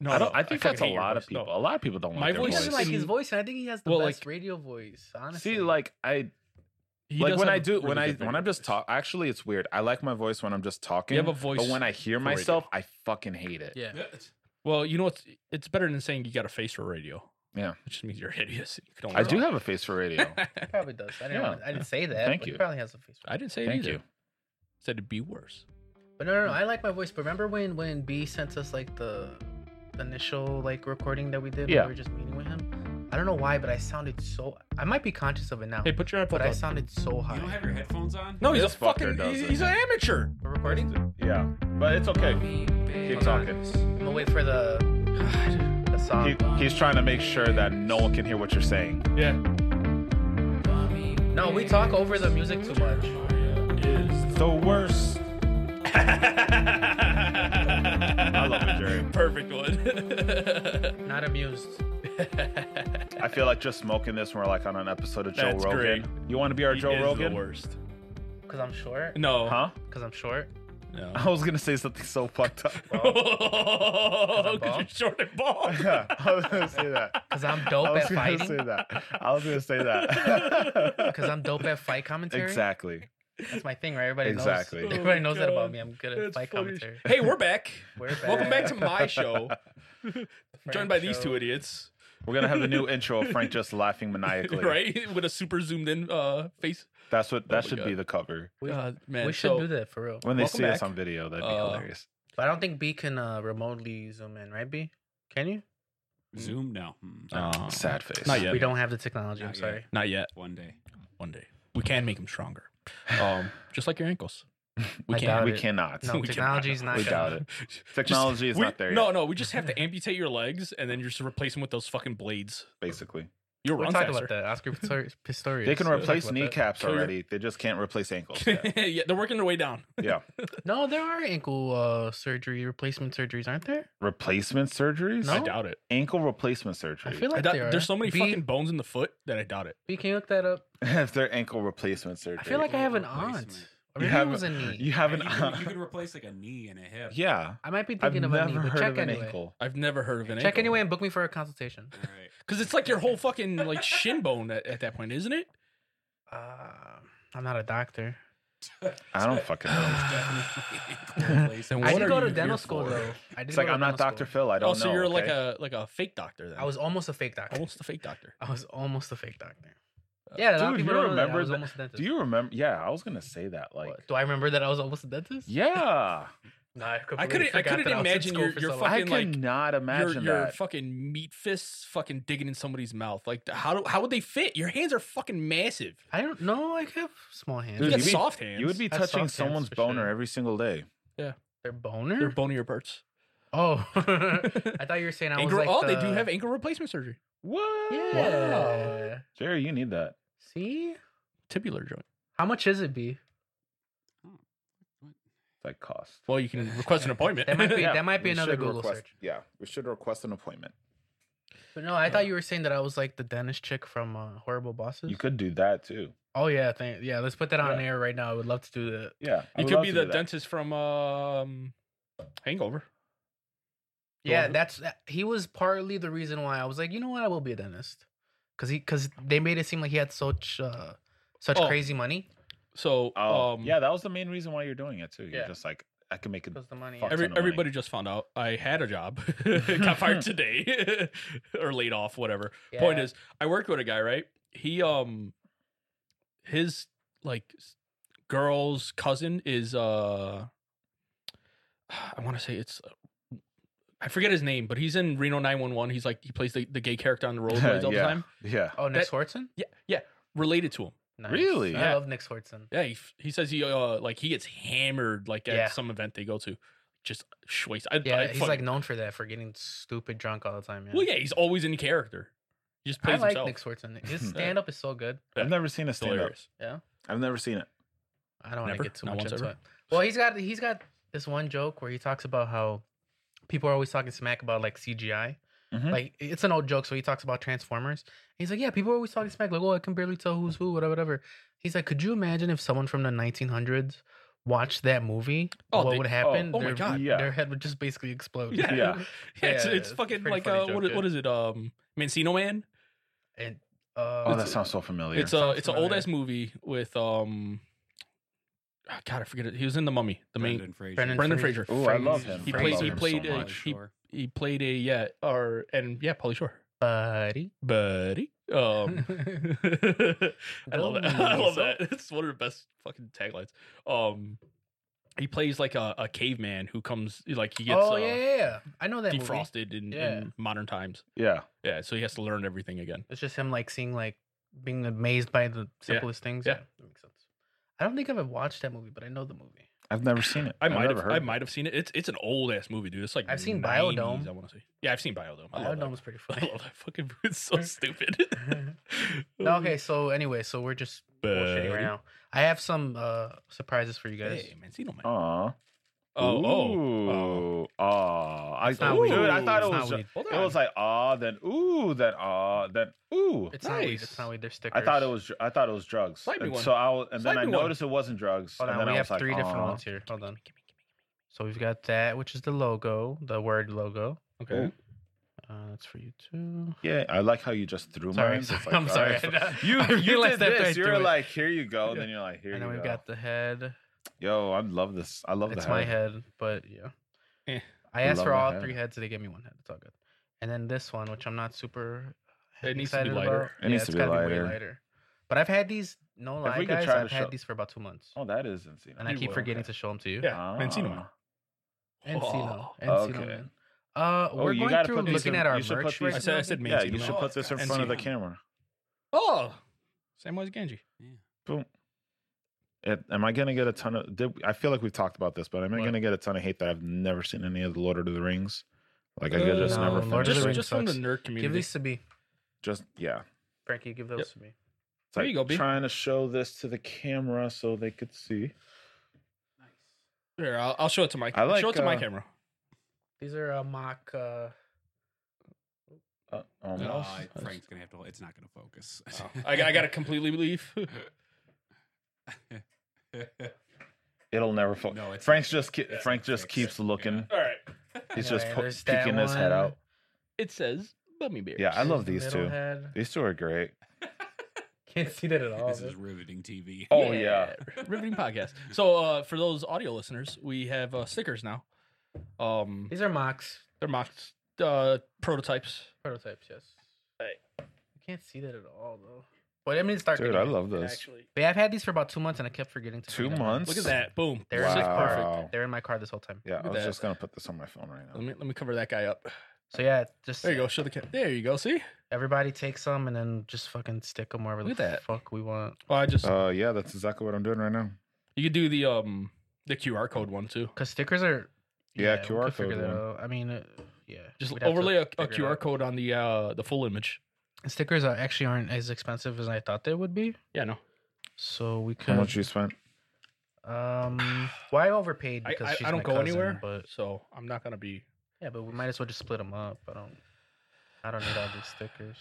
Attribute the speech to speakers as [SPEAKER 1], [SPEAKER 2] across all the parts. [SPEAKER 1] No,
[SPEAKER 2] I don't.
[SPEAKER 1] no,
[SPEAKER 2] I think
[SPEAKER 1] fucking
[SPEAKER 2] that's a
[SPEAKER 1] hate your
[SPEAKER 2] lot of
[SPEAKER 1] voice. No.
[SPEAKER 2] people. A lot of people don't like
[SPEAKER 1] My
[SPEAKER 2] their
[SPEAKER 1] voice
[SPEAKER 2] voice.
[SPEAKER 1] is
[SPEAKER 3] doesn't like his
[SPEAKER 1] Mm.
[SPEAKER 3] voice, and I think he has the
[SPEAKER 1] Well,
[SPEAKER 3] best
[SPEAKER 1] like-
[SPEAKER 3] radio voice. Honestly,
[SPEAKER 2] See, like I,
[SPEAKER 1] He
[SPEAKER 2] like
[SPEAKER 1] does
[SPEAKER 2] when
[SPEAKER 1] have
[SPEAKER 2] I
[SPEAKER 1] a
[SPEAKER 2] do
[SPEAKER 1] really
[SPEAKER 2] when I
[SPEAKER 1] good
[SPEAKER 2] when I'm
[SPEAKER 1] radio
[SPEAKER 2] just
[SPEAKER 1] voice.
[SPEAKER 2] talk. Actually, it's weird. I like my voice when I'm just talking.
[SPEAKER 1] You have a voice.
[SPEAKER 2] but when I hear
[SPEAKER 1] for radio.
[SPEAKER 2] myself, I fucking hate it.
[SPEAKER 3] yeah,
[SPEAKER 1] well, you know what's It's better than saying you got a face for radio.
[SPEAKER 2] Yeah.
[SPEAKER 1] It just means you're hideous. You can only
[SPEAKER 2] I do
[SPEAKER 1] talk.
[SPEAKER 2] have a face for radio.
[SPEAKER 3] he probably does. I didn't.
[SPEAKER 2] Yeah.
[SPEAKER 3] wanna- I didn't say that.
[SPEAKER 2] Thank
[SPEAKER 3] but
[SPEAKER 2] you.
[SPEAKER 3] He probably has a face. for it.
[SPEAKER 1] I didn't say it
[SPEAKER 2] Thank
[SPEAKER 1] either.
[SPEAKER 2] you.
[SPEAKER 1] said it'd be worse.
[SPEAKER 3] But no, no, no, I like my voice. But remember when when B sent us like the the initial like recording that we did? when
[SPEAKER 2] Yeah.
[SPEAKER 3] we were just meeting with him. I don't know why, but I sounded so. I might be conscious of it now.
[SPEAKER 1] Hey, put your
[SPEAKER 3] but I
[SPEAKER 1] iPod on.
[SPEAKER 3] sounded so high.
[SPEAKER 4] You don't have your headphones on?
[SPEAKER 1] No, he's a
[SPEAKER 2] This fucker
[SPEAKER 1] fucking. He's,
[SPEAKER 2] doesn't.
[SPEAKER 1] he's an amateur.
[SPEAKER 3] We're recording.
[SPEAKER 2] Yeah, but it's okay. Keep
[SPEAKER 4] Keep
[SPEAKER 2] talking.
[SPEAKER 3] I'm gonna wait for the the song.
[SPEAKER 2] He, he's trying to make sure that no one can hear what you're saying.
[SPEAKER 1] Yeah.
[SPEAKER 3] No, we talk over the music too much.
[SPEAKER 2] It's the worst.
[SPEAKER 1] I
[SPEAKER 2] love it, Jerry.
[SPEAKER 1] Perfect one.
[SPEAKER 3] Not amused.
[SPEAKER 2] I feel like just smoking this. We're like on an episode of Joe
[SPEAKER 1] That's
[SPEAKER 2] Rogan.
[SPEAKER 1] great.
[SPEAKER 2] You want to be our
[SPEAKER 1] He
[SPEAKER 2] Joe
[SPEAKER 1] is the
[SPEAKER 2] Rogan?
[SPEAKER 1] worst.
[SPEAKER 3] Cause I'm short.
[SPEAKER 1] No.
[SPEAKER 2] Huh?
[SPEAKER 3] Cause I'm short.
[SPEAKER 1] No.
[SPEAKER 2] I was gonna say something so fucked up.
[SPEAKER 1] Because
[SPEAKER 3] bald?
[SPEAKER 1] you're short and bald.
[SPEAKER 2] yeah, I was gonna say that.
[SPEAKER 3] Cause I'm
[SPEAKER 2] I
[SPEAKER 3] dope
[SPEAKER 2] was
[SPEAKER 3] at
[SPEAKER 2] gonna say
[SPEAKER 3] fighting.
[SPEAKER 2] that. I was gonna say that.
[SPEAKER 3] Cause I'm dope at fight commentary.
[SPEAKER 2] exactly.
[SPEAKER 3] That's my thing, right? Everybody
[SPEAKER 2] Exactly.
[SPEAKER 3] knows.
[SPEAKER 2] Oh
[SPEAKER 3] Everybody knows that
[SPEAKER 1] God.
[SPEAKER 3] about me. I'm good at
[SPEAKER 1] That's
[SPEAKER 3] fight
[SPEAKER 1] funny as
[SPEAKER 3] commentary.
[SPEAKER 1] shit. Hey, we're back.
[SPEAKER 3] We're back.
[SPEAKER 1] Welcome back to my show,
[SPEAKER 3] Frank
[SPEAKER 1] joined by these
[SPEAKER 3] show.
[SPEAKER 1] two idiots,
[SPEAKER 2] We're gonna have a new intro of Frank just laughing maniacally.
[SPEAKER 1] right? With a super zoomed in uh, face.
[SPEAKER 2] That's what that
[SPEAKER 1] my
[SPEAKER 2] should be
[SPEAKER 1] God.
[SPEAKER 2] the cover.
[SPEAKER 3] We,
[SPEAKER 1] Uh, man,
[SPEAKER 3] we should
[SPEAKER 1] so-
[SPEAKER 3] do that for real.
[SPEAKER 2] When they
[SPEAKER 1] Welcome
[SPEAKER 2] see us
[SPEAKER 1] back.
[SPEAKER 2] on video, that'd be
[SPEAKER 1] Uh,
[SPEAKER 2] hilarious.
[SPEAKER 3] But I don't think B can uh, remotely zoom in, right? B, can you?
[SPEAKER 4] Zoom now. Hmm.
[SPEAKER 1] Uh,
[SPEAKER 2] Sad face.
[SPEAKER 1] Not yet.
[SPEAKER 3] We don't have the technology. I'm
[SPEAKER 4] Not yet.
[SPEAKER 3] sorry.
[SPEAKER 1] Not yet.
[SPEAKER 4] One day.
[SPEAKER 1] One day we can make them stronger. Um, just like your ankles. We
[SPEAKER 3] I
[SPEAKER 1] can't.
[SPEAKER 3] doubt
[SPEAKER 2] We
[SPEAKER 3] it.
[SPEAKER 2] cannot.
[SPEAKER 3] No,
[SPEAKER 1] We cannot.
[SPEAKER 3] technology's not.
[SPEAKER 2] We
[SPEAKER 3] gonna-
[SPEAKER 2] doubt it. Technology is
[SPEAKER 1] We-
[SPEAKER 2] not there
[SPEAKER 1] No,
[SPEAKER 2] yet,
[SPEAKER 1] no. We just have to amputate your legs and then you just replace them with those fucking blades.
[SPEAKER 2] basically.
[SPEAKER 1] You'll
[SPEAKER 3] We're
[SPEAKER 1] run
[SPEAKER 3] talking
[SPEAKER 1] faster.
[SPEAKER 3] about that. Oscar Pistor- Pistorius.
[SPEAKER 2] They can
[SPEAKER 3] We're
[SPEAKER 2] replace
[SPEAKER 3] talking about that.
[SPEAKER 2] kneecaps
[SPEAKER 1] Kill your-
[SPEAKER 2] already. They just can't replace ankles. yet.
[SPEAKER 1] yeah, they're working their way down.
[SPEAKER 2] yeah.
[SPEAKER 3] No, there are ankle uh, surgery replacement surgeries, aren't there?
[SPEAKER 2] Replacement surgeries?
[SPEAKER 1] I
[SPEAKER 3] No?
[SPEAKER 1] doubt it.
[SPEAKER 2] Ankle replacement
[SPEAKER 3] I
[SPEAKER 2] surgery.
[SPEAKER 3] feel
[SPEAKER 1] I
[SPEAKER 3] like
[SPEAKER 1] doubt,
[SPEAKER 3] there are.
[SPEAKER 1] there's so many
[SPEAKER 3] B,
[SPEAKER 1] fucking bones in the foot that I doubt it.
[SPEAKER 3] B, can you look that up?
[SPEAKER 2] if they're ankle replacement surgery.
[SPEAKER 3] I feel like I have an aunt.
[SPEAKER 4] Replacement.
[SPEAKER 3] Or
[SPEAKER 2] You
[SPEAKER 3] maybe
[SPEAKER 2] have
[SPEAKER 3] it was a knee.
[SPEAKER 2] you have an
[SPEAKER 4] you, can, you can replace like a knee and a hip.
[SPEAKER 2] Yeah.
[SPEAKER 3] I might be
[SPEAKER 2] I've
[SPEAKER 3] thinking of a knee,
[SPEAKER 2] never
[SPEAKER 3] but
[SPEAKER 2] heard
[SPEAKER 3] check
[SPEAKER 2] of an
[SPEAKER 3] anyway.
[SPEAKER 2] ankle.
[SPEAKER 1] I've never heard of an
[SPEAKER 3] Check
[SPEAKER 1] ankle.
[SPEAKER 3] anyway and book me for a consultation.
[SPEAKER 4] All right.
[SPEAKER 1] because it's like your whole fucking like shin bone at, at that point, isn't it?
[SPEAKER 3] Uh, I'm not a doctor.
[SPEAKER 2] I don't fucking know.
[SPEAKER 1] Then
[SPEAKER 3] I
[SPEAKER 1] what
[SPEAKER 3] did
[SPEAKER 1] are
[SPEAKER 3] go to
[SPEAKER 1] you
[SPEAKER 3] dental
[SPEAKER 1] here
[SPEAKER 3] school
[SPEAKER 1] for?
[SPEAKER 3] though. I did
[SPEAKER 2] It's
[SPEAKER 3] go
[SPEAKER 2] like
[SPEAKER 3] to
[SPEAKER 2] I'm not
[SPEAKER 3] dental
[SPEAKER 2] Dr.
[SPEAKER 3] school.
[SPEAKER 2] Phil. I don't
[SPEAKER 1] oh, so
[SPEAKER 2] know.
[SPEAKER 1] you're like a
[SPEAKER 2] okay?
[SPEAKER 1] like a fake doctor then.
[SPEAKER 3] I was almost a fake doctor.
[SPEAKER 1] almost Uh, a fake doctor.
[SPEAKER 3] I was almost a fake doctor. Yeah, a lot of
[SPEAKER 2] Dude,
[SPEAKER 3] people
[SPEAKER 2] you
[SPEAKER 3] don't know that. I
[SPEAKER 2] remember
[SPEAKER 3] was
[SPEAKER 2] that-
[SPEAKER 3] almost a dentist.
[SPEAKER 2] Do you remember? Yeah, I was gonna say that. Like,
[SPEAKER 3] What, Do I remember that I was almost a dentist?
[SPEAKER 2] yeah,
[SPEAKER 3] No, I,
[SPEAKER 1] I
[SPEAKER 3] completely
[SPEAKER 1] couldn't. I
[SPEAKER 3] forgot
[SPEAKER 1] couldn't
[SPEAKER 3] that was in
[SPEAKER 1] imagine
[SPEAKER 3] school
[SPEAKER 1] your
[SPEAKER 3] for
[SPEAKER 1] your
[SPEAKER 3] so long.
[SPEAKER 2] I
[SPEAKER 1] fucking like
[SPEAKER 2] cannot
[SPEAKER 1] your,
[SPEAKER 2] imagine
[SPEAKER 1] your
[SPEAKER 2] that.
[SPEAKER 1] fucking meat fists fucking digging in somebody's mouth. Like th- how do how would they fit? Your hands are fucking massive.
[SPEAKER 3] I don't know. I have small hands.
[SPEAKER 1] You
[SPEAKER 2] Dude,
[SPEAKER 1] got
[SPEAKER 2] you'd be-
[SPEAKER 1] soft hands.
[SPEAKER 2] you would be
[SPEAKER 3] That's soft
[SPEAKER 2] touching
[SPEAKER 3] hands
[SPEAKER 2] someone's
[SPEAKER 3] for
[SPEAKER 2] boner
[SPEAKER 3] sure.
[SPEAKER 2] every single day.
[SPEAKER 3] They're
[SPEAKER 1] They're
[SPEAKER 3] boner.
[SPEAKER 1] bonier parts.
[SPEAKER 3] oh, I thought you were saying I was
[SPEAKER 1] Ankle,
[SPEAKER 3] like.
[SPEAKER 1] oh, they
[SPEAKER 3] the...
[SPEAKER 1] do have ankle replacement surgery.
[SPEAKER 2] What?
[SPEAKER 3] Yeah.
[SPEAKER 2] Jerry, you need that.
[SPEAKER 3] See,
[SPEAKER 1] Tibular joint.
[SPEAKER 3] how much is it? Be
[SPEAKER 2] That cost.
[SPEAKER 1] Well, you can request an appointment.
[SPEAKER 3] that might be
[SPEAKER 2] Yeah,
[SPEAKER 3] that might be
[SPEAKER 2] we
[SPEAKER 3] another
[SPEAKER 2] should
[SPEAKER 3] Google
[SPEAKER 2] request-
[SPEAKER 3] search.
[SPEAKER 2] Yeah, we should request an appointment.
[SPEAKER 3] But no,
[SPEAKER 1] Uh,
[SPEAKER 3] I thought you were saying that I was like the dentist chick from uh, Horrible Bosses.
[SPEAKER 2] You could do that too.
[SPEAKER 3] Oh yeah, thank, yeah. Let's put that on
[SPEAKER 2] Yeah.
[SPEAKER 3] air right now. I would love to do that.
[SPEAKER 2] Yeah, I
[SPEAKER 1] you
[SPEAKER 2] would
[SPEAKER 1] could
[SPEAKER 2] love
[SPEAKER 1] be
[SPEAKER 2] to
[SPEAKER 1] the
[SPEAKER 2] do that.
[SPEAKER 1] dentist from um, Hangover. The
[SPEAKER 3] Yeah,
[SPEAKER 1] one who-
[SPEAKER 3] that's that- he was partly the reason why I was like, you know what, I will be a dentist, because he because they made it seem like he had such uh, such
[SPEAKER 1] Oh.
[SPEAKER 3] crazy money.
[SPEAKER 1] So
[SPEAKER 2] Oh,
[SPEAKER 1] um,
[SPEAKER 2] yeah, that was the main reason why you're doing it too. You're
[SPEAKER 3] Yeah.
[SPEAKER 2] just like, I can make it.
[SPEAKER 3] Because the money.
[SPEAKER 2] Fuck.
[SPEAKER 1] Every,
[SPEAKER 2] ton of money.
[SPEAKER 1] everybody just found out I had a job, got fired today or laid off, whatever. Point
[SPEAKER 3] Yeah.
[SPEAKER 1] is, I worked with a guy, right? He, um, his like s- girl's cousin is, uh, I want to say it's, uh, I forget his name, but he's in Reno 911. He's like, he plays the, the gay character on the rollerblades all
[SPEAKER 2] Yeah.
[SPEAKER 1] the time.
[SPEAKER 2] Yeah.
[SPEAKER 3] Oh, Nick
[SPEAKER 1] that-
[SPEAKER 3] Swartzen.
[SPEAKER 1] Yeah. Yeah. Related to him.
[SPEAKER 3] Nice.
[SPEAKER 2] Really?
[SPEAKER 3] I
[SPEAKER 1] Yeah.
[SPEAKER 3] love Nick Swartzen.
[SPEAKER 1] Yeah. He, f- he says he, uh, like he gets hammered, like at
[SPEAKER 3] Yeah.
[SPEAKER 1] some event they go to. Just schwace. I,
[SPEAKER 3] Yeah,
[SPEAKER 1] I
[SPEAKER 3] he's
[SPEAKER 1] fucking-
[SPEAKER 3] like known for that for getting stupid drunk all the time. Yeah.
[SPEAKER 1] Well, yeah, he's always in character. He just
[SPEAKER 3] I
[SPEAKER 1] plays
[SPEAKER 3] like
[SPEAKER 1] himself.
[SPEAKER 3] Nick Swartzen. His
[SPEAKER 2] Yeah.
[SPEAKER 3] stand up is so good.
[SPEAKER 2] I've never seen a
[SPEAKER 1] It's
[SPEAKER 2] stand up.
[SPEAKER 1] hilarious.
[SPEAKER 2] I've never seen it.
[SPEAKER 3] I don't want
[SPEAKER 1] Never?
[SPEAKER 3] to get too
[SPEAKER 1] Not
[SPEAKER 3] much
[SPEAKER 1] once
[SPEAKER 3] into
[SPEAKER 1] ever?
[SPEAKER 3] it. Well, he's got he's got this one joke where he talks about how people are always talking smack about like CGI.
[SPEAKER 1] Mm-hmm.
[SPEAKER 2] Mhm.
[SPEAKER 3] Like it's an old joke, so he talks about Transformers. He's like, yeah, people are always talking smack, like, oh, I can barely tell who's who, whatever, whatever. He's like, could you imagine if someone from the 1900s watch that movie,
[SPEAKER 1] Oh,
[SPEAKER 3] what
[SPEAKER 1] they-
[SPEAKER 3] would happen?
[SPEAKER 1] oh my
[SPEAKER 3] their,
[SPEAKER 1] God.
[SPEAKER 2] Yeah.
[SPEAKER 3] their head would just basically explode.
[SPEAKER 1] Yeah.
[SPEAKER 2] Yeah.
[SPEAKER 1] Yeah, it's,
[SPEAKER 3] Yeah,
[SPEAKER 1] it's
[SPEAKER 3] it's
[SPEAKER 1] fucking
[SPEAKER 3] pretty
[SPEAKER 1] like
[SPEAKER 3] funny
[SPEAKER 1] uh,
[SPEAKER 3] joke,
[SPEAKER 1] what, i-
[SPEAKER 3] yeah.
[SPEAKER 1] what is it? Um, Mancino Man.
[SPEAKER 3] And
[SPEAKER 2] Oh,
[SPEAKER 3] uh,
[SPEAKER 2] that sounds so familiar.
[SPEAKER 1] It's a
[SPEAKER 3] Sounds
[SPEAKER 1] it's an old
[SPEAKER 3] familiar.
[SPEAKER 1] ass movie with um, ah, God, I forget it. He was in the Mummy, the main.
[SPEAKER 4] Brendan Fraser.
[SPEAKER 3] Brendan,
[SPEAKER 1] Brendan Fraser.
[SPEAKER 2] Ooh, I love him.
[SPEAKER 1] He
[SPEAKER 2] I
[SPEAKER 1] plays-
[SPEAKER 2] love
[SPEAKER 1] he
[SPEAKER 2] him
[SPEAKER 1] played
[SPEAKER 2] so
[SPEAKER 1] a-
[SPEAKER 2] much.
[SPEAKER 1] he- He played a yeah, or and yeah, Polly Shore,
[SPEAKER 3] buddy.
[SPEAKER 1] buddy. Um, I love that. I love that. It's one of the best fucking taglines. Um, he plays like a, a caveman who comes like he gets
[SPEAKER 3] oh
[SPEAKER 1] uh,
[SPEAKER 3] yeah, yeah, yeah. I know that movie.
[SPEAKER 1] defrosted in,
[SPEAKER 3] Yeah.
[SPEAKER 1] in modern times.
[SPEAKER 2] Yeah.
[SPEAKER 1] Yeah, so he has to learn everything again.
[SPEAKER 3] It's just him like seeing like being amazed by the simplest things.
[SPEAKER 1] Yeah.
[SPEAKER 3] that makes sense. I don't think I've ever watched that movie, but I know the movie.
[SPEAKER 2] I've never seen it.
[SPEAKER 1] I might
[SPEAKER 2] never
[SPEAKER 1] have
[SPEAKER 2] heard
[SPEAKER 1] I
[SPEAKER 2] of it.
[SPEAKER 1] might have seen it. It's it's an old ass movie, dude. It's like
[SPEAKER 3] I've seen
[SPEAKER 1] 90s,
[SPEAKER 3] Biodome.
[SPEAKER 1] I want to say. Yeah, I've seen Biodome. I love
[SPEAKER 3] Biodome
[SPEAKER 1] Biodome.
[SPEAKER 3] was pretty
[SPEAKER 1] I
[SPEAKER 3] funny.
[SPEAKER 1] love that fucking movie. It's so stupid.
[SPEAKER 3] No, okay, so anyway, so we're just bullshitting
[SPEAKER 2] Uh,
[SPEAKER 3] right
[SPEAKER 1] Buddy.
[SPEAKER 3] now. I have some uh surprises for you guys.
[SPEAKER 1] Hey, Mancino man.
[SPEAKER 2] Aw.
[SPEAKER 1] Oh, oh, oh.
[SPEAKER 2] Ooh. Aw. I,
[SPEAKER 3] It's not weed.
[SPEAKER 2] dude, I thought
[SPEAKER 3] It's
[SPEAKER 2] it
[SPEAKER 3] not
[SPEAKER 2] was.
[SPEAKER 3] weed.
[SPEAKER 1] Hold
[SPEAKER 2] It
[SPEAKER 1] on.
[SPEAKER 2] was like ah, then ooh, then ah, then ooh.
[SPEAKER 3] It's not weed.
[SPEAKER 1] Nice.
[SPEAKER 3] It's not weed. They're stickers.
[SPEAKER 2] I thought it was. dr- I thought it was drugs.
[SPEAKER 1] Slide me
[SPEAKER 2] And
[SPEAKER 1] one.
[SPEAKER 2] so I was, and
[SPEAKER 1] Slide
[SPEAKER 2] then I
[SPEAKER 1] me one.
[SPEAKER 2] noticed it wasn't drugs.
[SPEAKER 3] Hold
[SPEAKER 2] and
[SPEAKER 3] on,
[SPEAKER 2] then
[SPEAKER 3] we
[SPEAKER 2] I
[SPEAKER 3] have
[SPEAKER 2] was like,
[SPEAKER 3] three different
[SPEAKER 2] "Aw."
[SPEAKER 3] ones here. Hold on. So we've got that, which is the logo, the word logo.
[SPEAKER 1] okay.
[SPEAKER 3] Uh, that's for you too.
[SPEAKER 2] Yeah, I like how you just threw
[SPEAKER 3] Sorry,
[SPEAKER 2] mine. It's
[SPEAKER 3] sorry,
[SPEAKER 2] like,
[SPEAKER 3] I'm
[SPEAKER 2] all
[SPEAKER 3] sorry.
[SPEAKER 2] right,
[SPEAKER 3] I-
[SPEAKER 2] fu- You,
[SPEAKER 3] I
[SPEAKER 2] you
[SPEAKER 3] realized
[SPEAKER 2] did
[SPEAKER 3] after I
[SPEAKER 2] this.
[SPEAKER 3] threw
[SPEAKER 2] You're
[SPEAKER 3] it.
[SPEAKER 2] like, here you go.
[SPEAKER 1] Yeah.
[SPEAKER 2] Then you're like, here
[SPEAKER 3] and
[SPEAKER 2] you
[SPEAKER 3] then we've
[SPEAKER 2] go.
[SPEAKER 3] got the head.
[SPEAKER 2] Yo, I love this. I love
[SPEAKER 3] it's
[SPEAKER 2] the
[SPEAKER 3] my
[SPEAKER 2] head.
[SPEAKER 3] head, but yeah.
[SPEAKER 1] Eh.
[SPEAKER 3] I asked
[SPEAKER 2] Love
[SPEAKER 3] for
[SPEAKER 2] my
[SPEAKER 3] all
[SPEAKER 2] head.
[SPEAKER 3] three heads, so they gave me one head. It's all good. And then this one, which I'm not super
[SPEAKER 1] It needs to be
[SPEAKER 3] excited
[SPEAKER 1] lighter.
[SPEAKER 3] about.
[SPEAKER 2] It needs to
[SPEAKER 3] it's
[SPEAKER 2] be
[SPEAKER 3] gotta way
[SPEAKER 2] lighter.
[SPEAKER 3] But I've had these, no
[SPEAKER 2] If
[SPEAKER 3] lie,
[SPEAKER 2] we could
[SPEAKER 3] guys.
[SPEAKER 2] try to
[SPEAKER 3] I've had
[SPEAKER 2] show-
[SPEAKER 3] these for about two months,
[SPEAKER 2] Oh, that is insane.
[SPEAKER 3] and I
[SPEAKER 1] you
[SPEAKER 3] keep
[SPEAKER 1] will,
[SPEAKER 3] forgetting
[SPEAKER 1] okay.
[SPEAKER 3] to show them to you.
[SPEAKER 1] Yeah,
[SPEAKER 2] Ah.
[SPEAKER 1] Mancino man.
[SPEAKER 3] and Sino,
[SPEAKER 1] Oh,
[SPEAKER 3] and Sino
[SPEAKER 2] okay.
[SPEAKER 3] Man. Uh,
[SPEAKER 2] Oh,
[SPEAKER 3] we're
[SPEAKER 2] you
[SPEAKER 3] going
[SPEAKER 2] gotta
[SPEAKER 3] through
[SPEAKER 2] put these
[SPEAKER 3] looking
[SPEAKER 2] in-
[SPEAKER 3] at our
[SPEAKER 2] you should put
[SPEAKER 3] merch.
[SPEAKER 2] these-
[SPEAKER 3] right
[SPEAKER 1] I said- I
[SPEAKER 3] now,
[SPEAKER 1] said
[SPEAKER 3] dude.
[SPEAKER 2] Yeah,
[SPEAKER 1] Mancino.
[SPEAKER 2] you should
[SPEAKER 1] Oh,
[SPEAKER 2] put this in
[SPEAKER 1] Mancino.
[SPEAKER 2] front of the
[SPEAKER 4] Mancino.
[SPEAKER 2] camera.
[SPEAKER 1] Oh, Samwise Ganji.
[SPEAKER 2] Boom. It, am I gonna get a ton of? Did, I feel like we've talked about this, but am I
[SPEAKER 1] What?
[SPEAKER 2] gonna get a ton of hate that I've never seen any of the Lord of the Rings? Like I could just
[SPEAKER 3] Uh,
[SPEAKER 2] never
[SPEAKER 3] no, Lord
[SPEAKER 2] finished
[SPEAKER 3] of the
[SPEAKER 1] just,
[SPEAKER 2] it.
[SPEAKER 3] Rings
[SPEAKER 1] just from the
[SPEAKER 3] sucks.
[SPEAKER 1] nerd
[SPEAKER 3] Give
[SPEAKER 1] community.
[SPEAKER 3] these to me,
[SPEAKER 2] Just yeah.
[SPEAKER 3] Frankie. Give those
[SPEAKER 1] Yep.
[SPEAKER 3] to me.
[SPEAKER 2] It's
[SPEAKER 1] There
[SPEAKER 2] like
[SPEAKER 1] you go, B.
[SPEAKER 2] Trying to show this to the camera so they could see.
[SPEAKER 1] Here, I'll, I'll show it to my.
[SPEAKER 2] I like,
[SPEAKER 1] show it to my
[SPEAKER 2] uh,
[SPEAKER 1] camera.
[SPEAKER 3] These are uh, mock. Uh,
[SPEAKER 2] Uh,
[SPEAKER 4] Oh,
[SPEAKER 2] almost.
[SPEAKER 4] I- Frank's gonna have to. It's not gonna focus.
[SPEAKER 1] Oh, I, I gotta completely leave.
[SPEAKER 2] It'll never. Fo-
[SPEAKER 4] No, it's
[SPEAKER 2] Frank's
[SPEAKER 4] not.
[SPEAKER 2] just ke-
[SPEAKER 4] It's
[SPEAKER 2] Frank
[SPEAKER 4] not
[SPEAKER 2] just
[SPEAKER 4] fixed.
[SPEAKER 2] keeps looking.
[SPEAKER 1] All right.
[SPEAKER 2] He's just
[SPEAKER 3] Anyway,
[SPEAKER 2] po-
[SPEAKER 3] uh, there's that
[SPEAKER 2] peeking his head
[SPEAKER 3] one.
[SPEAKER 2] out.
[SPEAKER 1] It says Bummy Bears.
[SPEAKER 2] Yeah, I
[SPEAKER 3] Here's
[SPEAKER 2] love
[SPEAKER 3] the
[SPEAKER 2] these
[SPEAKER 3] middle
[SPEAKER 2] two.
[SPEAKER 3] head.
[SPEAKER 2] These two are great.
[SPEAKER 3] Can't see that at all.
[SPEAKER 4] this
[SPEAKER 3] but-
[SPEAKER 4] is riveting TV.
[SPEAKER 2] Oh yeah.
[SPEAKER 1] riveting podcast. So uh, for those audio listeners, we have uh, stickers now. Um,
[SPEAKER 3] These are mocks
[SPEAKER 1] they're mocked uh, prototypes.
[SPEAKER 3] prototypes. Yes.
[SPEAKER 1] Hey.
[SPEAKER 3] You can't see that at all though. But I mean, it's dark.
[SPEAKER 2] dude, I love this.
[SPEAKER 3] But I've had these for about two months, and I kept forgetting to.
[SPEAKER 2] Two
[SPEAKER 3] bring them in.
[SPEAKER 2] months.
[SPEAKER 1] Look at that! Boom.
[SPEAKER 3] They're
[SPEAKER 1] Sick,
[SPEAKER 3] in my car.
[SPEAKER 1] Perfect.
[SPEAKER 2] Wow.
[SPEAKER 3] They're in my car this whole time.
[SPEAKER 2] Yeah,
[SPEAKER 1] Look
[SPEAKER 2] I
[SPEAKER 1] at
[SPEAKER 2] was
[SPEAKER 1] that.
[SPEAKER 2] just gonna put this on my phone right
[SPEAKER 1] Let
[SPEAKER 2] now.
[SPEAKER 1] me let me cover that guy up.
[SPEAKER 3] So yeah, just
[SPEAKER 1] There you go. Show the camera. There you go. See?
[SPEAKER 3] everybody takes them and then just fucking stick them wherever
[SPEAKER 1] Look
[SPEAKER 3] the
[SPEAKER 1] at that.
[SPEAKER 3] fuck we want.
[SPEAKER 1] Oh, I just
[SPEAKER 2] Uh, yeah, that's exactly what I'm doing right now.
[SPEAKER 1] you could do the um the QR code one too.
[SPEAKER 3] Cause stickers are.
[SPEAKER 2] Yeah,
[SPEAKER 3] we
[SPEAKER 2] QR
[SPEAKER 3] could figure
[SPEAKER 2] code
[SPEAKER 3] that
[SPEAKER 2] one.
[SPEAKER 3] out. I mean, uh, yeah.
[SPEAKER 1] Just
[SPEAKER 3] we'd have to
[SPEAKER 1] overlay a, a
[SPEAKER 3] figure it
[SPEAKER 1] QR
[SPEAKER 3] out.
[SPEAKER 1] code on the uh the full image.
[SPEAKER 3] Stickers are actually aren't as expensive as I thought they would be.
[SPEAKER 1] Yeah, no.
[SPEAKER 3] So we could.
[SPEAKER 2] How much you spent?
[SPEAKER 3] Um, well, I overpaid
[SPEAKER 1] I,
[SPEAKER 3] because
[SPEAKER 1] I,
[SPEAKER 3] she's
[SPEAKER 1] I don't
[SPEAKER 3] my
[SPEAKER 1] go
[SPEAKER 3] cousin,
[SPEAKER 1] anywhere,
[SPEAKER 3] But
[SPEAKER 1] so I'm not gonna be.
[SPEAKER 3] yeah, but we might as well just split them up. I don't. I don't need all these stickers.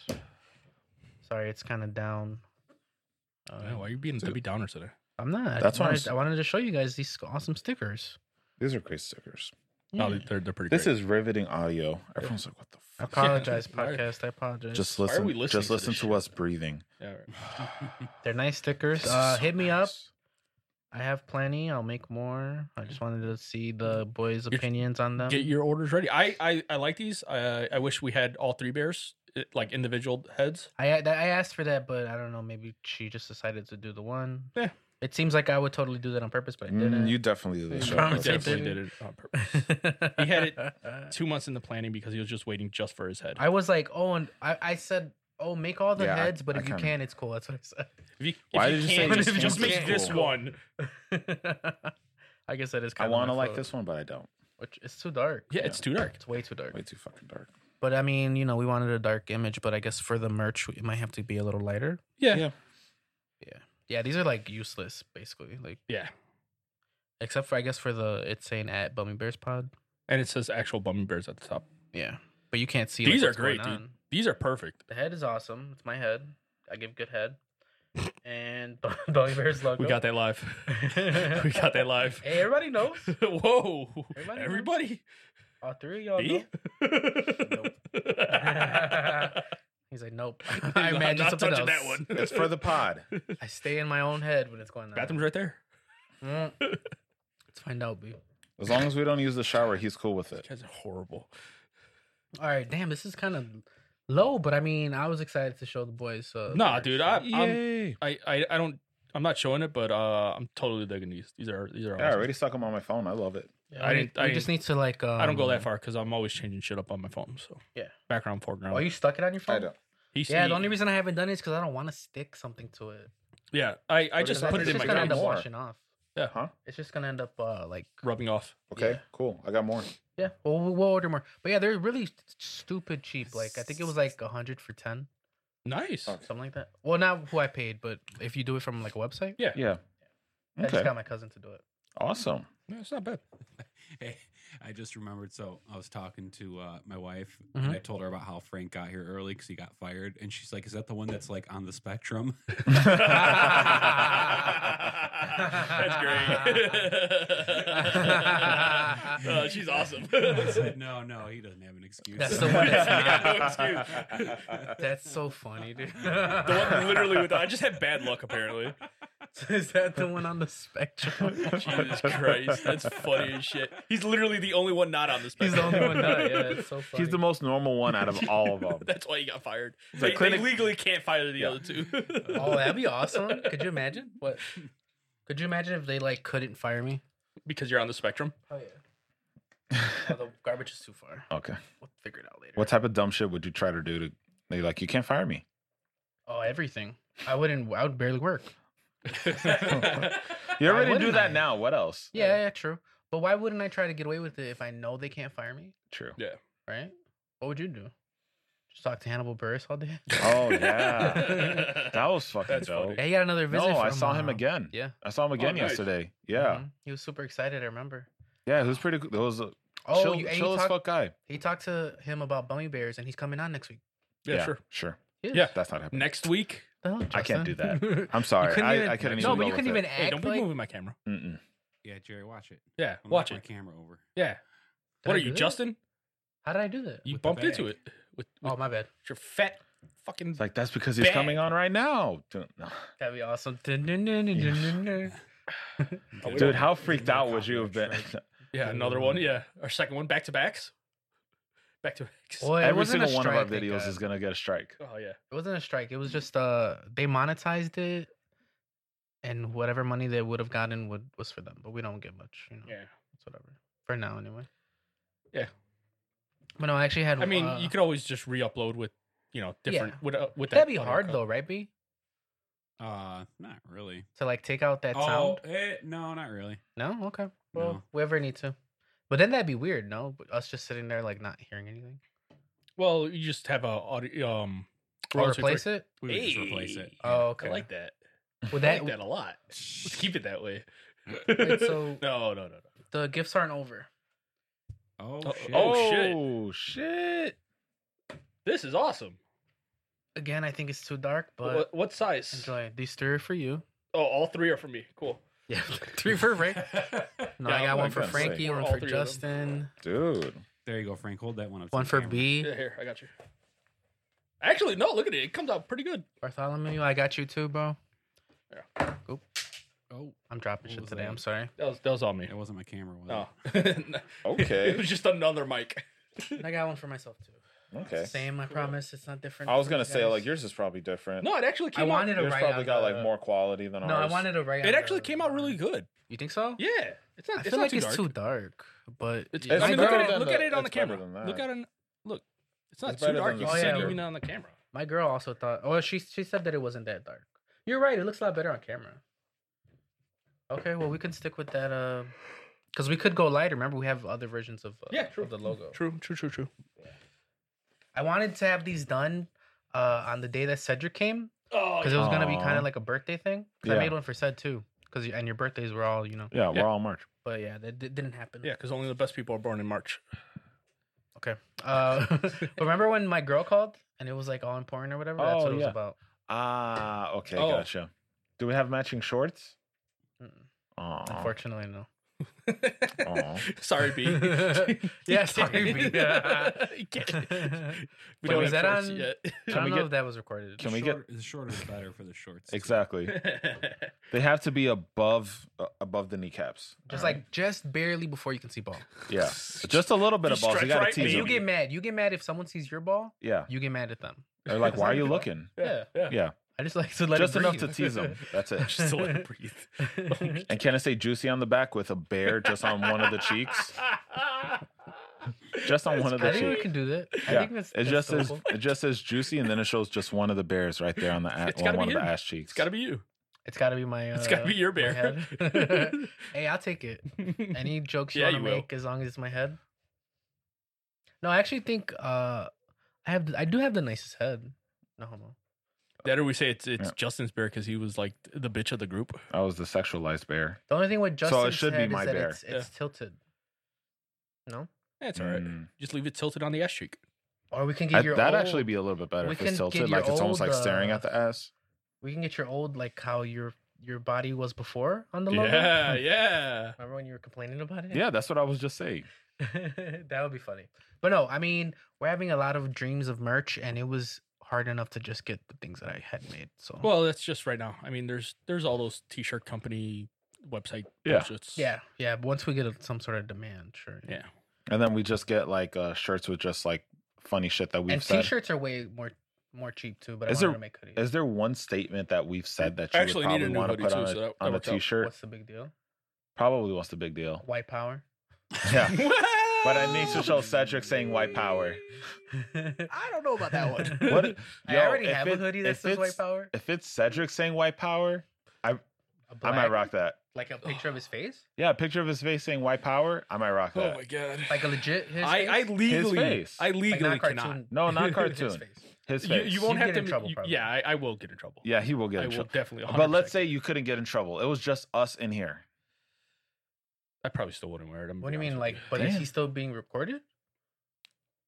[SPEAKER 3] Sorry, it's kind of down. Uh,
[SPEAKER 1] Man, oh, why are you being Debbie Downer today?
[SPEAKER 3] I'm not. I
[SPEAKER 2] That's
[SPEAKER 3] That's
[SPEAKER 2] what I'm
[SPEAKER 3] wanted,
[SPEAKER 2] s-
[SPEAKER 3] I wanted to show you guys these sc- awesome stickers.
[SPEAKER 2] These are great stickers.
[SPEAKER 1] No,
[SPEAKER 3] Yeah.
[SPEAKER 1] they're they're pretty.
[SPEAKER 2] This
[SPEAKER 1] great.
[SPEAKER 2] is riveting audio. Everyone's like, "What the
[SPEAKER 3] I
[SPEAKER 2] fuck?"
[SPEAKER 3] apologize,
[SPEAKER 1] Why are-
[SPEAKER 3] podcast. I apologize.
[SPEAKER 2] Just
[SPEAKER 1] Why are
[SPEAKER 2] listen.
[SPEAKER 1] we listening
[SPEAKER 2] just
[SPEAKER 1] to
[SPEAKER 2] listen
[SPEAKER 1] this
[SPEAKER 2] to,
[SPEAKER 1] shit?
[SPEAKER 2] us breathing.
[SPEAKER 1] Yeah, right.
[SPEAKER 3] They're nice stickers.
[SPEAKER 2] This is
[SPEAKER 3] Uh,
[SPEAKER 2] so
[SPEAKER 3] hit me up.
[SPEAKER 2] nice.
[SPEAKER 3] I have plenty. I'll make more. I just wanted to see the boys'
[SPEAKER 1] You're-
[SPEAKER 3] opinions on them.
[SPEAKER 1] Get your orders ready. I I, I like these. I I wish we had all three bears eh, like individual heads.
[SPEAKER 3] I I I asked for that, but I don't know. Maybe she just decided to do the one.
[SPEAKER 1] Yeah.
[SPEAKER 3] It seems like I would totally do that on purpose, but I didn't.
[SPEAKER 2] Mm, you definitely did
[SPEAKER 3] I
[SPEAKER 2] this.
[SPEAKER 3] promise
[SPEAKER 2] Sean.
[SPEAKER 3] I did.
[SPEAKER 1] Definitely did it on purpose.
[SPEAKER 3] he
[SPEAKER 1] had it- Two months in the planning because he was just waiting just for his head.
[SPEAKER 3] I was like, oh, and I, I said, oh, make all the
[SPEAKER 2] Yeah, I-
[SPEAKER 3] heads, but
[SPEAKER 2] I
[SPEAKER 3] if you
[SPEAKER 2] kinda-
[SPEAKER 3] can, it's cool. That's what
[SPEAKER 1] If you, if
[SPEAKER 2] Why
[SPEAKER 1] you
[SPEAKER 2] did you say
[SPEAKER 1] can't, just,
[SPEAKER 2] just can't
[SPEAKER 1] just make
[SPEAKER 2] can't
[SPEAKER 1] this
[SPEAKER 2] go?
[SPEAKER 1] one.
[SPEAKER 3] I said. I guess that is.
[SPEAKER 2] I
[SPEAKER 3] Kind
[SPEAKER 2] want to like this one, but I don't.
[SPEAKER 3] Which it's too dark.
[SPEAKER 1] Yeah, it's too dark.
[SPEAKER 3] It's way too dark.
[SPEAKER 2] Way too fucking dark.
[SPEAKER 3] But I mean, you know, we wanted a dark image, but I guess for the merch, it might have to be a little lighter.
[SPEAKER 1] Yeah, yeah.
[SPEAKER 2] Yeah.
[SPEAKER 3] Yeah, these are like useless, basically. Like except for I guess for the it's saying at Bummy Bears Pod.
[SPEAKER 1] And it says actual Bummy Bears at the top.
[SPEAKER 3] Yeah, but you can't see.
[SPEAKER 1] These
[SPEAKER 3] like,
[SPEAKER 1] are
[SPEAKER 3] what's going
[SPEAKER 1] great, dude.
[SPEAKER 3] on.
[SPEAKER 1] These are perfect.
[SPEAKER 3] The head is awesome. It's my head. I give good head. and the Gummy Bears logo.
[SPEAKER 1] We got that live. we got that live.
[SPEAKER 3] Hey, everybody knows.
[SPEAKER 1] Whoa.
[SPEAKER 3] Everybody Oh, knows.
[SPEAKER 1] Everybody.
[SPEAKER 3] All three of y'all know.
[SPEAKER 1] Me?
[SPEAKER 3] He's like, nope. I imagine
[SPEAKER 1] not
[SPEAKER 3] something
[SPEAKER 1] touching
[SPEAKER 3] else.
[SPEAKER 1] that one.
[SPEAKER 2] It's for the pod.
[SPEAKER 3] I stay in my own head when it's going on.
[SPEAKER 1] Bathroom's right there.
[SPEAKER 3] Mm. Let's find out, B.
[SPEAKER 2] As long as we don't use the shower, he's cool with
[SPEAKER 1] These
[SPEAKER 2] it.
[SPEAKER 1] guys are horrible.
[SPEAKER 3] All right, damn, this is kind of low, but I mean, I was excited to show the boys. Uh,
[SPEAKER 1] Nah, dude. I, I'm,
[SPEAKER 2] Yay!
[SPEAKER 1] I, I, I don't. I'm not showing it, but uh, I'm totally digging these. These are these are.
[SPEAKER 2] Yeah, I
[SPEAKER 1] Awesome.
[SPEAKER 2] already stuck him on my phone. I love it.
[SPEAKER 1] I
[SPEAKER 3] I
[SPEAKER 1] didn't- I
[SPEAKER 3] just
[SPEAKER 1] didn't-
[SPEAKER 3] need to like. Um,
[SPEAKER 1] I don't go that far because I'm always changing shit up on my phone. So
[SPEAKER 3] Yeah.
[SPEAKER 1] background, foreground.
[SPEAKER 3] Oh, you stuck it on your phone?
[SPEAKER 2] I don't.
[SPEAKER 1] He's-
[SPEAKER 3] Yeah,
[SPEAKER 1] he-
[SPEAKER 3] the only reason I haven't done it is because I don't want to stick something to it.
[SPEAKER 1] Yeah, I, I
[SPEAKER 2] Or
[SPEAKER 1] just
[SPEAKER 2] does that-
[SPEAKER 1] put it
[SPEAKER 3] it's
[SPEAKER 1] in my
[SPEAKER 3] just gonna end up
[SPEAKER 1] notes,
[SPEAKER 2] more.
[SPEAKER 3] washing off.
[SPEAKER 2] Huh?
[SPEAKER 3] It's just gonna end up uh, like
[SPEAKER 1] rubbing off.
[SPEAKER 2] Okay,
[SPEAKER 3] Yeah.
[SPEAKER 2] cool. I got more.
[SPEAKER 3] yeah. Well, we'll we'll order more, but yeah, they're really st- stupid cheap. Like I think it was like a hundred for ten,
[SPEAKER 1] Nice.
[SPEAKER 2] Okay.
[SPEAKER 3] something like that. Well, not who I paid, but if you do it from like a website,
[SPEAKER 1] Yeah.
[SPEAKER 2] Yeah.
[SPEAKER 3] I just
[SPEAKER 2] Okay.
[SPEAKER 3] got my cousin to do it.
[SPEAKER 2] Awesome.
[SPEAKER 1] No, it's not bad.
[SPEAKER 4] Hey, I just remembered. So I was talking to uh, my wife, and
[SPEAKER 3] Mhm.
[SPEAKER 4] I told her about how Frank got here early because he got fired, and she's like, "Is that the one that's like on the spectrum?"
[SPEAKER 1] That's great. Uh, she's awesome.
[SPEAKER 4] I said, "No, no, he doesn't have an excuse."
[SPEAKER 3] That's the one that's
[SPEAKER 1] not-
[SPEAKER 3] That's so funny, dude.
[SPEAKER 1] The one literally with I just had bad luck apparently.
[SPEAKER 3] is that the one on the spectrum?
[SPEAKER 1] Jesus Christ, that's funny as shit. He's literally the only one not on the
[SPEAKER 3] He's
[SPEAKER 1] spectrum.
[SPEAKER 3] the only one not. Yeah, it's so funny.
[SPEAKER 2] He's the most normal one out of all of them.
[SPEAKER 1] That's why he got fired.
[SPEAKER 2] It's
[SPEAKER 1] They,
[SPEAKER 2] like
[SPEAKER 1] they
[SPEAKER 2] clinic-
[SPEAKER 1] legally can't fire the
[SPEAKER 2] Yeah.
[SPEAKER 1] other two.
[SPEAKER 3] Oh, that'd be awesome. Could you imagine? What? Could you imagine if they like couldn't fire me?
[SPEAKER 1] because you're on the spectrum.
[SPEAKER 3] Oh yeah. the garbage is too far.
[SPEAKER 2] Okay.
[SPEAKER 3] We'll figure it out later.
[SPEAKER 2] What type of dumb shit would you try to do to? They're like, you can't fire me.
[SPEAKER 3] Oh, everything. I wouldn't. I would barely work.
[SPEAKER 2] You
[SPEAKER 3] Why
[SPEAKER 2] already do
[SPEAKER 3] wouldn't
[SPEAKER 2] that
[SPEAKER 3] I?
[SPEAKER 2] now. What else?
[SPEAKER 3] Yeah, yeah, true. But why wouldn't I try to get away with it if I know they can't fire me?
[SPEAKER 2] True.
[SPEAKER 1] Yeah.
[SPEAKER 3] Right? What would you do? Just talk to Hannibal Burris all day.
[SPEAKER 2] Oh yeah, that was fucking
[SPEAKER 1] That's
[SPEAKER 2] dope.
[SPEAKER 1] funny. Oh,
[SPEAKER 3] Yeah, he got another
[SPEAKER 2] No,
[SPEAKER 3] visit.
[SPEAKER 2] I
[SPEAKER 3] from,
[SPEAKER 2] saw him
[SPEAKER 3] uh,
[SPEAKER 2] again.
[SPEAKER 3] Yeah.
[SPEAKER 2] I saw him again
[SPEAKER 1] nice.
[SPEAKER 2] yesterday. Yeah,
[SPEAKER 3] Mhm. He was super excited. I remember.
[SPEAKER 2] yeah. It was pretty. cool. It was a
[SPEAKER 3] Oh,
[SPEAKER 2] chill,
[SPEAKER 3] you, and
[SPEAKER 2] chill
[SPEAKER 3] he,
[SPEAKER 2] as
[SPEAKER 3] talked,
[SPEAKER 2] fuck guy.
[SPEAKER 3] he talked to him about Bummy Bears, and he's coming on next week.
[SPEAKER 1] Yeah, sure.
[SPEAKER 2] Sure.
[SPEAKER 3] He is.
[SPEAKER 1] Yeah.
[SPEAKER 2] That's not happening.
[SPEAKER 1] Next week.
[SPEAKER 3] The hell,
[SPEAKER 2] I can't do
[SPEAKER 3] Justin?
[SPEAKER 2] that. I'm sorry.
[SPEAKER 3] You couldn't
[SPEAKER 2] I,
[SPEAKER 3] even-
[SPEAKER 2] I couldn't even.
[SPEAKER 3] No, but
[SPEAKER 2] go
[SPEAKER 3] you couldn't
[SPEAKER 2] with
[SPEAKER 3] even
[SPEAKER 2] it.
[SPEAKER 3] act
[SPEAKER 1] Hey, don't be
[SPEAKER 3] like.
[SPEAKER 1] moving my camera.
[SPEAKER 2] Mm-mm.
[SPEAKER 4] yeah, Jerry, watch it.
[SPEAKER 1] Yeah,
[SPEAKER 4] I'm gonna
[SPEAKER 1] watch
[SPEAKER 4] knock
[SPEAKER 1] it.
[SPEAKER 4] My camera over.
[SPEAKER 1] Yeah.
[SPEAKER 3] Did
[SPEAKER 1] what
[SPEAKER 3] I
[SPEAKER 1] are
[SPEAKER 3] do
[SPEAKER 1] you,
[SPEAKER 3] that?
[SPEAKER 1] Justin?
[SPEAKER 3] How did I do that?
[SPEAKER 1] You
[SPEAKER 4] With the
[SPEAKER 1] bumped into
[SPEAKER 4] bag.
[SPEAKER 1] it with, with
[SPEAKER 3] Oh my bad.
[SPEAKER 1] your fat fucking.
[SPEAKER 2] It's like that's because he's
[SPEAKER 1] Bad.
[SPEAKER 2] coming on right now. Dude, no.
[SPEAKER 3] That'd be awesome. Dun, dun, dun, dun, dun, dun, dun.
[SPEAKER 1] Oh, we
[SPEAKER 2] Dude,
[SPEAKER 1] don't-
[SPEAKER 2] how freaked
[SPEAKER 4] no
[SPEAKER 2] out would you have been?
[SPEAKER 4] confidence,
[SPEAKER 1] yeah, another one. Yeah, our second one back to backs. Back to backs.
[SPEAKER 3] Well, it
[SPEAKER 2] Every
[SPEAKER 3] wasn't a
[SPEAKER 2] single one of our
[SPEAKER 3] strike, thank
[SPEAKER 2] videos
[SPEAKER 3] God.
[SPEAKER 2] is gonna get a strike.
[SPEAKER 1] Oh yeah.
[SPEAKER 3] It wasn't a strike. It was just uh they monetized it, and whatever money they would have gotten would was for them. But we don't get much, you know.
[SPEAKER 1] Yeah.
[SPEAKER 3] It's whatever for now, anyway.
[SPEAKER 1] Yeah.
[SPEAKER 3] But no, I actually had.
[SPEAKER 1] I mean,
[SPEAKER 3] uh,
[SPEAKER 1] you could always just re-upload with, you know, different
[SPEAKER 3] Yeah.
[SPEAKER 1] with uh, with
[SPEAKER 3] That'd
[SPEAKER 1] that
[SPEAKER 3] be
[SPEAKER 1] audio
[SPEAKER 3] hard
[SPEAKER 1] cut.
[SPEAKER 3] though, right, B?
[SPEAKER 4] Uh, not really.
[SPEAKER 3] To like take out that
[SPEAKER 4] Oh,
[SPEAKER 3] sound.
[SPEAKER 4] eh, no, not really.
[SPEAKER 3] No. Okay. Well,
[SPEAKER 4] No.
[SPEAKER 3] we ever need to. But then that'd be weird, no? But us just sitting there like not hearing anything.
[SPEAKER 1] Well, you just have a audio. Um,
[SPEAKER 3] Or replace it.
[SPEAKER 4] We would just replace it.
[SPEAKER 3] Oh, okay.
[SPEAKER 1] I like that.
[SPEAKER 3] Would
[SPEAKER 1] I
[SPEAKER 3] that?
[SPEAKER 1] like that a lot. Let's keep it that way.
[SPEAKER 3] wait, so
[SPEAKER 1] no, no, no, no.
[SPEAKER 3] the gifts aren't over.
[SPEAKER 4] Oh,
[SPEAKER 1] Oh,
[SPEAKER 4] shit.
[SPEAKER 1] oh, shit.
[SPEAKER 2] Oh shit!
[SPEAKER 1] This is awesome.
[SPEAKER 3] Again, I think it's too dark, but
[SPEAKER 1] what, what size?
[SPEAKER 3] enjoy. it. These three are for you.
[SPEAKER 1] Oh, all three are for me. Cool.
[SPEAKER 3] Yeah, three for Frank. No, I
[SPEAKER 1] Yeah,
[SPEAKER 3] got one
[SPEAKER 2] like
[SPEAKER 3] for
[SPEAKER 2] that.
[SPEAKER 3] Frankie,
[SPEAKER 1] Same.
[SPEAKER 3] one
[SPEAKER 1] All
[SPEAKER 3] for
[SPEAKER 1] three of them.
[SPEAKER 3] Justin,
[SPEAKER 2] Dude,
[SPEAKER 4] There you go, Frank. Hold that one up. to
[SPEAKER 3] one
[SPEAKER 4] the
[SPEAKER 3] for
[SPEAKER 4] camera.
[SPEAKER 3] B.
[SPEAKER 1] Yeah, here, I got you. Actually, no, look at it. It comes out pretty good.
[SPEAKER 3] Bartholomew, I got you too, bro.
[SPEAKER 4] Oh,
[SPEAKER 3] I'm dropping
[SPEAKER 4] What
[SPEAKER 3] shit
[SPEAKER 4] was
[SPEAKER 3] today.
[SPEAKER 4] that?
[SPEAKER 3] I'm sorry.
[SPEAKER 1] That was that was on me.
[SPEAKER 4] that wasn't my camera. Was
[SPEAKER 1] No.
[SPEAKER 3] Oh,
[SPEAKER 4] it?
[SPEAKER 2] Okay.
[SPEAKER 1] it was just another mic.
[SPEAKER 3] I got one for myself too.
[SPEAKER 2] okay.
[SPEAKER 3] Same, I promise. It's not different.
[SPEAKER 2] I was
[SPEAKER 3] from
[SPEAKER 2] gonna
[SPEAKER 3] you
[SPEAKER 2] say
[SPEAKER 3] guys.
[SPEAKER 2] like yours is probably different.
[SPEAKER 1] No, it actually
[SPEAKER 3] I
[SPEAKER 1] came out.
[SPEAKER 3] wanted to
[SPEAKER 2] yours
[SPEAKER 3] write.
[SPEAKER 2] probably
[SPEAKER 3] on
[SPEAKER 2] got
[SPEAKER 3] the-
[SPEAKER 2] like more quality than
[SPEAKER 3] No,
[SPEAKER 2] ours.
[SPEAKER 3] I wanted to write.
[SPEAKER 1] It
[SPEAKER 3] on
[SPEAKER 1] actually
[SPEAKER 3] the-
[SPEAKER 1] came out really good.
[SPEAKER 3] You think so?
[SPEAKER 1] Yeah, it's not.
[SPEAKER 3] I
[SPEAKER 1] it's
[SPEAKER 3] feel
[SPEAKER 1] not
[SPEAKER 3] like
[SPEAKER 1] too
[SPEAKER 3] it's
[SPEAKER 1] dark.
[SPEAKER 3] too dark, but
[SPEAKER 1] It's,
[SPEAKER 2] It's
[SPEAKER 1] I mean, look at
[SPEAKER 2] better
[SPEAKER 1] it.
[SPEAKER 2] than
[SPEAKER 1] Look
[SPEAKER 2] the-
[SPEAKER 1] at it on the
[SPEAKER 2] it's better
[SPEAKER 1] camera.
[SPEAKER 2] than
[SPEAKER 1] Look
[SPEAKER 2] that.
[SPEAKER 1] at it. Look, it's not
[SPEAKER 2] It's
[SPEAKER 1] too
[SPEAKER 2] better
[SPEAKER 1] dark.
[SPEAKER 2] than
[SPEAKER 1] You
[SPEAKER 3] the
[SPEAKER 1] can see it
[SPEAKER 3] camera.
[SPEAKER 1] even on the camera.
[SPEAKER 3] my girl also thought. Oh, she she said that it wasn't that dark. You're right. It looks a lot better on camera. Okay, well we can stick with that. Uh, because we could go lighter. Remember, we have other versions of uh,
[SPEAKER 1] Yeah, true.
[SPEAKER 3] of the logo.
[SPEAKER 1] True, true, true, true.
[SPEAKER 3] I wanted to have these done uh, on the day that Cedric came
[SPEAKER 1] Oh,
[SPEAKER 3] because it was gonna be kind
[SPEAKER 2] Aw.
[SPEAKER 3] of like a birthday thing. 'Cause I
[SPEAKER 2] Yeah.
[SPEAKER 3] made one for Ced too, because and your birthdays were all you know.
[SPEAKER 2] Yeah,
[SPEAKER 1] Yeah.
[SPEAKER 2] we're all March.
[SPEAKER 3] But yeah, that di- didn't happen.
[SPEAKER 1] yeah, because only the best people are born in March.
[SPEAKER 3] Oh. Okay. Uh, remember when my girl called and it was like all important or whatever? That's
[SPEAKER 2] Oh,
[SPEAKER 3] what it was
[SPEAKER 2] yeah.
[SPEAKER 3] about.
[SPEAKER 2] Ah, okay,
[SPEAKER 1] Oh.
[SPEAKER 2] gotcha. Do we have matching shorts?
[SPEAKER 3] Mm,
[SPEAKER 2] Oh,
[SPEAKER 3] Unfortunately, no.
[SPEAKER 2] Aw.
[SPEAKER 1] sorry, B.
[SPEAKER 3] Yeah, sorry, B.
[SPEAKER 1] You can't- we
[SPEAKER 3] Wait,
[SPEAKER 1] don't
[SPEAKER 3] was
[SPEAKER 1] have
[SPEAKER 3] that
[SPEAKER 1] shorts
[SPEAKER 3] on- I
[SPEAKER 2] Can
[SPEAKER 3] don't
[SPEAKER 2] we
[SPEAKER 3] know
[SPEAKER 2] get-
[SPEAKER 3] if that was recorded.
[SPEAKER 2] Can we get-
[SPEAKER 4] the shorter the better for the shorts? too.
[SPEAKER 2] exactly.
[SPEAKER 1] yet.
[SPEAKER 2] They have to be above uh, above the kneecaps.
[SPEAKER 3] Just
[SPEAKER 2] alright?
[SPEAKER 3] like just barely before you can see ball.
[SPEAKER 2] yeah, just a little bit
[SPEAKER 1] You
[SPEAKER 2] of balls. You
[SPEAKER 1] stretch
[SPEAKER 2] gotta
[SPEAKER 1] right,
[SPEAKER 2] tease
[SPEAKER 1] but
[SPEAKER 3] you
[SPEAKER 2] them.
[SPEAKER 3] get mad. You get mad if someone sees your ball.
[SPEAKER 2] yeah,
[SPEAKER 3] You get mad at them.
[SPEAKER 2] they're like,
[SPEAKER 3] It's
[SPEAKER 2] "Why
[SPEAKER 3] not
[SPEAKER 2] are you
[SPEAKER 3] good.
[SPEAKER 2] looking?"
[SPEAKER 3] Yeah.
[SPEAKER 1] yeah.
[SPEAKER 2] Yeah,
[SPEAKER 3] I just like to let
[SPEAKER 2] just
[SPEAKER 3] it
[SPEAKER 2] enough to
[SPEAKER 3] breathe.
[SPEAKER 2] tease them. That's it.
[SPEAKER 1] Just to let it breathe.
[SPEAKER 2] And can I say juicy on the back with a bear just on one of the cheeks? Just on one of the
[SPEAKER 3] I think we
[SPEAKER 2] cheeks.
[SPEAKER 3] can do that. I
[SPEAKER 2] Yeah,
[SPEAKER 3] think that's,
[SPEAKER 2] It
[SPEAKER 3] that's
[SPEAKER 2] just says
[SPEAKER 3] doable.
[SPEAKER 2] it just says juicy, and then it shows just one of the bears right there on the a-
[SPEAKER 1] It's
[SPEAKER 2] on
[SPEAKER 1] gotta
[SPEAKER 2] one
[SPEAKER 1] be
[SPEAKER 2] of the
[SPEAKER 1] him.
[SPEAKER 2] ass cheeks.
[SPEAKER 1] It's got to be you.
[SPEAKER 3] It's got to be my. Uh,
[SPEAKER 1] It's got to be your
[SPEAKER 3] my
[SPEAKER 1] bear.
[SPEAKER 3] head. hey, I'll take it. Any jokes you
[SPEAKER 1] Yeah,
[SPEAKER 3] want
[SPEAKER 1] you
[SPEAKER 3] to
[SPEAKER 1] will.
[SPEAKER 3] make, as long as it's my head. No, I actually think uh, I have. I do have the nicest head. No homo.
[SPEAKER 1] that or we say it's it's
[SPEAKER 2] Yeah.
[SPEAKER 1] Justin's bear because he was like the bitch of the group.
[SPEAKER 2] I was the sexualized bear.
[SPEAKER 3] The only thing with
[SPEAKER 2] So it
[SPEAKER 3] Justin's
[SPEAKER 2] should be
[SPEAKER 3] head
[SPEAKER 2] my
[SPEAKER 3] is that
[SPEAKER 2] bear.
[SPEAKER 3] it's, it's tilted. No,
[SPEAKER 1] That's all right.
[SPEAKER 2] Mm.
[SPEAKER 1] Just leave it tilted on the ass cheek.
[SPEAKER 3] or we can get
[SPEAKER 2] I-
[SPEAKER 3] your
[SPEAKER 2] that'd
[SPEAKER 3] old,
[SPEAKER 2] actually be a little bit better
[SPEAKER 3] we
[SPEAKER 2] if it's
[SPEAKER 3] can get
[SPEAKER 2] tilted.
[SPEAKER 3] your
[SPEAKER 2] Like it's almost like
[SPEAKER 3] old,
[SPEAKER 2] staring
[SPEAKER 3] uh,
[SPEAKER 2] at the ass.
[SPEAKER 3] We can get your old like how your your body was before on the logo.
[SPEAKER 1] Yeah, yeah.
[SPEAKER 3] Remember when you were complaining about it?
[SPEAKER 2] Yeah, that's what I was just saying.
[SPEAKER 3] that would be funny. But no, I mean, we're having a lot of dreams of merch, and it was hard enough to just get the things that I had made. So
[SPEAKER 1] Well, that's just right now. I mean, there's there's all those t-shirt company website
[SPEAKER 2] Yeah.
[SPEAKER 1] bullshits.
[SPEAKER 3] yeah, yeah. but Once we get a, some sort of demand, sure.
[SPEAKER 1] Yeah.
[SPEAKER 2] And then we just get like uh, shirts with just like funny shit that we've
[SPEAKER 3] and
[SPEAKER 2] said.
[SPEAKER 3] t-shirts are way more more cheap too. But
[SPEAKER 2] Is
[SPEAKER 3] I wanted
[SPEAKER 2] there-
[SPEAKER 3] to make hoodies.
[SPEAKER 2] Is there one statement that we've said that
[SPEAKER 1] I
[SPEAKER 2] you
[SPEAKER 1] actually
[SPEAKER 2] would
[SPEAKER 1] need a
[SPEAKER 2] probably
[SPEAKER 1] new
[SPEAKER 2] want to
[SPEAKER 1] hoodie
[SPEAKER 2] put
[SPEAKER 1] too,
[SPEAKER 2] on a,
[SPEAKER 1] so that- that
[SPEAKER 2] on a
[SPEAKER 1] works out.
[SPEAKER 2] t-shirt?
[SPEAKER 3] What's the big deal?
[SPEAKER 2] Probably what's the big deal?
[SPEAKER 3] White power.
[SPEAKER 2] Yeah. But I need to show Cedric saying white power.
[SPEAKER 3] I don't know about that one.
[SPEAKER 2] What?
[SPEAKER 3] I
[SPEAKER 2] yo,
[SPEAKER 3] already
[SPEAKER 2] if
[SPEAKER 3] have a
[SPEAKER 2] it-
[SPEAKER 3] hoodie that
[SPEAKER 2] if
[SPEAKER 3] says white
[SPEAKER 2] it's-
[SPEAKER 3] power.
[SPEAKER 2] If it's Cedric saying white power,
[SPEAKER 3] A
[SPEAKER 2] I might
[SPEAKER 3] black-
[SPEAKER 2] rock that.
[SPEAKER 3] Like a picture of his face,
[SPEAKER 2] Yeah, a picture of his face saying white power, I might rock
[SPEAKER 1] Oh
[SPEAKER 2] that.
[SPEAKER 1] my god.
[SPEAKER 3] like a legit. His
[SPEAKER 1] I, I
[SPEAKER 3] face?
[SPEAKER 1] legally
[SPEAKER 2] face.
[SPEAKER 1] I
[SPEAKER 3] Like,
[SPEAKER 1] legally
[SPEAKER 3] not
[SPEAKER 1] cannot.
[SPEAKER 3] cartoon.
[SPEAKER 2] No, not
[SPEAKER 3] His
[SPEAKER 2] cartoon.
[SPEAKER 3] face.
[SPEAKER 2] His
[SPEAKER 1] You,
[SPEAKER 2] face.
[SPEAKER 1] you won't
[SPEAKER 3] You'd
[SPEAKER 1] have
[SPEAKER 3] get
[SPEAKER 1] to.
[SPEAKER 3] in trouble,
[SPEAKER 1] you-
[SPEAKER 3] probably.
[SPEAKER 1] yeah, I, I will get in trouble.
[SPEAKER 2] yeah, he will get
[SPEAKER 1] I
[SPEAKER 2] in
[SPEAKER 1] will
[SPEAKER 2] trouble.
[SPEAKER 1] definitely. 100%.
[SPEAKER 2] But let's say you couldn't get in trouble. It was just us in here.
[SPEAKER 1] I probably still wouldn't wear it. I'm
[SPEAKER 3] What do you
[SPEAKER 1] gonna be
[SPEAKER 3] mean? Like,
[SPEAKER 1] honest
[SPEAKER 3] but is
[SPEAKER 2] Damn.
[SPEAKER 3] he still being recorded?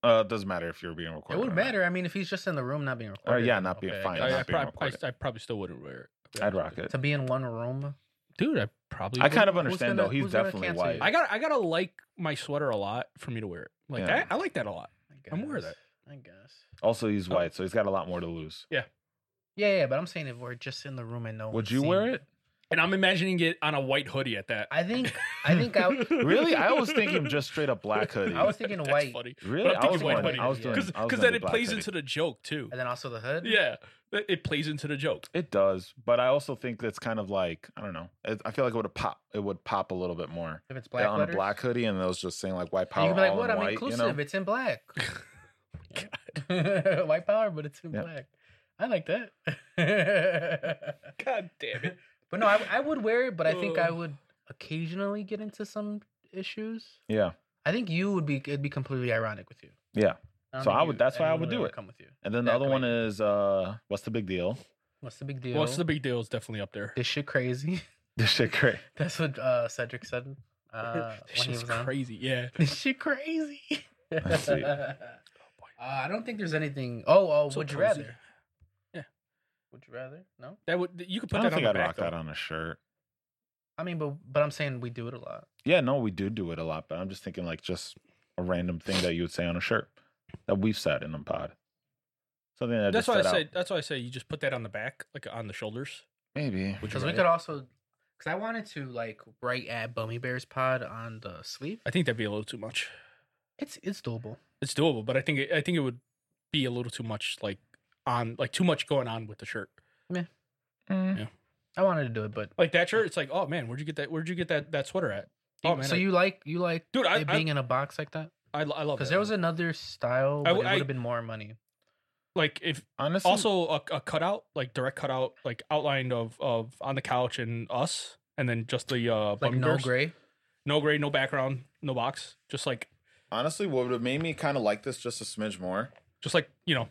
[SPEAKER 2] Uh, it doesn't matter if you're being
[SPEAKER 3] It
[SPEAKER 2] recorded.
[SPEAKER 3] would
[SPEAKER 2] or not.
[SPEAKER 3] matter. I mean, if he's just in the room, not being recorded.
[SPEAKER 2] Oh, yeah,
[SPEAKER 3] then
[SPEAKER 2] not being-
[SPEAKER 3] I
[SPEAKER 2] fine,
[SPEAKER 1] with
[SPEAKER 2] Yeah,
[SPEAKER 1] you.
[SPEAKER 3] guess.
[SPEAKER 1] I, I,
[SPEAKER 2] not being
[SPEAKER 1] prob- I,
[SPEAKER 2] recorded.
[SPEAKER 1] I probably still wouldn't wear it.
[SPEAKER 2] I'd rock it.
[SPEAKER 3] To be in one room,
[SPEAKER 1] dude. I probably.
[SPEAKER 2] I
[SPEAKER 1] would.
[SPEAKER 2] kind of
[SPEAKER 3] Who's
[SPEAKER 2] understand
[SPEAKER 3] gonna-
[SPEAKER 2] though. He's
[SPEAKER 3] who's gonna
[SPEAKER 2] definitely
[SPEAKER 3] cancel
[SPEAKER 2] white.
[SPEAKER 3] you?
[SPEAKER 1] I got. I gotta like my sweater a lot for me to wear it. Like
[SPEAKER 2] Yeah.
[SPEAKER 1] I, I like that a lot.
[SPEAKER 3] I
[SPEAKER 1] I'm aware of
[SPEAKER 3] guess.
[SPEAKER 1] that.
[SPEAKER 3] I guess.
[SPEAKER 2] Also, he's
[SPEAKER 1] Oh.
[SPEAKER 2] white, so he's got a lot more to lose.
[SPEAKER 3] Yeah, yeah, but I'm saying if we're just in the room and no one.
[SPEAKER 2] Would you wear it?
[SPEAKER 1] And I'm imagining it on a white hoodie at that.
[SPEAKER 3] I think. I think I.
[SPEAKER 2] Really? I was thinking just straight up black hoodie.
[SPEAKER 3] I was thinking
[SPEAKER 1] That's
[SPEAKER 3] white,
[SPEAKER 1] funny.
[SPEAKER 2] really?
[SPEAKER 1] I'm
[SPEAKER 2] I
[SPEAKER 1] thinking
[SPEAKER 2] was
[SPEAKER 1] white
[SPEAKER 2] going.
[SPEAKER 1] hoodie.
[SPEAKER 2] I was
[SPEAKER 3] Yeah.
[SPEAKER 2] doing.
[SPEAKER 1] Because
[SPEAKER 2] I was
[SPEAKER 1] because then
[SPEAKER 2] gonna do
[SPEAKER 1] it
[SPEAKER 2] black
[SPEAKER 1] plays
[SPEAKER 2] hoodie.
[SPEAKER 1] into the joke too.
[SPEAKER 3] and then also the hood.
[SPEAKER 1] Yeah, it it plays into the joke.
[SPEAKER 2] It does, but I also think that's kind of like I don't know. It, I feel like it would pop. It would pop a little bit more
[SPEAKER 3] If it's black
[SPEAKER 2] on
[SPEAKER 3] letters.
[SPEAKER 2] a black hoodie, and it was just saying like white
[SPEAKER 3] And
[SPEAKER 2] power.
[SPEAKER 3] you can be like,
[SPEAKER 2] all
[SPEAKER 3] "What?
[SPEAKER 2] in
[SPEAKER 3] I'm
[SPEAKER 2] white,
[SPEAKER 3] inclusive.
[SPEAKER 2] You know?
[SPEAKER 3] It's in black. white power, but it's in
[SPEAKER 2] Yeah.
[SPEAKER 3] black. I like that."
[SPEAKER 1] God damn it.
[SPEAKER 3] But no, I, I would wear it, but I think I
[SPEAKER 1] Oh.
[SPEAKER 3] would occasionally get into some issues.
[SPEAKER 2] Yeah,
[SPEAKER 3] I think you would be it'd be completely ironic with you.
[SPEAKER 2] yeah.
[SPEAKER 3] don't
[SPEAKER 2] So
[SPEAKER 3] think
[SPEAKER 2] I would-
[SPEAKER 3] you-
[SPEAKER 2] that's why I
[SPEAKER 3] anyone
[SPEAKER 2] would do
[SPEAKER 3] ever
[SPEAKER 2] it.
[SPEAKER 3] Come with you.
[SPEAKER 2] And then the other
[SPEAKER 3] Exactly.
[SPEAKER 2] one is uh, what's the big deal?
[SPEAKER 3] What's the big deal?
[SPEAKER 1] What's the big deal? Is definitely up there.
[SPEAKER 3] this shit crazy?
[SPEAKER 2] This shit great.
[SPEAKER 3] That's what uh, Cedric said uh,
[SPEAKER 1] This
[SPEAKER 3] when he
[SPEAKER 1] shit's
[SPEAKER 3] was on.
[SPEAKER 1] crazy. Yeah.
[SPEAKER 3] This shit crazy.
[SPEAKER 2] Let's see.
[SPEAKER 3] uh,
[SPEAKER 1] boy.
[SPEAKER 3] I don't think there's anything. Oh, oh,
[SPEAKER 1] So
[SPEAKER 3] would you
[SPEAKER 1] cozy.
[SPEAKER 3] rather?
[SPEAKER 1] Yeah.
[SPEAKER 3] Would you rather? No.
[SPEAKER 1] That would you could put
[SPEAKER 2] I
[SPEAKER 1] that
[SPEAKER 2] don't
[SPEAKER 1] on
[SPEAKER 2] think
[SPEAKER 1] the
[SPEAKER 2] I'd
[SPEAKER 1] back.
[SPEAKER 2] rock that
[SPEAKER 1] though.
[SPEAKER 2] on a shirt.
[SPEAKER 3] I mean, but but I'm saying we do it a lot.
[SPEAKER 2] Yeah, no, we do do it a lot, but I'm just thinking like just a random thing that you would say on a shirt that we've said in a pod. Something that I
[SPEAKER 1] That's
[SPEAKER 2] just
[SPEAKER 1] why I
[SPEAKER 2] said out.
[SPEAKER 1] say. That's why I say you just put that on the back, like on the shoulders.
[SPEAKER 2] Maybe.
[SPEAKER 1] Would you
[SPEAKER 3] Because we
[SPEAKER 1] rather?
[SPEAKER 3] could also, because I wanted to like write at Bummy Bears Pod on the sleeve.
[SPEAKER 1] I think that'd be a little too much.
[SPEAKER 3] It's it's doable.
[SPEAKER 1] It's doable, but I think it, I think it would be a little too much, like on like too much going on with the shirt. Mm.
[SPEAKER 3] I wanted to do it, but
[SPEAKER 1] Like that shirt, it's like, oh man, where'd you get that? Where'd you get that that sweater at? Oh man,
[SPEAKER 3] so
[SPEAKER 1] I-
[SPEAKER 3] you like you like
[SPEAKER 1] dude, I,
[SPEAKER 3] it
[SPEAKER 1] I,
[SPEAKER 3] being in a box like that?
[SPEAKER 1] I, lo- I love
[SPEAKER 3] Because
[SPEAKER 1] that
[SPEAKER 3] there was
[SPEAKER 1] one.
[SPEAKER 3] another style, but
[SPEAKER 1] I w-
[SPEAKER 3] it would
[SPEAKER 1] I-
[SPEAKER 3] have been more money.
[SPEAKER 1] like if
[SPEAKER 2] Honestly,
[SPEAKER 1] also a, a cutout, like direct cutout, like outlined of of on the couch and us, and then just the uh
[SPEAKER 3] Like
[SPEAKER 1] Bummy
[SPEAKER 3] no
[SPEAKER 1] Bears.
[SPEAKER 3] gray.
[SPEAKER 1] no gray, no background, no box, just like
[SPEAKER 2] honestly, what would have made me kind of like this just a smidge more,
[SPEAKER 1] just like you know,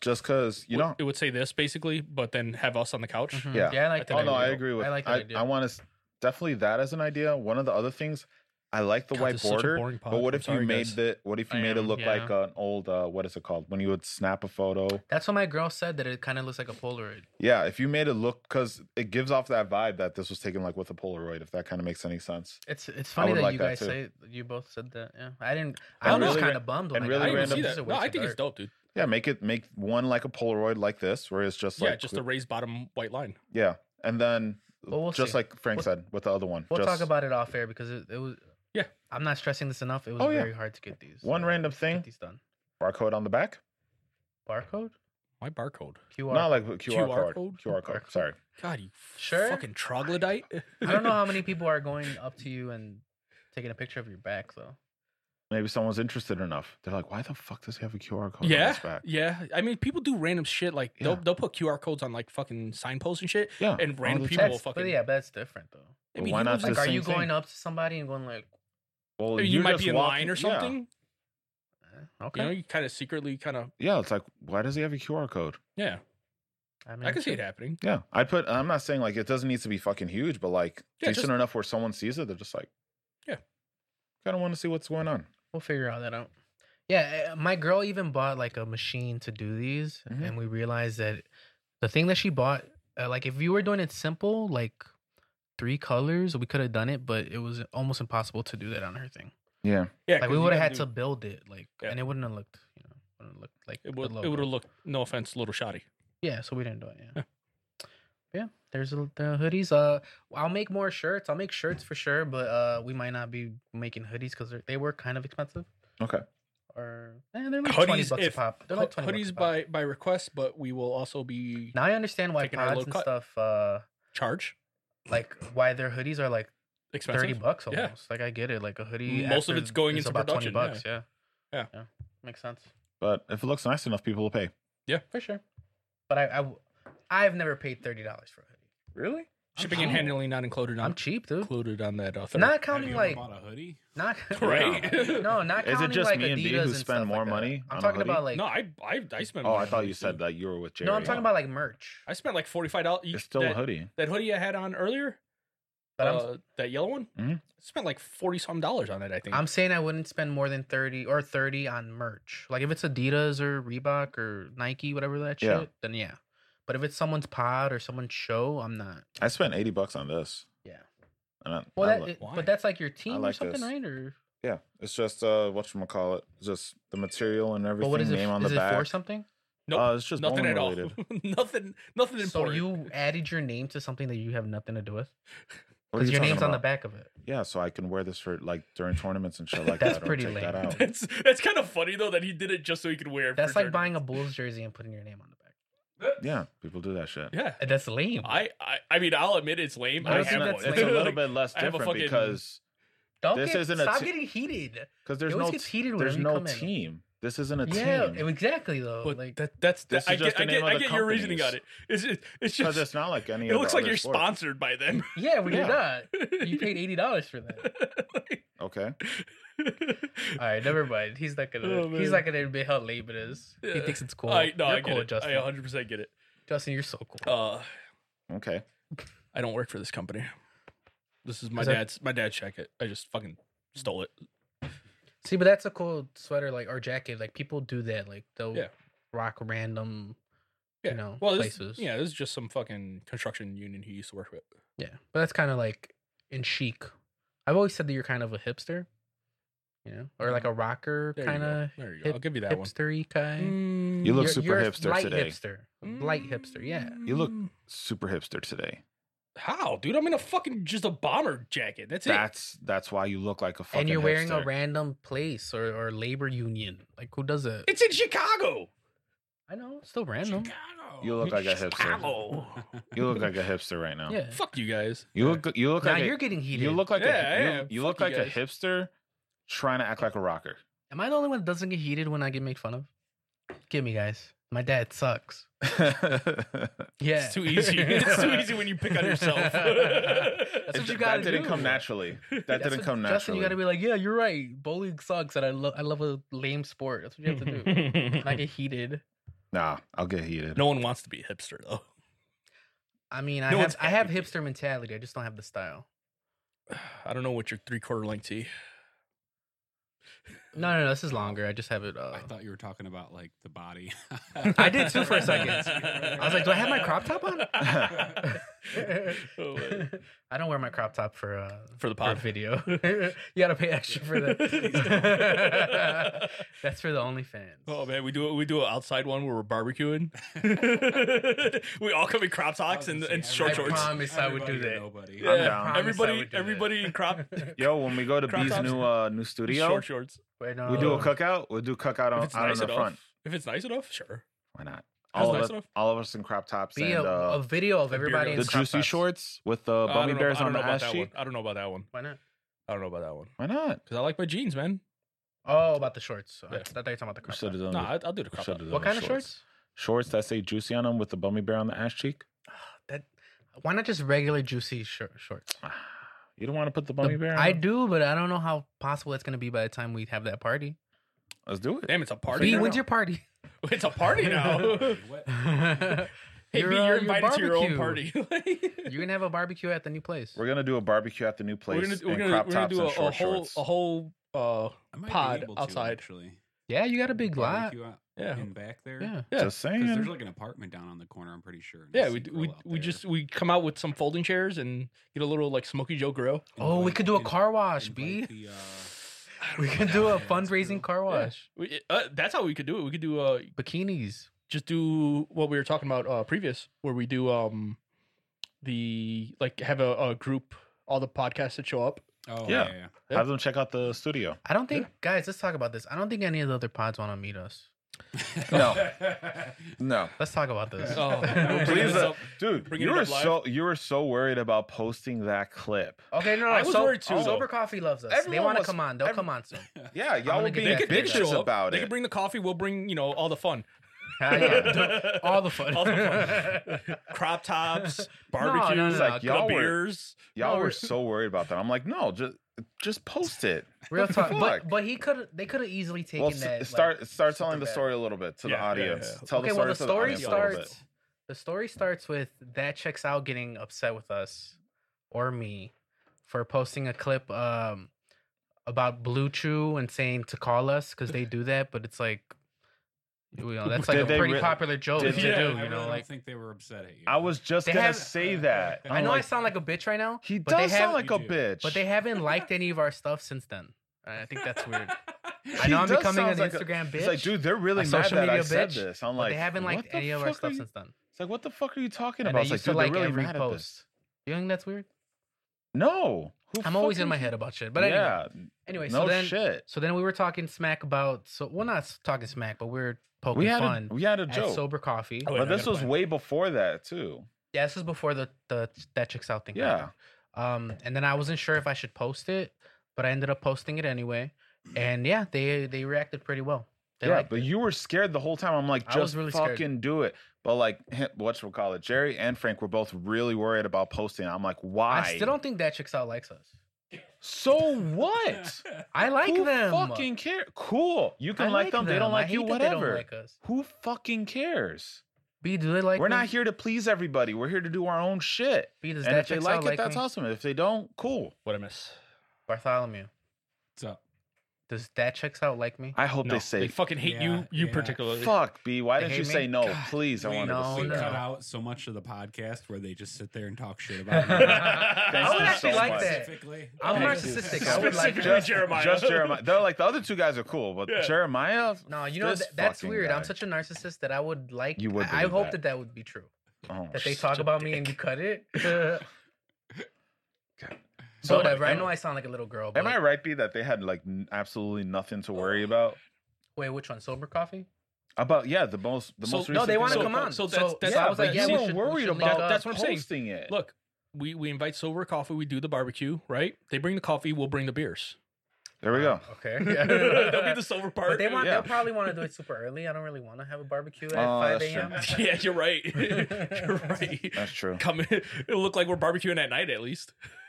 [SPEAKER 2] just because you
[SPEAKER 1] w-
[SPEAKER 2] don't.
[SPEAKER 1] it would say this basically, but then have us on the couch.
[SPEAKER 3] Mhm.
[SPEAKER 2] Yeah.
[SPEAKER 3] yeah, I like
[SPEAKER 1] I
[SPEAKER 3] that.
[SPEAKER 2] Oh no,
[SPEAKER 1] idea.
[SPEAKER 2] I
[SPEAKER 3] idea.
[SPEAKER 2] agree with.
[SPEAKER 3] I like that
[SPEAKER 2] I,
[SPEAKER 3] idea.
[SPEAKER 2] I want to definitely that as an idea. One of the other things I like the
[SPEAKER 1] God,
[SPEAKER 2] white
[SPEAKER 1] this is such a
[SPEAKER 2] border.
[SPEAKER 1] boring pod.
[SPEAKER 2] But what
[SPEAKER 1] I'm
[SPEAKER 2] if
[SPEAKER 1] sorry,
[SPEAKER 2] you made
[SPEAKER 1] guys.
[SPEAKER 2] the what if you
[SPEAKER 3] I
[SPEAKER 2] made it
[SPEAKER 3] am,
[SPEAKER 2] look
[SPEAKER 3] yeah.
[SPEAKER 2] like an old uh, what is it called when you would snap a photo?
[SPEAKER 3] That's what my girl said that it kind of looks like a Polaroid.
[SPEAKER 2] Yeah, if you made it look because it gives off that vibe that this was taken like with a Polaroid. If that kind of makes any sense.
[SPEAKER 3] It's it's funny
[SPEAKER 2] would
[SPEAKER 3] that
[SPEAKER 2] like
[SPEAKER 3] you
[SPEAKER 2] that
[SPEAKER 3] guys
[SPEAKER 2] too.
[SPEAKER 3] say you both said that. Yeah, I didn't.
[SPEAKER 2] And
[SPEAKER 3] I was
[SPEAKER 2] really
[SPEAKER 3] kind
[SPEAKER 2] ran-
[SPEAKER 3] of bummed. When
[SPEAKER 2] and
[SPEAKER 3] I
[SPEAKER 1] I
[SPEAKER 2] really
[SPEAKER 3] got
[SPEAKER 1] didn't even
[SPEAKER 3] it.
[SPEAKER 2] random-
[SPEAKER 1] see
[SPEAKER 3] This is
[SPEAKER 1] that.
[SPEAKER 3] a
[SPEAKER 1] No,
[SPEAKER 3] waste
[SPEAKER 1] I
[SPEAKER 3] of
[SPEAKER 1] think it's dope,
[SPEAKER 3] dark.
[SPEAKER 1] dude.
[SPEAKER 2] Yeah, make it make one like a Polaroid like this, where it's just like
[SPEAKER 1] yeah, just a raised bottom white line.
[SPEAKER 2] yeah, and then
[SPEAKER 3] Well, we'll
[SPEAKER 2] just
[SPEAKER 3] see.
[SPEAKER 2] like Frank
[SPEAKER 3] We'll-
[SPEAKER 2] said with the other one.
[SPEAKER 3] We'll
[SPEAKER 2] just
[SPEAKER 3] talk about it off air because it, it was.
[SPEAKER 1] Yeah.
[SPEAKER 3] I'm not stressing this enough. It was
[SPEAKER 2] Oh, yeah.
[SPEAKER 3] very hard to get these. uh,
[SPEAKER 2] One random
[SPEAKER 3] get
[SPEAKER 2] thing.
[SPEAKER 3] These done.
[SPEAKER 2] barcode on the back.
[SPEAKER 3] Barcode.
[SPEAKER 1] My barcode.
[SPEAKER 3] QR.
[SPEAKER 2] Not like QR,
[SPEAKER 1] QR
[SPEAKER 2] code.
[SPEAKER 1] code?
[SPEAKER 2] QR code.
[SPEAKER 3] Barcode.
[SPEAKER 2] Sorry.
[SPEAKER 1] God, you
[SPEAKER 3] Sure.
[SPEAKER 1] fucking troglodyte.
[SPEAKER 3] I don't know how many people are going up to you and taking a picture of your back though.
[SPEAKER 2] Maybe someone's interested enough. They're like, why the fuck does he have a QR code on
[SPEAKER 1] Yeah,
[SPEAKER 2] his back?
[SPEAKER 1] yeah. I mean, people do random shit. Like they'll
[SPEAKER 2] Yeah.
[SPEAKER 1] they'll put QR codes on like fucking signposts and shit,
[SPEAKER 2] Yeah.
[SPEAKER 1] and random
[SPEAKER 2] the
[SPEAKER 1] people
[SPEAKER 2] time.
[SPEAKER 1] will
[SPEAKER 3] That's,
[SPEAKER 1] fucking.
[SPEAKER 3] but yeah, but that's different though.
[SPEAKER 1] I
[SPEAKER 2] Well,
[SPEAKER 1] mean,
[SPEAKER 2] why
[SPEAKER 1] who
[SPEAKER 2] not
[SPEAKER 1] goes
[SPEAKER 2] It's
[SPEAKER 3] Like,
[SPEAKER 2] the
[SPEAKER 1] in-
[SPEAKER 3] are
[SPEAKER 2] same
[SPEAKER 3] you going
[SPEAKER 2] thing.
[SPEAKER 3] up to somebody and going like,
[SPEAKER 2] Well,
[SPEAKER 1] I mean, you
[SPEAKER 2] you're
[SPEAKER 1] might
[SPEAKER 2] just
[SPEAKER 1] be in
[SPEAKER 2] walking-
[SPEAKER 1] line or
[SPEAKER 2] yeah.
[SPEAKER 1] something.
[SPEAKER 3] eh,
[SPEAKER 1] You know,
[SPEAKER 3] okay?
[SPEAKER 1] you kind of secretly, kind of.
[SPEAKER 2] Yeah, it's like, why does he have a QR code?
[SPEAKER 1] Yeah,
[SPEAKER 3] mean,
[SPEAKER 1] I can see
[SPEAKER 3] sure.
[SPEAKER 1] it happening.
[SPEAKER 2] Yeah, I put. I'm not saying like it doesn't need to be fucking huge, but like
[SPEAKER 1] Yeah,
[SPEAKER 2] decent
[SPEAKER 1] just-
[SPEAKER 2] enough where someone sees it, they're just like,
[SPEAKER 1] Yeah.
[SPEAKER 2] kind of want to see what's going on.
[SPEAKER 3] We'll figure all that out. Yeah, eh, my girl even bought like a machine to do these,
[SPEAKER 1] Mm-hmm.
[SPEAKER 2] Mhm.
[SPEAKER 3] and we realized that the thing that she bought, uh, like if you were doing it simple, like three colors, we could have done it, but it was almost impossible to do that on her thing.
[SPEAKER 2] Yeah,
[SPEAKER 1] Yeah,
[SPEAKER 3] Like
[SPEAKER 1] 'cause
[SPEAKER 3] we
[SPEAKER 1] you
[SPEAKER 3] would have
[SPEAKER 1] gotta
[SPEAKER 3] had
[SPEAKER 1] do-
[SPEAKER 3] to build it, like,
[SPEAKER 1] Yeah.
[SPEAKER 3] and it wouldn't have looked, you know, wouldn't have looked like
[SPEAKER 1] It
[SPEAKER 3] the
[SPEAKER 1] would. It
[SPEAKER 3] logo.
[SPEAKER 1] would have looked. No offense, a little shoddy.
[SPEAKER 3] Yeah, so we didn't do it. Yeah.
[SPEAKER 1] Yeah.
[SPEAKER 3] Yeah, there's the the hoodies. Uh, I'll make more shirts. I'll make shirts for sure, but uh, we might not be making hoodies because they were kind of expensive.
[SPEAKER 2] Okay.
[SPEAKER 3] Or eh, they're like twenty
[SPEAKER 1] Hoodies
[SPEAKER 3] bucks
[SPEAKER 1] if-
[SPEAKER 3] a pop. They're like
[SPEAKER 1] Ho-
[SPEAKER 3] twenty bucks a
[SPEAKER 1] hoodies
[SPEAKER 3] pop.
[SPEAKER 1] by by request, but we will also be
[SPEAKER 3] Now I understand why
[SPEAKER 1] taking our low
[SPEAKER 3] pods and
[SPEAKER 1] cut.
[SPEAKER 3] stuff, uh,
[SPEAKER 1] charged
[SPEAKER 3] like why their hoodies are like
[SPEAKER 1] expensive.
[SPEAKER 3] thirty bucks
[SPEAKER 1] Yeah.
[SPEAKER 3] almost. Like I get it. Like a hoodie.
[SPEAKER 1] Most of
[SPEAKER 3] after
[SPEAKER 1] it's going
[SPEAKER 3] is
[SPEAKER 1] into
[SPEAKER 3] about
[SPEAKER 1] production,
[SPEAKER 3] Twenty bucks. Yeah.
[SPEAKER 1] Yeah.
[SPEAKER 3] yeah. Makes sense
[SPEAKER 2] but if it looks nice enough, people will pay.
[SPEAKER 3] for sure. But I, I w- I've never paid thirty dollars for a hoodie.
[SPEAKER 2] Really?
[SPEAKER 1] Shipping and
[SPEAKER 2] cheap.
[SPEAKER 1] handling not included on
[SPEAKER 3] I'm cheap, dude.
[SPEAKER 1] included on that. Uh, third-
[SPEAKER 3] Not
[SPEAKER 4] Have
[SPEAKER 3] counting
[SPEAKER 4] you ever
[SPEAKER 3] like
[SPEAKER 4] bought a hoodie?
[SPEAKER 3] Not
[SPEAKER 1] Right?
[SPEAKER 3] No, not
[SPEAKER 2] Is it
[SPEAKER 3] counting
[SPEAKER 2] just
[SPEAKER 3] like
[SPEAKER 2] me and
[SPEAKER 3] Adidas
[SPEAKER 2] B who
[SPEAKER 3] and
[SPEAKER 2] spend
[SPEAKER 3] stuff like
[SPEAKER 2] more
[SPEAKER 3] that.
[SPEAKER 2] money on
[SPEAKER 3] I'm
[SPEAKER 2] a
[SPEAKER 3] talking about
[SPEAKER 2] hoodie?
[SPEAKER 3] like
[SPEAKER 1] no, I I I spent.
[SPEAKER 2] Oh,
[SPEAKER 1] money
[SPEAKER 2] I
[SPEAKER 1] on
[SPEAKER 2] thought
[SPEAKER 1] these,
[SPEAKER 2] you said
[SPEAKER 1] dude.
[SPEAKER 2] that you were with Jerry.
[SPEAKER 3] no, I'm talking about like merch.
[SPEAKER 1] I spent like forty five dollars.
[SPEAKER 2] It's still a hoodie.
[SPEAKER 1] That hoodie I had on earlier,
[SPEAKER 3] But I'm
[SPEAKER 1] uh, that yellow one,
[SPEAKER 2] Mhm.
[SPEAKER 1] I spent like forty some dollars on it. I think.
[SPEAKER 3] I'm saying I wouldn't spend more than thirty or thirty on merch. Like if it's Adidas or Reebok or Nike, whatever that shit,
[SPEAKER 2] Yeah.
[SPEAKER 3] then yeah. But if it's someone's pod or someone's show, I'm not.
[SPEAKER 2] I spent eighty bucks on this.
[SPEAKER 3] Yeah.
[SPEAKER 2] And I,
[SPEAKER 3] Well,
[SPEAKER 2] I
[SPEAKER 3] that,
[SPEAKER 2] li-
[SPEAKER 3] it-
[SPEAKER 1] Why?
[SPEAKER 3] but that's like your team or
[SPEAKER 2] like
[SPEAKER 3] something,
[SPEAKER 2] this.
[SPEAKER 3] right? Or
[SPEAKER 2] yeah, it's just uh, what you call it? Just the material and
[SPEAKER 3] but
[SPEAKER 2] everything.
[SPEAKER 3] what is it?
[SPEAKER 2] name
[SPEAKER 3] f-
[SPEAKER 2] on
[SPEAKER 3] is
[SPEAKER 2] the
[SPEAKER 3] it
[SPEAKER 2] back.
[SPEAKER 3] for something?
[SPEAKER 1] Nope.
[SPEAKER 2] Uh, it's just
[SPEAKER 1] nothing
[SPEAKER 2] bowling
[SPEAKER 1] at all.
[SPEAKER 2] related.
[SPEAKER 1] nothing. Nothing important.
[SPEAKER 3] So you added your name to something that you have nothing to do with
[SPEAKER 2] What are
[SPEAKER 3] because
[SPEAKER 2] you
[SPEAKER 3] your
[SPEAKER 2] talking
[SPEAKER 3] name's on the
[SPEAKER 2] about?
[SPEAKER 3] back of it.
[SPEAKER 2] Yeah, so I can wear this for like during tournaments and shit like
[SPEAKER 3] That's
[SPEAKER 2] that. or
[SPEAKER 3] pretty
[SPEAKER 2] take
[SPEAKER 3] lame.
[SPEAKER 2] That out.
[SPEAKER 1] That's that's kind of funny though that he did it just so he could wear. it
[SPEAKER 3] That's
[SPEAKER 1] for
[SPEAKER 3] like
[SPEAKER 1] sure.
[SPEAKER 3] buying a Bulls jersey and putting your name on the back.
[SPEAKER 2] Yeah, people do that shit.
[SPEAKER 1] Yeah,
[SPEAKER 3] Uh, That's lame.
[SPEAKER 1] I, I I mean I'll admit it's lame.
[SPEAKER 3] No,
[SPEAKER 1] I
[SPEAKER 2] it's,
[SPEAKER 1] have
[SPEAKER 3] not-
[SPEAKER 1] one.
[SPEAKER 2] a-
[SPEAKER 3] that's
[SPEAKER 2] it's
[SPEAKER 3] like-
[SPEAKER 2] a little
[SPEAKER 1] Like,
[SPEAKER 2] bit less
[SPEAKER 1] I have a
[SPEAKER 2] different
[SPEAKER 1] fucking-
[SPEAKER 2] because
[SPEAKER 3] Don't
[SPEAKER 2] This
[SPEAKER 3] get,
[SPEAKER 2] isn't a
[SPEAKER 3] stop
[SPEAKER 2] t-
[SPEAKER 3] getting heated.
[SPEAKER 2] because there's
[SPEAKER 3] It always
[SPEAKER 2] no
[SPEAKER 3] gets
[SPEAKER 2] t-
[SPEAKER 3] heated
[SPEAKER 2] there's
[SPEAKER 3] whenever you
[SPEAKER 2] no
[SPEAKER 3] come in.
[SPEAKER 2] team. This isn't a
[SPEAKER 3] Yeah,
[SPEAKER 2] team
[SPEAKER 3] exactly though.
[SPEAKER 1] But
[SPEAKER 3] like
[SPEAKER 1] that that's
[SPEAKER 2] This
[SPEAKER 1] that,
[SPEAKER 2] is
[SPEAKER 1] I get
[SPEAKER 2] just the
[SPEAKER 1] I
[SPEAKER 2] name
[SPEAKER 1] get,
[SPEAKER 2] of
[SPEAKER 1] I
[SPEAKER 2] the
[SPEAKER 1] get your reasoning on
[SPEAKER 2] companies.
[SPEAKER 1] it. It's just, it's
[SPEAKER 2] because
[SPEAKER 1] just
[SPEAKER 2] it's not like any.
[SPEAKER 1] it
[SPEAKER 2] of
[SPEAKER 1] looks
[SPEAKER 2] the
[SPEAKER 1] like
[SPEAKER 2] other
[SPEAKER 1] you're
[SPEAKER 2] sports.
[SPEAKER 1] sponsored by them.
[SPEAKER 3] yeah, when you're not, you
[SPEAKER 1] you
[SPEAKER 3] paid eighty dollars for that.
[SPEAKER 2] Okay,
[SPEAKER 3] All right, never mind. He's not gonna.
[SPEAKER 1] Oh, man.
[SPEAKER 3] he's not gonna admit how lame it is. He
[SPEAKER 1] Yeah.
[SPEAKER 3] thinks it's cool.
[SPEAKER 1] I no,
[SPEAKER 3] you're
[SPEAKER 1] I get
[SPEAKER 3] cool,
[SPEAKER 1] it.
[SPEAKER 3] Justin.
[SPEAKER 1] I 100 percent get it.
[SPEAKER 3] Justin, you're so cool.
[SPEAKER 1] Uh,
[SPEAKER 2] okay.
[SPEAKER 1] I don't work for this company. This is my
[SPEAKER 3] Is that-
[SPEAKER 1] dad's. My dad check it. I just fucking stole it.
[SPEAKER 3] See, but that's a cool sweater, like or jacket. Like people do that. Like they'll
[SPEAKER 1] Yeah.
[SPEAKER 3] rock random.
[SPEAKER 1] Yeah.
[SPEAKER 3] You know,
[SPEAKER 1] well, this,
[SPEAKER 3] places.
[SPEAKER 1] yeah, this is just some fucking construction union he used to work with.
[SPEAKER 3] Yeah, but that's kind of like in chic. I've always said that you're kind of a hipster. You know, or like a rocker
[SPEAKER 1] Mm-hmm. There
[SPEAKER 3] kind of
[SPEAKER 1] you go. There you go.
[SPEAKER 3] hip-
[SPEAKER 1] I'll give you that one.
[SPEAKER 3] hipstery guy.
[SPEAKER 1] Mm,
[SPEAKER 2] You look
[SPEAKER 3] You're-
[SPEAKER 2] super
[SPEAKER 3] you're a
[SPEAKER 2] hipster
[SPEAKER 3] light
[SPEAKER 2] today.
[SPEAKER 3] Hipster, Mm. light hipster. Yeah.
[SPEAKER 2] You look- Super hipster today.
[SPEAKER 1] How, dude? I'm in a fucking just a bomber jacket. That's it.
[SPEAKER 2] That's that's why you look like a fucking.
[SPEAKER 3] and you're wearing a
[SPEAKER 2] hipster.
[SPEAKER 3] random place or, or labor union. Like who does it?
[SPEAKER 1] It's in Chicago.
[SPEAKER 3] I know, it's still random.
[SPEAKER 1] Chicago.
[SPEAKER 2] You look like a
[SPEAKER 1] Chicago.
[SPEAKER 2] hipster. You look like a hipster right now.
[SPEAKER 3] Yeah.
[SPEAKER 1] Fuck you guys.
[SPEAKER 2] You look. You look
[SPEAKER 3] Now
[SPEAKER 2] like.
[SPEAKER 3] you're
[SPEAKER 2] A,
[SPEAKER 3] getting heated.
[SPEAKER 2] you look like
[SPEAKER 1] Yeah, I
[SPEAKER 2] a. You,
[SPEAKER 1] am.
[SPEAKER 2] you look
[SPEAKER 1] Fuck
[SPEAKER 2] like
[SPEAKER 1] you
[SPEAKER 2] a
[SPEAKER 1] guys.
[SPEAKER 2] hipster, trying to act like a rocker.
[SPEAKER 3] Am I the only one that doesn't get heated when I get made fun of? Give me guys. My dad sucks. Yeah.
[SPEAKER 1] It's too easy. it's too easy when you pick on yourself.
[SPEAKER 3] That's what
[SPEAKER 2] It's-
[SPEAKER 3] you gotta
[SPEAKER 2] That didn't
[SPEAKER 3] do.
[SPEAKER 2] come naturally. That
[SPEAKER 3] That's
[SPEAKER 2] didn't
[SPEAKER 3] what-
[SPEAKER 2] come
[SPEAKER 3] Justin,
[SPEAKER 2] naturally.
[SPEAKER 3] you gotta be like, yeah, you're right. Bowling sucks, and I love I love a lame sport. That's what you have to do. and I get heated.
[SPEAKER 2] nah, I'll get heated.
[SPEAKER 1] no one wants to be a hipster though.
[SPEAKER 3] I mean, I
[SPEAKER 1] No,
[SPEAKER 3] have
[SPEAKER 1] it's
[SPEAKER 3] I have
[SPEAKER 1] everything.
[SPEAKER 3] hipster mentality. I just don't have the style.
[SPEAKER 1] I don't know what your three quarter length tee.
[SPEAKER 3] No, no, no. This is longer. I just have it. Uh,
[SPEAKER 4] I thought you were talking about like the body.
[SPEAKER 3] I did too for a second. I was like, do I have my crop top on?
[SPEAKER 1] Oh, man.
[SPEAKER 3] I don't wear my crop top for uh
[SPEAKER 1] For the
[SPEAKER 3] for
[SPEAKER 1] pod.
[SPEAKER 3] video. you gotta pay extra for that. That's for the OnlyFans.
[SPEAKER 1] Oh man, we do we do an outside one where we're barbecuing. we all come in crop socks and, and short
[SPEAKER 3] I
[SPEAKER 1] shorts.
[SPEAKER 3] promise I would do
[SPEAKER 4] Everybody or
[SPEAKER 3] that.
[SPEAKER 4] Nobody.
[SPEAKER 1] Yeah,
[SPEAKER 2] down.
[SPEAKER 3] I
[SPEAKER 1] everybody
[SPEAKER 3] would do that.
[SPEAKER 1] everybody in crop
[SPEAKER 2] Yo, when we go to
[SPEAKER 1] Crop
[SPEAKER 2] B's
[SPEAKER 1] tops.
[SPEAKER 2] new uh, new studio,
[SPEAKER 1] short shorts.
[SPEAKER 3] Wait, no.
[SPEAKER 2] we do a cookout. We'll do cookout
[SPEAKER 1] If
[SPEAKER 2] on,
[SPEAKER 1] it's
[SPEAKER 2] Oh, out
[SPEAKER 1] nice
[SPEAKER 2] on the
[SPEAKER 1] enough,
[SPEAKER 2] front.
[SPEAKER 1] if it's nice enough, sure.
[SPEAKER 2] Why not?
[SPEAKER 1] That's
[SPEAKER 2] All of
[SPEAKER 1] nice
[SPEAKER 2] us,
[SPEAKER 1] enough.
[SPEAKER 2] all of us in crop tops
[SPEAKER 3] Be a,
[SPEAKER 2] and uh,
[SPEAKER 3] a video of
[SPEAKER 1] beer
[SPEAKER 3] everybody in
[SPEAKER 2] the
[SPEAKER 1] goes-
[SPEAKER 3] crop
[SPEAKER 2] juicy
[SPEAKER 3] tops.
[SPEAKER 2] shorts with the
[SPEAKER 1] Uh, I
[SPEAKER 2] Bummy
[SPEAKER 1] don't know-
[SPEAKER 2] Bears
[SPEAKER 1] I
[SPEAKER 2] on
[SPEAKER 1] don't
[SPEAKER 2] the
[SPEAKER 1] know about
[SPEAKER 2] ass
[SPEAKER 1] that
[SPEAKER 2] cheek.
[SPEAKER 1] one. I don't know about that one.
[SPEAKER 3] Why not?
[SPEAKER 1] I don't know about that one
[SPEAKER 2] Why not?
[SPEAKER 1] because I like my jeans, man.
[SPEAKER 3] Oh, about the shorts. I
[SPEAKER 1] Yeah.
[SPEAKER 3] thought you were talking about the crop
[SPEAKER 2] Should've done
[SPEAKER 3] tops.
[SPEAKER 1] No,
[SPEAKER 2] the-
[SPEAKER 1] I, I'll do the crop.
[SPEAKER 2] should've
[SPEAKER 1] top.
[SPEAKER 2] done
[SPEAKER 3] What
[SPEAKER 2] the
[SPEAKER 3] kind of shorts?
[SPEAKER 2] Shorts that say juicy on them with the Bummy Bear on the ass cheek.
[SPEAKER 3] That. Why not just regular juicy shor- shorts?
[SPEAKER 2] You don't want to put the
[SPEAKER 3] The-
[SPEAKER 2] Bummy Bear. On
[SPEAKER 3] I
[SPEAKER 2] them?
[SPEAKER 3] do, but I don't know how possible it's gonna be by the time we have that party.
[SPEAKER 2] Let's do it.
[SPEAKER 1] Damn, it's a party.
[SPEAKER 3] B,
[SPEAKER 1] now?
[SPEAKER 3] when's your party?
[SPEAKER 1] it's a party now. hey,
[SPEAKER 4] What?
[SPEAKER 1] B,
[SPEAKER 3] Your,
[SPEAKER 1] you're,
[SPEAKER 3] uh, your
[SPEAKER 1] invited to your own party.
[SPEAKER 3] barbecue. You're gonna have a barbecue at the new place.
[SPEAKER 2] We're gonna do a barbecue at the new place
[SPEAKER 1] we're gonna we're
[SPEAKER 2] in
[SPEAKER 1] gonna,
[SPEAKER 2] crop
[SPEAKER 1] we're gonna
[SPEAKER 2] tops
[SPEAKER 1] do a,
[SPEAKER 2] and
[SPEAKER 1] a
[SPEAKER 2] short
[SPEAKER 1] whole
[SPEAKER 2] shorts.
[SPEAKER 1] a whole uh
[SPEAKER 4] I might be
[SPEAKER 1] pod
[SPEAKER 4] able to,
[SPEAKER 1] outside.
[SPEAKER 4] actually.
[SPEAKER 3] yeah, you got a big lot.
[SPEAKER 4] Barbecue out
[SPEAKER 1] yeah
[SPEAKER 4] in back there.
[SPEAKER 3] Yeah.
[SPEAKER 1] yeah.
[SPEAKER 2] Just saying.
[SPEAKER 4] Because there's like an apartment down on the corner, I'm pretty sure. and a
[SPEAKER 1] yeah we
[SPEAKER 4] sea
[SPEAKER 1] d-
[SPEAKER 4] grill
[SPEAKER 1] we
[SPEAKER 4] out
[SPEAKER 1] we
[SPEAKER 4] there.
[SPEAKER 1] just we come out with some folding chairs and get a little like Smoky Joe grill.
[SPEAKER 3] Oh, we
[SPEAKER 4] Invite-
[SPEAKER 3] could do a
[SPEAKER 4] in-
[SPEAKER 3] car wash, B.
[SPEAKER 4] invite the, uh,
[SPEAKER 3] We could do a
[SPEAKER 4] Yeah, that's
[SPEAKER 3] fundraising
[SPEAKER 4] true.
[SPEAKER 3] car
[SPEAKER 2] Oh,
[SPEAKER 3] wash.
[SPEAKER 1] We, uh, that's how we could do it. We could do uh
[SPEAKER 3] Bikinis.
[SPEAKER 1] just do what we were talking about uh previous where we do um the like have a, a group all the podcasts that show up.
[SPEAKER 2] Yeah.
[SPEAKER 4] Oh, yeah. yeah, yeah.
[SPEAKER 1] Yeah.
[SPEAKER 2] Have them check out the studio.
[SPEAKER 3] I don't think, guys, let's talk about this. I don't think any of the other pods want to meet us.
[SPEAKER 2] No. No,
[SPEAKER 3] Let's talk about this.
[SPEAKER 1] Oh,
[SPEAKER 2] Please,
[SPEAKER 1] please.
[SPEAKER 2] uh, dude,
[SPEAKER 1] bringing
[SPEAKER 2] you
[SPEAKER 1] it
[SPEAKER 2] were
[SPEAKER 1] up live.
[SPEAKER 2] so you were so worried about posting that clip.
[SPEAKER 3] okay, no, no.
[SPEAKER 1] I was worried too, though.
[SPEAKER 3] Sober Coffee loves us. they
[SPEAKER 2] Everyone
[SPEAKER 3] want to
[SPEAKER 2] was-
[SPEAKER 3] come on. They'll
[SPEAKER 2] every-
[SPEAKER 3] come on soon.
[SPEAKER 2] Yeah, y'all
[SPEAKER 3] gonna
[SPEAKER 2] were
[SPEAKER 3] get
[SPEAKER 2] being
[SPEAKER 3] that
[SPEAKER 1] they could show
[SPEAKER 2] bitches
[SPEAKER 1] up.
[SPEAKER 2] about
[SPEAKER 1] they
[SPEAKER 2] it.
[SPEAKER 1] could bring the coffee. We'll bring you know all the fun.
[SPEAKER 3] Ah, yeah. All the fun.
[SPEAKER 1] All the fun. crop tops, barbecues,
[SPEAKER 3] no, no,
[SPEAKER 1] like,
[SPEAKER 2] y'all were-
[SPEAKER 1] beers.
[SPEAKER 2] y'all
[SPEAKER 3] No,
[SPEAKER 2] were
[SPEAKER 3] we're-
[SPEAKER 2] so worried about that. I'm like, no, just just post it.
[SPEAKER 3] Real
[SPEAKER 2] the
[SPEAKER 3] talk.
[SPEAKER 2] fuck?
[SPEAKER 3] But, but he could. They could have easily taken
[SPEAKER 2] Well, s-
[SPEAKER 3] that. like,
[SPEAKER 2] start start telling
[SPEAKER 3] something
[SPEAKER 2] the
[SPEAKER 3] bad.
[SPEAKER 2] story a little bit to the
[SPEAKER 1] Yeah, yeah, yeah,
[SPEAKER 2] audience.
[SPEAKER 1] yeah.
[SPEAKER 2] Tell
[SPEAKER 3] okay,
[SPEAKER 2] the story
[SPEAKER 3] well, the
[SPEAKER 2] to the
[SPEAKER 3] story
[SPEAKER 2] audience a little bit.
[SPEAKER 3] starts. The story starts with that checks out getting upset with us or me for posting a clip um, about Blue Chew and saying to call us because they do that, but it's like, you know, that's like
[SPEAKER 2] Did
[SPEAKER 3] a
[SPEAKER 2] they
[SPEAKER 3] pretty
[SPEAKER 2] re-
[SPEAKER 3] popular joke
[SPEAKER 2] did
[SPEAKER 3] to
[SPEAKER 2] they-
[SPEAKER 4] Yeah, I
[SPEAKER 3] do,
[SPEAKER 4] really
[SPEAKER 3] you know,
[SPEAKER 4] don't
[SPEAKER 3] like.
[SPEAKER 4] think they were upset at you.
[SPEAKER 2] I was just
[SPEAKER 3] They
[SPEAKER 2] gonna
[SPEAKER 3] have-
[SPEAKER 2] say that.
[SPEAKER 4] I
[SPEAKER 2] I'm
[SPEAKER 3] I know I
[SPEAKER 2] like,
[SPEAKER 3] sound like a bitch right now,
[SPEAKER 2] he
[SPEAKER 3] but they
[SPEAKER 2] does sound
[SPEAKER 3] have-
[SPEAKER 2] like a
[SPEAKER 4] You do.
[SPEAKER 2] bitch,
[SPEAKER 3] but they haven't liked any of our stuff since then. I I think that's weird. I
[SPEAKER 2] He
[SPEAKER 3] know I'm
[SPEAKER 2] does
[SPEAKER 3] becoming an
[SPEAKER 2] sound like a-
[SPEAKER 3] Instagram bitch.
[SPEAKER 2] It's like, dude, they're really
[SPEAKER 3] a
[SPEAKER 2] mad
[SPEAKER 3] social
[SPEAKER 2] that I
[SPEAKER 3] media
[SPEAKER 2] said
[SPEAKER 3] bitch,
[SPEAKER 2] this. I'm
[SPEAKER 3] but
[SPEAKER 2] like,
[SPEAKER 3] they haven't
[SPEAKER 2] what
[SPEAKER 3] liked
[SPEAKER 2] the
[SPEAKER 3] any of our
[SPEAKER 2] fuck are
[SPEAKER 3] stuff
[SPEAKER 2] you-
[SPEAKER 3] since then.
[SPEAKER 2] It's like, what the fuck are you talking
[SPEAKER 3] And
[SPEAKER 2] about? It's
[SPEAKER 3] they
[SPEAKER 2] like,
[SPEAKER 3] used to
[SPEAKER 2] dude,
[SPEAKER 3] like
[SPEAKER 2] they're really
[SPEAKER 3] every
[SPEAKER 2] mad at this.
[SPEAKER 3] post. You think that's weird?
[SPEAKER 2] No, Who
[SPEAKER 3] I'm always
[SPEAKER 2] fucking-
[SPEAKER 3] in my head about shit. But anyway,
[SPEAKER 2] yeah,
[SPEAKER 3] anyway,
[SPEAKER 2] no
[SPEAKER 3] so then
[SPEAKER 2] shit.
[SPEAKER 3] so then we were talking smack about so well not s- talking smack, but we were poking
[SPEAKER 2] We had
[SPEAKER 3] fun
[SPEAKER 2] a, we had a
[SPEAKER 3] at
[SPEAKER 2] joke,
[SPEAKER 3] sober coffee.
[SPEAKER 1] Oh, wait,
[SPEAKER 2] but
[SPEAKER 1] no, I
[SPEAKER 2] this
[SPEAKER 1] gotta
[SPEAKER 2] was
[SPEAKER 1] find
[SPEAKER 2] way before that too.
[SPEAKER 3] Yeah, this was before the the that checks out thing.
[SPEAKER 2] Yeah,
[SPEAKER 3] happened. Um, and then I wasn't sure if I should post it, but I ended up posting it anyway. And yeah, they they reacted pretty well. They
[SPEAKER 2] yeah,
[SPEAKER 3] liked
[SPEAKER 2] but
[SPEAKER 3] it.
[SPEAKER 2] you were scared the whole time. I'm like,
[SPEAKER 3] I was
[SPEAKER 2] just
[SPEAKER 3] really scared.
[SPEAKER 2] fucking do it. But like, what's we call it? Jerry and Frank were both really worried about posting. I'm like, why?
[SPEAKER 3] I still don't think that checks out likes us.
[SPEAKER 2] So what?
[SPEAKER 3] I like
[SPEAKER 2] Who
[SPEAKER 3] them.
[SPEAKER 2] Fucking care. Cool. You
[SPEAKER 3] I
[SPEAKER 2] can like, them. They don't
[SPEAKER 3] I
[SPEAKER 2] like you.
[SPEAKER 3] hate that they don't
[SPEAKER 2] Whatever.
[SPEAKER 3] like us.
[SPEAKER 2] Who fucking cares?
[SPEAKER 3] B, do they like?
[SPEAKER 2] We're
[SPEAKER 3] me?
[SPEAKER 2] not here to please everybody. We're here to do our own shit.
[SPEAKER 3] B, does
[SPEAKER 2] and
[SPEAKER 3] that
[SPEAKER 2] if they
[SPEAKER 3] checks
[SPEAKER 2] like
[SPEAKER 3] out
[SPEAKER 2] it,
[SPEAKER 3] like
[SPEAKER 2] that's
[SPEAKER 3] me?
[SPEAKER 2] awesome. If they don't, cool.
[SPEAKER 1] What I miss?
[SPEAKER 3] Bartholomew,
[SPEAKER 4] What's up?
[SPEAKER 3] does that checks out like me?
[SPEAKER 2] I hope
[SPEAKER 1] No,
[SPEAKER 2] they say,
[SPEAKER 1] fucking hate
[SPEAKER 4] Yeah,
[SPEAKER 1] you, you
[SPEAKER 4] yeah.
[SPEAKER 1] particularly.
[SPEAKER 2] "Fuck, B. Why
[SPEAKER 3] They
[SPEAKER 2] didn't you
[SPEAKER 3] hate me?
[SPEAKER 2] say no,
[SPEAKER 4] God,
[SPEAKER 2] please?" I
[SPEAKER 4] we,
[SPEAKER 2] wanted
[SPEAKER 3] no,
[SPEAKER 2] to see
[SPEAKER 3] no.
[SPEAKER 4] cut
[SPEAKER 2] that.
[SPEAKER 4] out so much of the podcast where they just sit there and talk shit about you.
[SPEAKER 3] I would
[SPEAKER 2] you
[SPEAKER 3] actually
[SPEAKER 2] so
[SPEAKER 3] like
[SPEAKER 2] much.
[SPEAKER 3] that.
[SPEAKER 4] specifically.
[SPEAKER 3] I'm
[SPEAKER 2] Thank you.
[SPEAKER 3] narcissistic. I would like
[SPEAKER 1] Specifically
[SPEAKER 3] that.
[SPEAKER 2] Just
[SPEAKER 1] Jeremiah.
[SPEAKER 2] Just Jeremiah. They're like the other two guys are cool, but
[SPEAKER 1] Yeah.
[SPEAKER 2] Jeremiah. oh,
[SPEAKER 3] No, you know
[SPEAKER 2] This
[SPEAKER 3] th- that's
[SPEAKER 2] fucking
[SPEAKER 3] weird. I'm
[SPEAKER 2] guy.
[SPEAKER 3] such a narcissist that I would like.
[SPEAKER 2] You would
[SPEAKER 3] I, I
[SPEAKER 2] believe
[SPEAKER 3] hope
[SPEAKER 2] that.
[SPEAKER 3] that. that would be true.
[SPEAKER 2] Oh,
[SPEAKER 3] That they
[SPEAKER 2] shit.
[SPEAKER 3] talk about me and you cut it. so
[SPEAKER 2] So,
[SPEAKER 3] whatever. I
[SPEAKER 2] am-
[SPEAKER 3] know I sound like a little girl. But
[SPEAKER 2] Am I right, B, that they had like n- absolutely nothing to worry about?
[SPEAKER 3] Wait, which one? Sober coffee?
[SPEAKER 2] About yeah, the most the
[SPEAKER 1] So-
[SPEAKER 2] most.
[SPEAKER 3] No, they
[SPEAKER 2] recent
[SPEAKER 3] want to
[SPEAKER 2] thing.
[SPEAKER 1] So-
[SPEAKER 3] come on.
[SPEAKER 1] so that's- that's-
[SPEAKER 2] yeah,
[SPEAKER 3] I was like,
[SPEAKER 2] but
[SPEAKER 3] yeah,
[SPEAKER 2] you
[SPEAKER 3] we
[SPEAKER 2] were
[SPEAKER 3] should, we
[SPEAKER 2] worried
[SPEAKER 3] should link
[SPEAKER 2] about
[SPEAKER 3] up.
[SPEAKER 1] that's what I'm saying.
[SPEAKER 2] posting it.
[SPEAKER 1] Look, we we invite sober coffee. We do the barbecue, right? They bring the coffee. We'll bring the beers.
[SPEAKER 2] there we go.
[SPEAKER 3] Okay.
[SPEAKER 1] That'll be the sober part.
[SPEAKER 3] But they want.
[SPEAKER 2] Yeah.
[SPEAKER 3] They'll probably want to do it super early. I don't really want to have a barbecue at
[SPEAKER 2] Oh,
[SPEAKER 3] 5
[SPEAKER 2] that's true.
[SPEAKER 3] a.m.
[SPEAKER 1] yeah, you're right. you're right.
[SPEAKER 2] That's true.
[SPEAKER 1] Come. It'll look like we're barbecuing at night, at least.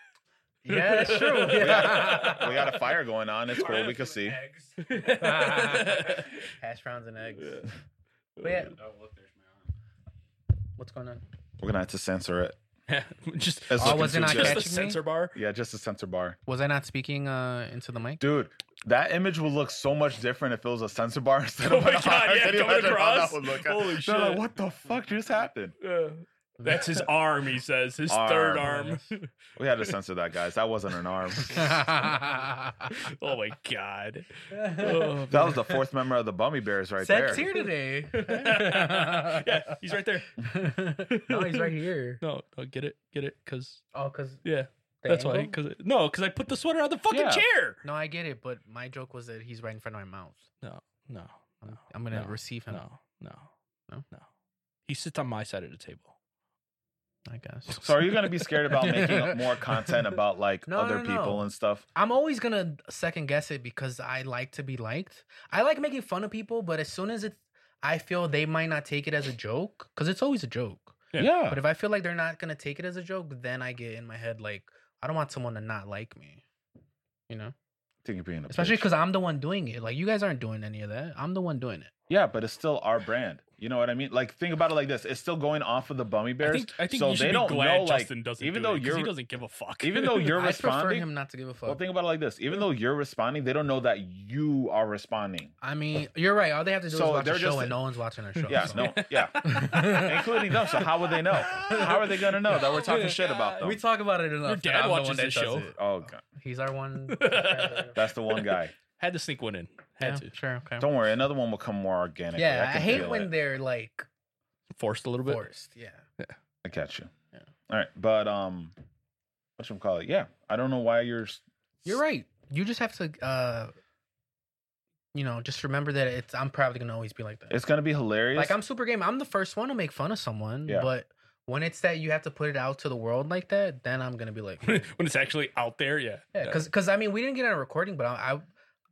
[SPEAKER 3] Yeah, that's true.
[SPEAKER 1] We
[SPEAKER 2] We got,
[SPEAKER 3] Yeah.
[SPEAKER 2] we got a fire going on. It's cool. We can see.
[SPEAKER 4] Eggs.
[SPEAKER 3] Hash browns and eggs. But yeah,
[SPEAKER 4] Oh, look, there's my arm.
[SPEAKER 3] what's going on?
[SPEAKER 2] We're gonna have to censor it.
[SPEAKER 1] Yeah, just
[SPEAKER 2] That's
[SPEAKER 3] Oh,
[SPEAKER 2] looking
[SPEAKER 3] was it
[SPEAKER 2] too
[SPEAKER 3] not
[SPEAKER 1] just
[SPEAKER 2] good.
[SPEAKER 1] the
[SPEAKER 3] catching me?
[SPEAKER 1] sensor bar.
[SPEAKER 2] Yeah, just a sensor bar.
[SPEAKER 3] Was I not speaking uh into the mic?
[SPEAKER 2] Dude, that image would look so much different if it was a sensor bar instead
[SPEAKER 1] Oh
[SPEAKER 2] of
[SPEAKER 1] my
[SPEAKER 2] an
[SPEAKER 1] God,
[SPEAKER 2] arm.
[SPEAKER 1] yeah,
[SPEAKER 2] Can you
[SPEAKER 1] coming
[SPEAKER 2] imagine how
[SPEAKER 1] across?
[SPEAKER 2] That would look
[SPEAKER 1] Holy
[SPEAKER 2] They're like,
[SPEAKER 1] shit.
[SPEAKER 2] what the fuck just happened?
[SPEAKER 1] Yeah. That's his arm, he says. His third arm.
[SPEAKER 2] We had to censor that, guys. That wasn't an arm.
[SPEAKER 1] oh my god. Oh,
[SPEAKER 3] Seb's
[SPEAKER 2] That was the fourth member of the Bummy Bears right there.
[SPEAKER 3] here today.
[SPEAKER 1] yeah, he's right there.
[SPEAKER 3] no, he's right here.
[SPEAKER 1] No, no, get it, get it, cause
[SPEAKER 3] Oh, cause
[SPEAKER 1] yeah,
[SPEAKER 3] the
[SPEAKER 1] that's why.
[SPEAKER 3] angle?
[SPEAKER 1] Cause it- no, cause I put the sweater on the fucking
[SPEAKER 2] Yeah.
[SPEAKER 1] chair.
[SPEAKER 3] No, I get it, but my joke was that he's right in front of my mouth.
[SPEAKER 1] No, no,
[SPEAKER 3] I'm gonna
[SPEAKER 1] No,
[SPEAKER 3] receive him.
[SPEAKER 1] no, no,
[SPEAKER 3] No?
[SPEAKER 1] no. He sits on my side of the table.
[SPEAKER 3] I guess.
[SPEAKER 2] So are you gonna be scared about making more content about like
[SPEAKER 3] No,
[SPEAKER 2] other
[SPEAKER 3] no, no.
[SPEAKER 2] people and stuff?
[SPEAKER 3] I'm always gonna second guess it because I like to be liked. I like making fun of people, but as soon as it's I feel they might not take it as a joke, because it's always a joke.
[SPEAKER 1] Yeah.
[SPEAKER 3] But if I feel like they're not gonna take it as a joke, then I get in my head like I don't want someone to not like me. You know,
[SPEAKER 2] I think you're being a
[SPEAKER 3] especially
[SPEAKER 2] bitch.
[SPEAKER 3] because I'm the one doing it. Like you guys aren't doing any of that. I'm the one doing it.
[SPEAKER 2] Yeah, but it's still our brand. You know what I mean? Like think about it like this. It's still going off of the Bummy Bears.
[SPEAKER 1] I think I think
[SPEAKER 2] so
[SPEAKER 1] you should
[SPEAKER 2] they
[SPEAKER 1] be
[SPEAKER 2] don't
[SPEAKER 1] glad
[SPEAKER 2] know, like,
[SPEAKER 1] Justin doesn't
[SPEAKER 2] even
[SPEAKER 1] do
[SPEAKER 2] though
[SPEAKER 1] it, 'cause
[SPEAKER 2] you're-
[SPEAKER 1] he doesn't give a fuck.
[SPEAKER 2] even though you're
[SPEAKER 3] I prefer
[SPEAKER 2] responding.
[SPEAKER 3] him not to give a fuck.
[SPEAKER 2] well, think about it like this. Even though you're responding, they don't know that you are responding.
[SPEAKER 3] I mean, you're right. All they have to do
[SPEAKER 2] So
[SPEAKER 3] is watch
[SPEAKER 2] they're
[SPEAKER 3] a show,
[SPEAKER 2] just-
[SPEAKER 3] and no one's watching our show.
[SPEAKER 2] Yeah,
[SPEAKER 3] so-
[SPEAKER 2] no, yeah. Including them. So how would they know? How are they gonna know that we're talking shit about them?
[SPEAKER 3] We talk about it enough.
[SPEAKER 1] Your
[SPEAKER 3] that
[SPEAKER 1] dad
[SPEAKER 3] I'm the
[SPEAKER 1] watches
[SPEAKER 3] one that
[SPEAKER 1] this
[SPEAKER 3] does
[SPEAKER 1] show.
[SPEAKER 3] it.
[SPEAKER 2] oh god.
[SPEAKER 3] He's our one.
[SPEAKER 2] That's the one guy.
[SPEAKER 1] Had to sneak one in. Had
[SPEAKER 3] yeah,
[SPEAKER 1] to
[SPEAKER 3] sure. Okay.
[SPEAKER 2] Don't worry, another one will come more organic.
[SPEAKER 3] yeah, I,
[SPEAKER 2] I, can
[SPEAKER 3] hate
[SPEAKER 2] feel
[SPEAKER 3] when
[SPEAKER 2] it.
[SPEAKER 3] they're like
[SPEAKER 1] forced a little bit.
[SPEAKER 3] forced. Yeah.
[SPEAKER 2] I catch you.
[SPEAKER 3] Yeah.
[SPEAKER 2] All right, but um, what you call it? Yeah, I don't know why you're. s-
[SPEAKER 3] You're right. You just have to, uh, you know, just remember that it's. I'm probably gonna always be like that.
[SPEAKER 2] It's gonna be hilarious.
[SPEAKER 3] like I'm super game. I'm the first one to make fun of someone.
[SPEAKER 2] Yeah.
[SPEAKER 3] But when it's that you have to put it out to the world like that, then I'm gonna be like,
[SPEAKER 1] when it's actually out there, yeah.
[SPEAKER 3] yeah, because I mean we didn't get on a recording, but I, I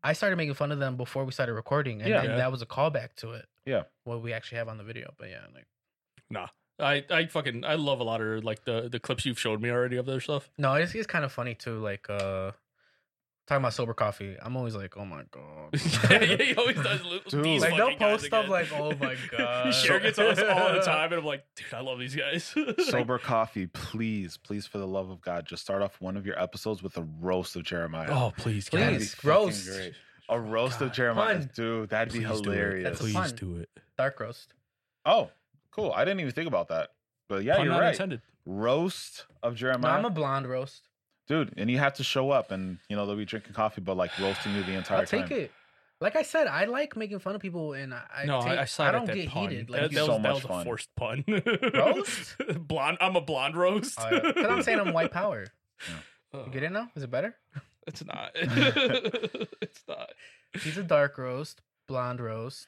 [SPEAKER 3] I started making fun of them before we started recording, and
[SPEAKER 2] Yeah.
[SPEAKER 3] then that was a callback to it.
[SPEAKER 2] Yeah.
[SPEAKER 3] What we actually have on the video, but yeah, like
[SPEAKER 1] I, I fucking I love a lot of like the the clips you've showed me already of their stuff.
[SPEAKER 3] no, it's, it's kind of funny too. Like uh, talking about sober coffee, I'm always like, oh my god.
[SPEAKER 1] yeah, yeah, he always does. li-
[SPEAKER 2] Dude.
[SPEAKER 1] These
[SPEAKER 2] Like,
[SPEAKER 3] they'll
[SPEAKER 1] fucking guys
[SPEAKER 3] post stuff
[SPEAKER 1] again.
[SPEAKER 3] like, "Oh my God."
[SPEAKER 1] Sharon gets on us all the time, and I'm like, dude, I love these guys.
[SPEAKER 2] Sober coffee, please, please, for the love of God, just start off one of your episodes with a roast of Jeremiah.
[SPEAKER 1] oh please,
[SPEAKER 2] That'd be
[SPEAKER 1] guys,
[SPEAKER 3] please,
[SPEAKER 2] fucking
[SPEAKER 3] roast.
[SPEAKER 2] great. A roast of
[SPEAKER 3] God.
[SPEAKER 2] Jeremiah,
[SPEAKER 3] Fun.
[SPEAKER 2] dude, that'd be
[SPEAKER 1] Oh Please do it.
[SPEAKER 2] hilarious.
[SPEAKER 3] That's fun.
[SPEAKER 1] please do it.
[SPEAKER 3] Dark roast.
[SPEAKER 2] Oh, cool. I didn't even think about that. But yeah,
[SPEAKER 1] Pun
[SPEAKER 2] you're
[SPEAKER 1] not
[SPEAKER 2] right.
[SPEAKER 1] intended.
[SPEAKER 2] Roast of
[SPEAKER 3] No,
[SPEAKER 2] Jeremiah,
[SPEAKER 3] I'm a blonde roast.
[SPEAKER 2] dude, and you have to show up, and you know they'll be drinking coffee, but like roasting you the entire
[SPEAKER 3] I'll take
[SPEAKER 2] time.
[SPEAKER 3] it. Like I said, I like making fun of people, and I, I
[SPEAKER 1] no,
[SPEAKER 3] take,
[SPEAKER 1] I, I saw
[SPEAKER 3] I
[SPEAKER 1] it at
[SPEAKER 3] don't
[SPEAKER 1] that
[SPEAKER 3] get
[SPEAKER 1] pun.
[SPEAKER 3] heated.
[SPEAKER 1] That,
[SPEAKER 3] Like
[SPEAKER 1] that
[SPEAKER 3] you-
[SPEAKER 2] So
[SPEAKER 1] was, that
[SPEAKER 2] much
[SPEAKER 1] was
[SPEAKER 2] fun.
[SPEAKER 1] a forced pun.
[SPEAKER 3] Roast?
[SPEAKER 1] blonde. I'm a blonde roast.
[SPEAKER 3] Oh, yeah. 'Cause I'm saying I'm white power.
[SPEAKER 1] Oh,
[SPEAKER 3] You get it now? Is it better?
[SPEAKER 1] It's not. it's not.
[SPEAKER 3] He's a dark roast, blonde roast,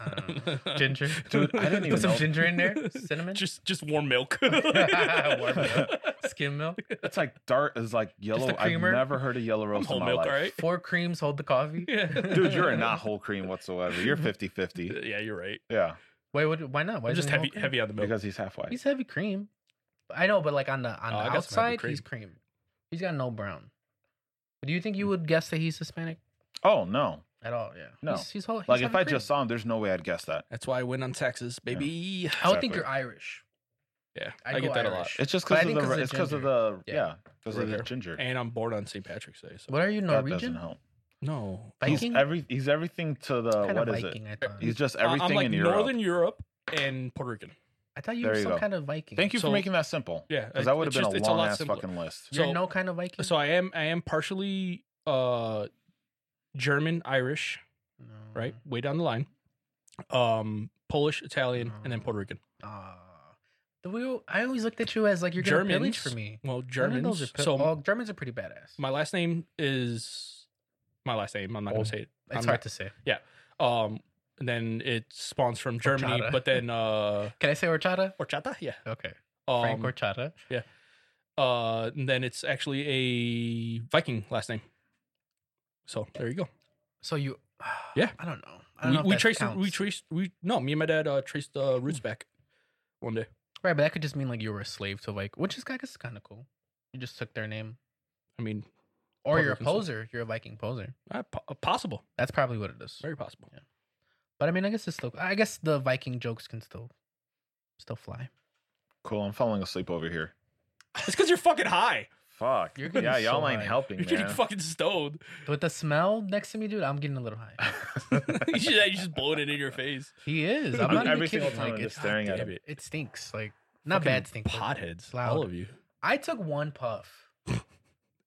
[SPEAKER 3] I don't know. Uh, ginger.
[SPEAKER 2] Dude, I didn't even
[SPEAKER 3] Put some
[SPEAKER 2] know-
[SPEAKER 3] ginger in there, cinnamon,
[SPEAKER 1] Just just warm milk.
[SPEAKER 3] Warm milk. skim milk.
[SPEAKER 2] It's like dark is like yellow. I've
[SPEAKER 3] creamer.
[SPEAKER 2] never heard of yellow roast
[SPEAKER 1] whole
[SPEAKER 2] in my
[SPEAKER 1] milk,
[SPEAKER 2] life.
[SPEAKER 1] all right?
[SPEAKER 3] Four creams hold the coffee.
[SPEAKER 1] Yeah.
[SPEAKER 2] Dude, you're not whole cream whatsoever. You're 50 50.
[SPEAKER 1] Yeah, you're right.
[SPEAKER 2] Yeah,
[SPEAKER 3] Wait, what, why not? Why
[SPEAKER 1] I'm just
[SPEAKER 3] isn't he whole
[SPEAKER 1] heavy
[SPEAKER 3] cream?
[SPEAKER 1] heavy on the milk.
[SPEAKER 2] because he's half white.
[SPEAKER 3] He's heavy cream. I know, but like on the on
[SPEAKER 1] Oh, I
[SPEAKER 3] the
[SPEAKER 1] got some heavy
[SPEAKER 3] outside, he's cream. He's got no brown. But do you think you would guess that he's Hispanic
[SPEAKER 2] Oh, no.
[SPEAKER 3] at all? Yeah.
[SPEAKER 2] No.
[SPEAKER 3] He's, he's whole. he's
[SPEAKER 2] Like, if
[SPEAKER 3] heavy
[SPEAKER 2] I
[SPEAKER 3] cream.
[SPEAKER 2] just saw him, there's no way I'd guess that.
[SPEAKER 1] That's why I win on taxes, baby.
[SPEAKER 3] I don't think
[SPEAKER 2] Exactly.
[SPEAKER 3] you're Irish.
[SPEAKER 1] Yeah,
[SPEAKER 3] I
[SPEAKER 1] I, get
[SPEAKER 3] go
[SPEAKER 1] that
[SPEAKER 3] Irish.
[SPEAKER 2] It's just
[SPEAKER 3] But I
[SPEAKER 2] because of
[SPEAKER 3] think
[SPEAKER 2] the it's
[SPEAKER 3] 'cause of
[SPEAKER 2] because of
[SPEAKER 3] ginger.
[SPEAKER 2] the
[SPEAKER 3] Yeah.
[SPEAKER 2] yeah because
[SPEAKER 1] Right
[SPEAKER 2] of the
[SPEAKER 1] there.
[SPEAKER 2] ginger.
[SPEAKER 1] a lot. And I'm born on St. Patrick's Day. So
[SPEAKER 3] What are you,
[SPEAKER 2] that doesn't
[SPEAKER 3] Norwegian?
[SPEAKER 2] help.
[SPEAKER 1] no,
[SPEAKER 3] Viking?
[SPEAKER 2] He's every he's everything to the
[SPEAKER 3] kind
[SPEAKER 2] what
[SPEAKER 3] of
[SPEAKER 2] is
[SPEAKER 3] Viking,
[SPEAKER 2] it?
[SPEAKER 3] I thought.
[SPEAKER 2] He's just
[SPEAKER 1] I-
[SPEAKER 2] everything
[SPEAKER 1] Uh, I'm like
[SPEAKER 2] in Europe.
[SPEAKER 1] Northern Europe and Puerto Rican.
[SPEAKER 3] I thought you
[SPEAKER 2] There
[SPEAKER 3] were
[SPEAKER 2] you
[SPEAKER 3] some
[SPEAKER 2] go.
[SPEAKER 3] kind of Viking.
[SPEAKER 2] Thank you for
[SPEAKER 1] So-
[SPEAKER 2] making that simple.
[SPEAKER 1] Yeah,
[SPEAKER 2] Because
[SPEAKER 1] it-
[SPEAKER 2] that would have
[SPEAKER 1] it's
[SPEAKER 2] been
[SPEAKER 1] just- it's
[SPEAKER 2] a long
[SPEAKER 1] lot
[SPEAKER 2] ass
[SPEAKER 1] simpler.
[SPEAKER 2] fucking list.
[SPEAKER 3] You're
[SPEAKER 1] So-
[SPEAKER 3] no kind of Viking.
[SPEAKER 1] So I am I am partially uh German, Irish,
[SPEAKER 3] no.
[SPEAKER 1] right? Way down the line. Um Polish, Italian, and then Puerto Rican.
[SPEAKER 3] Ah. The wheel- I always looked at you as like you're going to pillage for
[SPEAKER 1] Germans.
[SPEAKER 3] me.
[SPEAKER 1] Well,
[SPEAKER 3] None of
[SPEAKER 1] Germans.
[SPEAKER 3] those are pill-
[SPEAKER 1] so
[SPEAKER 3] well, Germans are pretty badass.
[SPEAKER 1] my last name is my last name. I'm not
[SPEAKER 3] Oh,
[SPEAKER 1] gonna say it.
[SPEAKER 3] it's
[SPEAKER 1] I'm
[SPEAKER 3] hard to say.
[SPEAKER 1] not- um and then it spawns from Germany,
[SPEAKER 3] Horchata.
[SPEAKER 1] but then uh
[SPEAKER 3] Can I say horchata?
[SPEAKER 1] horchata, yeah.
[SPEAKER 3] Okay. Frank
[SPEAKER 1] Um,
[SPEAKER 3] horchata.
[SPEAKER 1] uh and then it's actually a Viking last name. So there you go.
[SPEAKER 3] So you,
[SPEAKER 1] Yeah.
[SPEAKER 3] I don't know. I don't
[SPEAKER 1] We,
[SPEAKER 3] know if
[SPEAKER 1] we
[SPEAKER 3] that
[SPEAKER 1] traced
[SPEAKER 3] counts. Hmm.
[SPEAKER 1] we traced we no, me and my dad uh traced the roots back one day.
[SPEAKER 3] right, but that could just mean like you were a slave to like, which is I guess kind of cool. You just took their name,
[SPEAKER 1] I mean,
[SPEAKER 3] or you're a
[SPEAKER 1] Republican slave.
[SPEAKER 3] poser. You're a Viking poser.
[SPEAKER 1] uh, po- possible,
[SPEAKER 3] That's probably what it is.
[SPEAKER 1] very possible.
[SPEAKER 3] But I mean, I guess it's still. I guess the Viking jokes can still, still fly.
[SPEAKER 2] Cool. I'm falling asleep over here.
[SPEAKER 1] It's because you're fucking high.
[SPEAKER 2] Fuck.
[SPEAKER 3] You're getting
[SPEAKER 2] yeah, y'all
[SPEAKER 3] so
[SPEAKER 2] ain't
[SPEAKER 3] high.
[SPEAKER 2] helping,
[SPEAKER 1] You're getting
[SPEAKER 2] man.
[SPEAKER 1] fucking stoned.
[SPEAKER 3] With the smell next to me, dude, I'm getting a little high.
[SPEAKER 1] you just, you just blowing it in your face.
[SPEAKER 3] He is. I'm not
[SPEAKER 2] Every
[SPEAKER 3] even
[SPEAKER 2] single
[SPEAKER 3] kidding.
[SPEAKER 2] time
[SPEAKER 3] Like,
[SPEAKER 2] I'm
[SPEAKER 3] it's,
[SPEAKER 2] just staring at
[SPEAKER 1] Damn
[SPEAKER 2] him.
[SPEAKER 1] it.
[SPEAKER 3] it stinks. Like not
[SPEAKER 1] Fucking
[SPEAKER 3] bad stink. but
[SPEAKER 1] Potheads.
[SPEAKER 3] loud.
[SPEAKER 1] All of you.
[SPEAKER 3] I took one puff.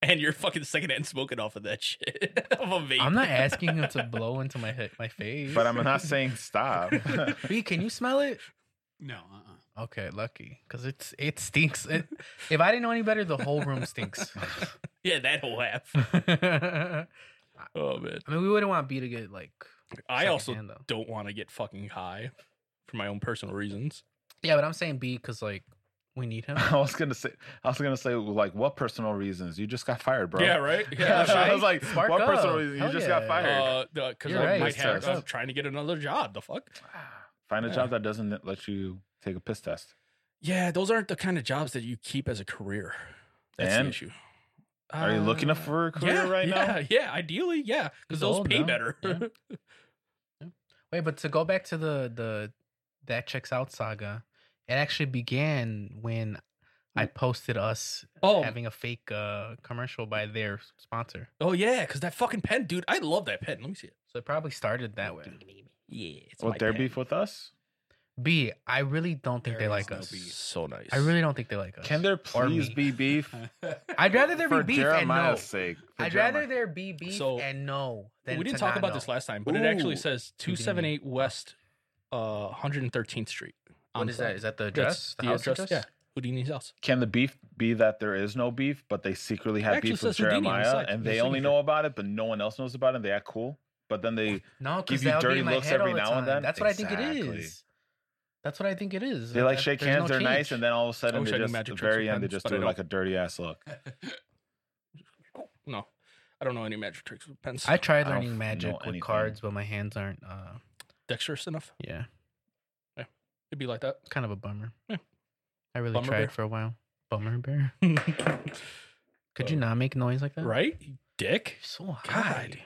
[SPEAKER 1] And you're fucking secondhand smoking off of that shit. of a vape.
[SPEAKER 3] I'm not asking him to blow into my head, my face.
[SPEAKER 2] But I'm not saying stop.
[SPEAKER 3] B, can you smell it?
[SPEAKER 4] No, uh-uh.
[SPEAKER 3] Okay, lucky, because it's it stinks. It, if I didn't know any better, the whole room stinks.
[SPEAKER 1] Yeah, that whole half.
[SPEAKER 3] I
[SPEAKER 1] Oh man.
[SPEAKER 3] mean, we wouldn't want B to get like.
[SPEAKER 1] I also
[SPEAKER 3] secondhand, though.
[SPEAKER 1] don't want to get fucking high for my own personal reasons.
[SPEAKER 3] Yeah, but I'm saying B because like we need him.
[SPEAKER 2] I was gonna say, I was gonna say, like, what personal reasons? You just got fired, bro.
[SPEAKER 1] Yeah, right.
[SPEAKER 3] Yeah,
[SPEAKER 1] that's
[SPEAKER 2] I
[SPEAKER 3] right?
[SPEAKER 2] was like,
[SPEAKER 3] Spark
[SPEAKER 2] what
[SPEAKER 3] up.
[SPEAKER 2] personal reason? You
[SPEAKER 3] Hell
[SPEAKER 2] just got
[SPEAKER 3] yeah.
[SPEAKER 2] fired.
[SPEAKER 1] because
[SPEAKER 3] You're
[SPEAKER 1] Uh, I
[SPEAKER 3] right.
[SPEAKER 1] might have
[SPEAKER 2] Piss
[SPEAKER 1] I'm
[SPEAKER 3] test.
[SPEAKER 1] trying to get another job. The fuck?
[SPEAKER 2] Find a
[SPEAKER 1] Uh, Yeah.
[SPEAKER 2] job that doesn't let you take a piss test.
[SPEAKER 1] Yeah, those aren't the kind of jobs that you keep as a career. That's
[SPEAKER 2] And?
[SPEAKER 1] the issue.
[SPEAKER 2] Are you looking
[SPEAKER 1] Uh,
[SPEAKER 2] for a career
[SPEAKER 1] yeah,
[SPEAKER 2] right
[SPEAKER 1] yeah,
[SPEAKER 2] now?
[SPEAKER 1] Yeah, ideally, yeah, because
[SPEAKER 3] He's
[SPEAKER 1] those
[SPEAKER 3] old
[SPEAKER 1] pay
[SPEAKER 3] now.
[SPEAKER 1] better.
[SPEAKER 3] Yeah. Wait, but to go back to the the that checks out saga, it actually began when I
[SPEAKER 2] Mm.
[SPEAKER 3] posted us
[SPEAKER 1] oh,
[SPEAKER 3] having a fake uh, commercial by their sponsor.
[SPEAKER 1] oh yeah, because that fucking pen, dude. I love that pen. Let me see it.
[SPEAKER 3] So it probably started that way.
[SPEAKER 1] Yeah, it's
[SPEAKER 2] What
[SPEAKER 1] my
[SPEAKER 2] their
[SPEAKER 1] pen.
[SPEAKER 2] beef with us?
[SPEAKER 3] B, I really don't think
[SPEAKER 4] There
[SPEAKER 3] they
[SPEAKER 4] is
[SPEAKER 3] like
[SPEAKER 4] no
[SPEAKER 3] us.
[SPEAKER 4] B.
[SPEAKER 1] So nice.
[SPEAKER 3] I really don't think they like us.
[SPEAKER 2] Can there
[SPEAKER 3] Or
[SPEAKER 2] please
[SPEAKER 3] me.
[SPEAKER 2] be beef?
[SPEAKER 3] I'd rather there
[SPEAKER 2] for
[SPEAKER 3] be beef and
[SPEAKER 2] Jeremiah's
[SPEAKER 3] no.
[SPEAKER 2] sake. for
[SPEAKER 3] I'd rather
[SPEAKER 2] Jeremiah.
[SPEAKER 3] there be beef
[SPEAKER 1] So,
[SPEAKER 3] and no than
[SPEAKER 1] we didn't
[SPEAKER 3] to
[SPEAKER 1] talk
[SPEAKER 3] not
[SPEAKER 1] about
[SPEAKER 3] know.
[SPEAKER 1] this last time, but it actually
[SPEAKER 2] Ooh.
[SPEAKER 1] says
[SPEAKER 3] You didn't.
[SPEAKER 1] 278 West uh, 113th Street.
[SPEAKER 3] What
[SPEAKER 1] On
[SPEAKER 3] is
[SPEAKER 1] Broad.
[SPEAKER 3] that? Is that the
[SPEAKER 1] That's
[SPEAKER 3] address? The,
[SPEAKER 1] the
[SPEAKER 3] house
[SPEAKER 1] address,
[SPEAKER 3] address?
[SPEAKER 1] yeah. Houdini's house.
[SPEAKER 2] Can the beef be that there is no beef, but they secretly have
[SPEAKER 1] actually
[SPEAKER 2] beef with
[SPEAKER 1] says Houdini on the
[SPEAKER 2] Jeremiah
[SPEAKER 1] side,
[SPEAKER 2] and
[SPEAKER 1] the
[SPEAKER 2] they only
[SPEAKER 1] signature.
[SPEAKER 2] know about it, but no one else knows about it and they act cool? But then they
[SPEAKER 3] No,
[SPEAKER 2] Give
[SPEAKER 3] because
[SPEAKER 2] you
[SPEAKER 3] that would
[SPEAKER 2] dirty
[SPEAKER 3] be in my
[SPEAKER 2] looks
[SPEAKER 3] head
[SPEAKER 2] every
[SPEAKER 3] all the
[SPEAKER 2] now and
[SPEAKER 3] time.
[SPEAKER 2] then?
[SPEAKER 3] That's what I think it
[SPEAKER 2] Exactly.
[SPEAKER 3] is. That's what I think it is.
[SPEAKER 2] they
[SPEAKER 3] that-
[SPEAKER 2] like
[SPEAKER 3] that
[SPEAKER 2] shake
[SPEAKER 3] there's
[SPEAKER 2] hands,
[SPEAKER 3] no
[SPEAKER 2] they're nice,
[SPEAKER 3] change.
[SPEAKER 2] and then all of a sudden
[SPEAKER 1] wish I knew
[SPEAKER 2] they just, at the
[SPEAKER 1] magic tricks
[SPEAKER 2] very
[SPEAKER 1] with
[SPEAKER 2] end they
[SPEAKER 1] pens,
[SPEAKER 2] just
[SPEAKER 1] but
[SPEAKER 2] do
[SPEAKER 1] I
[SPEAKER 2] it
[SPEAKER 1] don't.
[SPEAKER 2] like a dirty ass look.
[SPEAKER 1] No, I don't know any magic tricks with pens.
[SPEAKER 3] I
[SPEAKER 1] I,
[SPEAKER 3] tried
[SPEAKER 2] I don't
[SPEAKER 3] learning
[SPEAKER 2] know
[SPEAKER 3] magic with
[SPEAKER 2] anything.
[SPEAKER 3] cards, but my hands aren't. Uh,
[SPEAKER 1] Dexterous enough.
[SPEAKER 3] yeah,
[SPEAKER 1] It'd be like that.
[SPEAKER 3] kind of a bummer.
[SPEAKER 1] Yeah.
[SPEAKER 3] I really
[SPEAKER 1] Bummer
[SPEAKER 3] tried
[SPEAKER 1] bear.
[SPEAKER 3] for a while. Bummer bear. Could you
[SPEAKER 1] Oh.
[SPEAKER 3] not make noise like that?
[SPEAKER 1] right? You dick.
[SPEAKER 3] So high.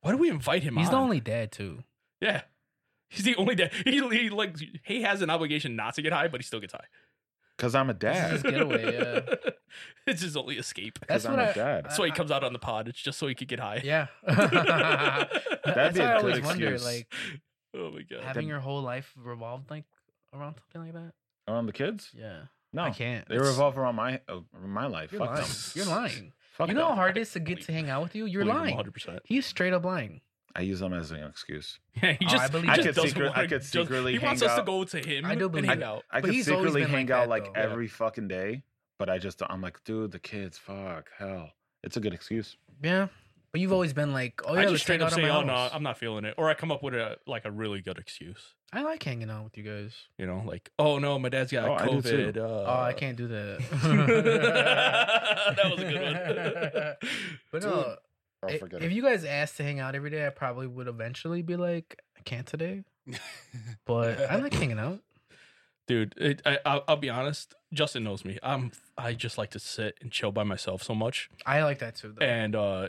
[SPEAKER 1] Why do we invite him
[SPEAKER 3] He's the
[SPEAKER 1] on?
[SPEAKER 3] only dad too.
[SPEAKER 1] Yeah. He's the only dad. He, he like he has an obligation not to get high, but he still gets high.
[SPEAKER 2] Because I'm a
[SPEAKER 3] This is
[SPEAKER 2] dad.
[SPEAKER 3] his getaway, yeah.
[SPEAKER 1] it's his only escape.
[SPEAKER 2] Because
[SPEAKER 3] That's
[SPEAKER 2] I'm
[SPEAKER 3] what
[SPEAKER 2] a
[SPEAKER 3] I-
[SPEAKER 2] dad.
[SPEAKER 1] That's why he comes out on the pod. It's just so he could get high.
[SPEAKER 3] Yeah.
[SPEAKER 2] That'd
[SPEAKER 3] That's
[SPEAKER 2] be
[SPEAKER 3] why
[SPEAKER 2] a good
[SPEAKER 3] I always wonder,
[SPEAKER 2] excuse.
[SPEAKER 3] like
[SPEAKER 1] oh my god.
[SPEAKER 3] having your whole life revolved like around something like that.
[SPEAKER 2] Around the kids?
[SPEAKER 3] Yeah.
[SPEAKER 2] No.
[SPEAKER 3] I can't.
[SPEAKER 2] They
[SPEAKER 3] It's-
[SPEAKER 2] revolve around my uh, my life.
[SPEAKER 3] You're
[SPEAKER 2] Fuck
[SPEAKER 3] lying.
[SPEAKER 2] them.
[SPEAKER 3] You're lying.
[SPEAKER 2] Fuck
[SPEAKER 3] you know how
[SPEAKER 2] them.
[SPEAKER 3] hard it is to get to hang out with you? You're lying.
[SPEAKER 1] 100%.
[SPEAKER 3] He's straight up lying.
[SPEAKER 2] I use them as an excuse.
[SPEAKER 1] Yeah, he
[SPEAKER 3] Oh,
[SPEAKER 1] just,
[SPEAKER 3] I believe
[SPEAKER 1] he
[SPEAKER 3] I
[SPEAKER 1] just
[SPEAKER 2] could
[SPEAKER 1] doesn't
[SPEAKER 2] secret- I
[SPEAKER 1] wanna-
[SPEAKER 2] could
[SPEAKER 1] does-
[SPEAKER 2] secretly
[SPEAKER 1] He wants
[SPEAKER 2] hang
[SPEAKER 1] us to
[SPEAKER 2] out-
[SPEAKER 1] go to him.
[SPEAKER 3] I do
[SPEAKER 1] and
[SPEAKER 3] believe
[SPEAKER 1] hang
[SPEAKER 3] it.
[SPEAKER 1] out.
[SPEAKER 2] I
[SPEAKER 3] But
[SPEAKER 2] could
[SPEAKER 3] he's always
[SPEAKER 2] secretly
[SPEAKER 3] been
[SPEAKER 2] hang
[SPEAKER 3] like
[SPEAKER 2] out
[SPEAKER 3] that,
[SPEAKER 2] like
[SPEAKER 3] though. Yeah.
[SPEAKER 2] every fucking day, but I just I'm like, dude, the kids, fuck, hell. It's a good excuse.
[SPEAKER 3] Yeah. But you've always been like, oh, yeah,
[SPEAKER 1] I
[SPEAKER 3] let's
[SPEAKER 1] just straight
[SPEAKER 3] hang
[SPEAKER 1] up
[SPEAKER 3] out at
[SPEAKER 1] say,
[SPEAKER 3] my
[SPEAKER 1] "Oh no,
[SPEAKER 3] house."
[SPEAKER 1] I'm not feeling it," or I come up with a like a really good excuse.
[SPEAKER 3] I like hanging out with you guys.
[SPEAKER 1] You know, like, "Oh no, my dad's got
[SPEAKER 2] Oh, I do too.
[SPEAKER 1] COVID." Uh,
[SPEAKER 3] oh, I can't do that.
[SPEAKER 1] that was a good one.
[SPEAKER 3] But
[SPEAKER 2] Dude,
[SPEAKER 3] no,
[SPEAKER 2] I'll
[SPEAKER 3] i-
[SPEAKER 2] forget
[SPEAKER 3] if
[SPEAKER 2] it.
[SPEAKER 3] you guys asked to hang out every day, I probably would eventually be like, I can't today. But I like hanging out.
[SPEAKER 1] Dude, it, I, I'll, I'll be honest. Justin knows me. I'm. I just like to sit and chill by myself so much,
[SPEAKER 3] I like that too, though.
[SPEAKER 1] and uh,